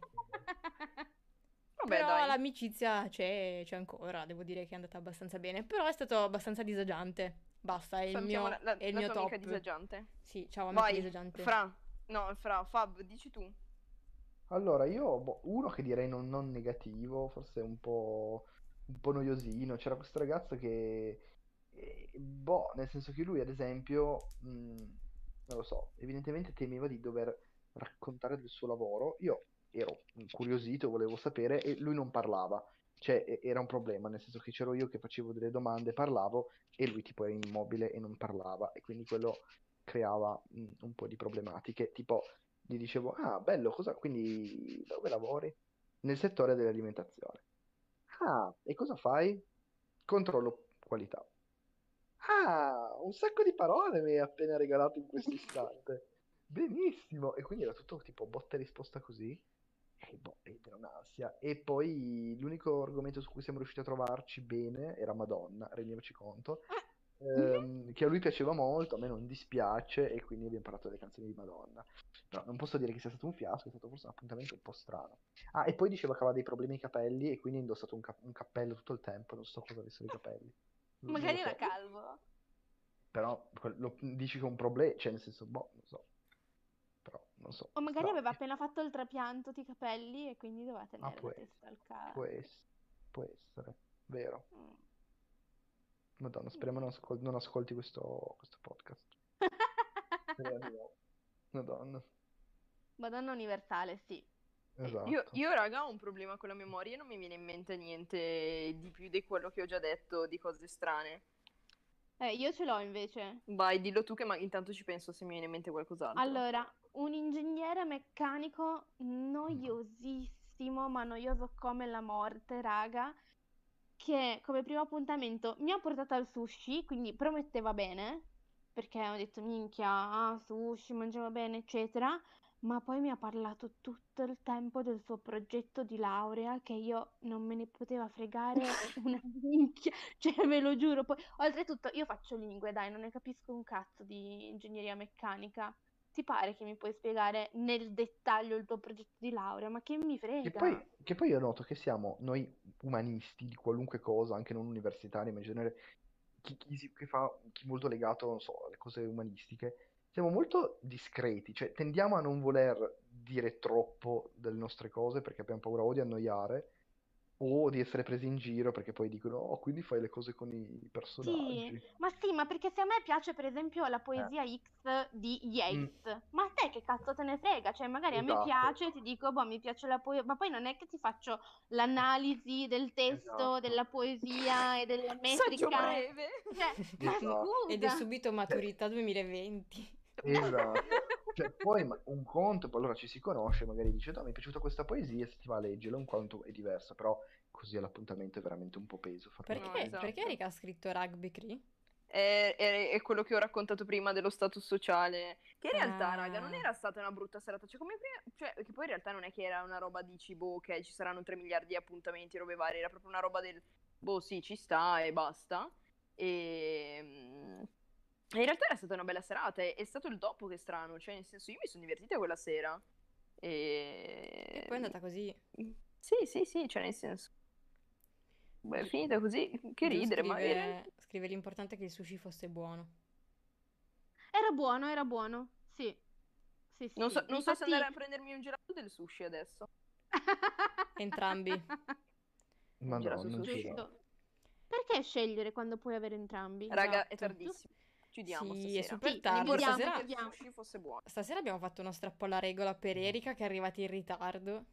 [SPEAKER 4] Vabbè,
[SPEAKER 2] Però
[SPEAKER 4] dai.
[SPEAKER 2] l'amicizia c'è, c'è ancora, devo dire che è andata abbastanza bene. Però è stato abbastanza disagiante. Basta, è il
[SPEAKER 4] Salutiamo
[SPEAKER 2] mio,
[SPEAKER 4] la, la-
[SPEAKER 2] è il
[SPEAKER 4] la
[SPEAKER 2] mio
[SPEAKER 4] tua amica
[SPEAKER 2] top.
[SPEAKER 4] disagiante.
[SPEAKER 2] Sì, ciao amica
[SPEAKER 4] Vai,
[SPEAKER 2] disagiante.
[SPEAKER 4] Fra. No, Fra, Fab, dici tu.
[SPEAKER 3] Allora, io boh, uno che direi non, non negativo, forse un po', un po' noiosino, c'era questo ragazzo che, eh, boh, nel senso che lui, ad esempio, mh, non lo so, evidentemente temeva di dover raccontare del suo lavoro. Io ero incuriosito, volevo sapere, e lui non parlava. Cioè, e- era un problema, nel senso che c'ero io che facevo delle domande, parlavo, e lui tipo era immobile e non parlava, e quindi quello creava mh, un po' di problematiche, tipo gli dicevo, ah, bello, cosa, quindi dove lavori? Nel settore dell'alimentazione. Ah, e cosa fai? Controllo qualità. Ah, un sacco di parole mi hai appena regalato in questo istante. Benissimo. E quindi era tutto tipo botta e risposta così. E boh, ed era un'ansia. E poi l'unico argomento su cui siamo riusciti a trovarci bene era Madonna, rendiamoci conto. ehm, che a lui piaceva molto, a me non dispiace, e quindi abbiamo parlato delle canzoni di Madonna. Però non posso dire che sia stato un fiasco, è stato forse un appuntamento un po' strano. Ah, e poi diceva che aveva dei problemi ai capelli, e quindi ha indossato un, cap- un cappello tutto il tempo, non so cosa avessero i capelli. Non lo
[SPEAKER 5] Magari
[SPEAKER 3] so.
[SPEAKER 5] era calvo.
[SPEAKER 3] Però que- lo- dici che è un problema, cioè nel senso, boh, non so. Però eh, non so.
[SPEAKER 5] O magari
[SPEAKER 3] strano.
[SPEAKER 5] aveva appena fatto il trapianto di capelli e quindi doveva tenere
[SPEAKER 3] può
[SPEAKER 5] la
[SPEAKER 3] essere,
[SPEAKER 5] testa al cavo.
[SPEAKER 3] Può, ess- può essere, vero.
[SPEAKER 5] Mm.
[SPEAKER 3] Madonna, speriamo non, ascol- non ascolti questo, questo podcast. Speriamo di no. Madonna,
[SPEAKER 5] Madonna universale, sì.
[SPEAKER 3] esatto.
[SPEAKER 4] Io, io, raga, ho un problema con la memoria e non mi viene in mente niente di più di quello che ho già detto di cose strane.
[SPEAKER 5] Eh, io ce l'ho invece.
[SPEAKER 4] Vai, dillo tu che ma- intanto ci penso se mi viene in mente qualcos'altro.
[SPEAKER 5] Allora, un ingegnere meccanico noiosissimo, ma noioso come la morte, raga, che come primo appuntamento mi ha portato al sushi, quindi prometteva bene, perché ho detto minchia, ah, sushi, mangiava bene, eccetera, ma poi mi ha parlato tutto il tempo del suo progetto di laurea che io non me ne poteva fregare una minchia, cioè ve lo giuro, poi Oltretutto, io faccio lingue, dai, non ne capisco un cazzo di ingegneria meccanica. Ti pare che mi puoi spiegare nel dettaglio il tuo progetto di laurea? Ma che mi frega?
[SPEAKER 3] Che poi, che poi io noto che siamo noi umanisti di qualunque cosa, anche non universitari, ma in genere chi, chi si- che fa chi molto legato, non so, alle cose umanistiche, siamo molto discreti, cioè tendiamo a non voler dire troppo delle nostre cose perché abbiamo paura o di annoiare o di essere presi in giro perché poi dicono, oh, quindi fai le cose con i personaggi.
[SPEAKER 5] Ma sì, ma perché se a me piace per esempio
[SPEAKER 4] Eh.
[SPEAKER 5] la poesia X di Yeats,
[SPEAKER 4] Mm.
[SPEAKER 5] ma a te che cazzo te ne frega? Cioè magari a me
[SPEAKER 3] Esatto.
[SPEAKER 5] piace, ti dico, boh, mi piace la poesia, ma poi non è che ti faccio l'analisi del testo,
[SPEAKER 3] Esatto.
[SPEAKER 5] della poesia e della
[SPEAKER 4] Saggio
[SPEAKER 5] metrica.
[SPEAKER 4] breve.
[SPEAKER 5] Cioè, ma
[SPEAKER 3] Esatto.
[SPEAKER 2] Ed è
[SPEAKER 5] scusa.
[SPEAKER 2] subito maturità 2020.
[SPEAKER 3] Esatto. Cioè, poi ma- un conto, poi allora ci si conosce, magari dice, no, mi è piaciuta questa poesia, se ti va a leggerla, un conto è diverso, però così all'appuntamento è veramente un po' peso. farlo
[SPEAKER 2] Perché,
[SPEAKER 4] No,
[SPEAKER 3] veramente.
[SPEAKER 4] esatto.
[SPEAKER 2] perché Erika ha scritto Rugby Cree?
[SPEAKER 4] È, è- è quello che ho raccontato prima dello status sociale. Che in realtà,
[SPEAKER 2] Ah.
[SPEAKER 4] raga, non era stata una brutta serata. Cioè, come prima, cioè, che poi in realtà non è che era una roba di cibo, che ci saranno 3 miliardi di appuntamenti, robe varie. Era proprio una roba del boh, sì, ci sta e basta. E. mm, e In realtà era stata una bella serata, è, è stato il dopo che è strano, cioè nel senso io mi sono divertita quella sera. E,
[SPEAKER 2] E poi è andata così.
[SPEAKER 4] Sì, sì, sì, cioè nel senso... Beh, è finita così, che
[SPEAKER 2] Giù
[SPEAKER 4] ridere, ma... in
[SPEAKER 2] scrive,
[SPEAKER 4] realtà-
[SPEAKER 2] scrive l'importante è che il sushi fosse buono.
[SPEAKER 5] Era buono, era buono. Sì. Sì, sì.
[SPEAKER 4] Non so, non so se
[SPEAKER 5] Infatti-
[SPEAKER 4] andare a prendermi un gelato o del sushi adesso.
[SPEAKER 2] Entrambi.
[SPEAKER 4] Era
[SPEAKER 3] Madonna,
[SPEAKER 4] sul
[SPEAKER 3] giuro.
[SPEAKER 5] Giusto. Perché scegliere quando puoi avere entrambi?
[SPEAKER 4] Raga, è
[SPEAKER 2] Esatto.
[SPEAKER 4] tardissimo. Chiudiamo
[SPEAKER 2] Sì, è
[SPEAKER 4] stasera.
[SPEAKER 2] super
[SPEAKER 5] Sì,
[SPEAKER 2] tardi.
[SPEAKER 5] chiudiamo,
[SPEAKER 2] stasera,
[SPEAKER 4] che il
[SPEAKER 5] chiudiamo.
[SPEAKER 4] sushi fosse buono.
[SPEAKER 2] stasera abbiamo fatto uno strappo alla regola per Erika che è arrivata in ritardo.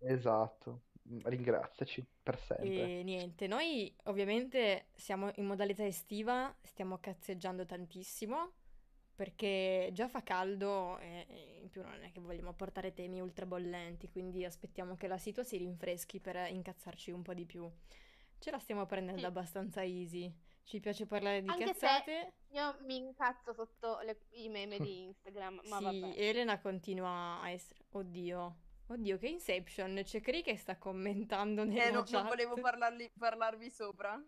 [SPEAKER 3] Esatto. Mm, Ringraziaci per sempre.
[SPEAKER 2] E niente, noi ovviamente siamo in modalità estiva, stiamo cazzeggiando tantissimo perché già fa caldo e e in più non è che vogliamo portare temi ultra bollenti, quindi aspettiamo che la situa si rinfreschi per incazzarci un po' di più. Ce la stiamo prendendo
[SPEAKER 5] Sì.
[SPEAKER 2] abbastanza easy. Ci piace parlare di
[SPEAKER 5] Mm. Anche se-
[SPEAKER 2] cazzate.
[SPEAKER 5] Io mi incazzo sotto le- i meme di Instagram, ma
[SPEAKER 2] sì,
[SPEAKER 5] vabbè.
[SPEAKER 2] Elena continua a essere Oddio. Oddio, che Inception, c'è Cree che sta commentando nella
[SPEAKER 4] Eh, no, non
[SPEAKER 2] chat.
[SPEAKER 4] volevo parlarli- parlarvi sopra.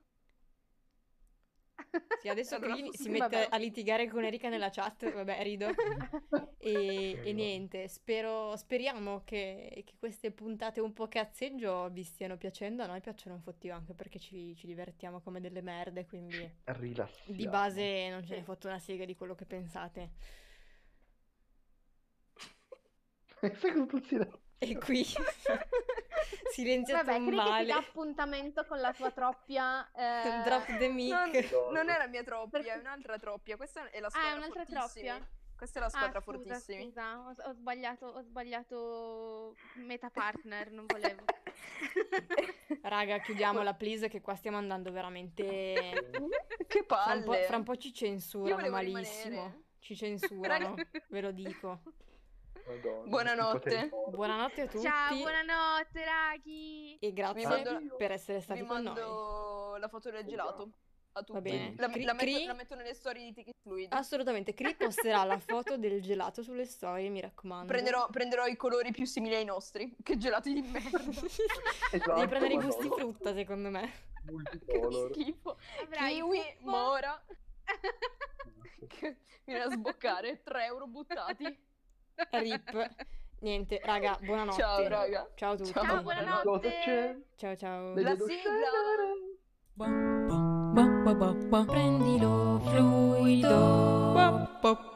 [SPEAKER 2] Sì, adesso
[SPEAKER 4] Allora,
[SPEAKER 2] Green
[SPEAKER 4] forse-
[SPEAKER 2] si mette
[SPEAKER 4] vabbè.
[SPEAKER 2] a litigare con Erika nella chat, vabbè, rido. E, e
[SPEAKER 3] Vabbè.
[SPEAKER 2] niente, spero, speriamo che, che queste puntate un po' cazzeggio vi stiano piacendo. A noi piacciono un fottio anche perché ci, ci divertiamo come delle merde, quindi
[SPEAKER 3] Rilassiamo.
[SPEAKER 2] di base non ce ne
[SPEAKER 4] Sì.
[SPEAKER 2] fotto una sega di quello che pensate.
[SPEAKER 3] Sai cosa tu silenzio?
[SPEAKER 2] E qui
[SPEAKER 4] Cioè,
[SPEAKER 2] silenzio
[SPEAKER 5] Vabbè, credi che ti
[SPEAKER 2] tombale,
[SPEAKER 5] dà appuntamento con la tua troppia... eh,
[SPEAKER 2] drop the mic.
[SPEAKER 4] Non,
[SPEAKER 3] Madonna.
[SPEAKER 4] non è la mia troppia, è un'altra troppia. Questa è la squadra
[SPEAKER 5] Ah, è un'altra
[SPEAKER 4] fortissimi.
[SPEAKER 5] troppia?
[SPEAKER 4] Questa è la
[SPEAKER 5] Ah,
[SPEAKER 4] squadra
[SPEAKER 5] scusa,
[SPEAKER 4] fortissimi.
[SPEAKER 5] scusa, ho, ho sbagliato, ho sbagliato meta partner, non volevo.
[SPEAKER 2] Raga,
[SPEAKER 4] Ecco.
[SPEAKER 2] chiudiamola please che qua stiamo andando veramente...
[SPEAKER 4] che
[SPEAKER 2] Fra
[SPEAKER 4] palle.
[SPEAKER 2] un po', fra un po' ci censurano
[SPEAKER 4] volevo
[SPEAKER 2] malissimo.
[SPEAKER 4] rimanere.
[SPEAKER 2] Ci censurano,
[SPEAKER 4] Raga.
[SPEAKER 2] ve lo dico.
[SPEAKER 3] Madonna,
[SPEAKER 4] Buonanotte.
[SPEAKER 3] tipo telefono.
[SPEAKER 2] Buonanotte a tutti
[SPEAKER 5] Ciao, buonanotte, raghi!
[SPEAKER 2] e grazie
[SPEAKER 4] mando-
[SPEAKER 2] per essere stati
[SPEAKER 4] Vi
[SPEAKER 2] con noi.
[SPEAKER 4] mando la foto del gelato. A a tutti.
[SPEAKER 2] Va bene.
[SPEAKER 4] La,
[SPEAKER 2] Cri-
[SPEAKER 4] la metto,
[SPEAKER 2] Cri- Ah,
[SPEAKER 4] la metto nelle storie di Ticket Fluid.
[SPEAKER 2] Assolutamente, Cri posterà la foto del gelato sulle storie, mi raccomando.
[SPEAKER 4] Prenderò, prenderò i colori più simili ai nostri. Che gelati di merda.
[SPEAKER 3] Esatto,
[SPEAKER 2] Devi prendere i
[SPEAKER 3] madonna.
[SPEAKER 2] gusti frutta, secondo me.
[SPEAKER 4] che
[SPEAKER 3] Multicolor.
[SPEAKER 4] schifo.
[SPEAKER 5] Avrai
[SPEAKER 4] Kiwi,
[SPEAKER 5] tuffo.
[SPEAKER 4] mora. Che- Mi viene a sboccare. 3 euro buttati.
[SPEAKER 2] Rip. Niente, raga, buonanotte.
[SPEAKER 4] Ciao, raga.
[SPEAKER 2] Ciao a tutti.
[SPEAKER 4] Ciao,
[SPEAKER 5] Ciao,
[SPEAKER 4] buonanotte.
[SPEAKER 5] buonanotte.
[SPEAKER 3] Cosa c'è?
[SPEAKER 2] Ciao, ciao.
[SPEAKER 4] La
[SPEAKER 3] Vedo
[SPEAKER 4] sigla.
[SPEAKER 1] Prendilo fluido.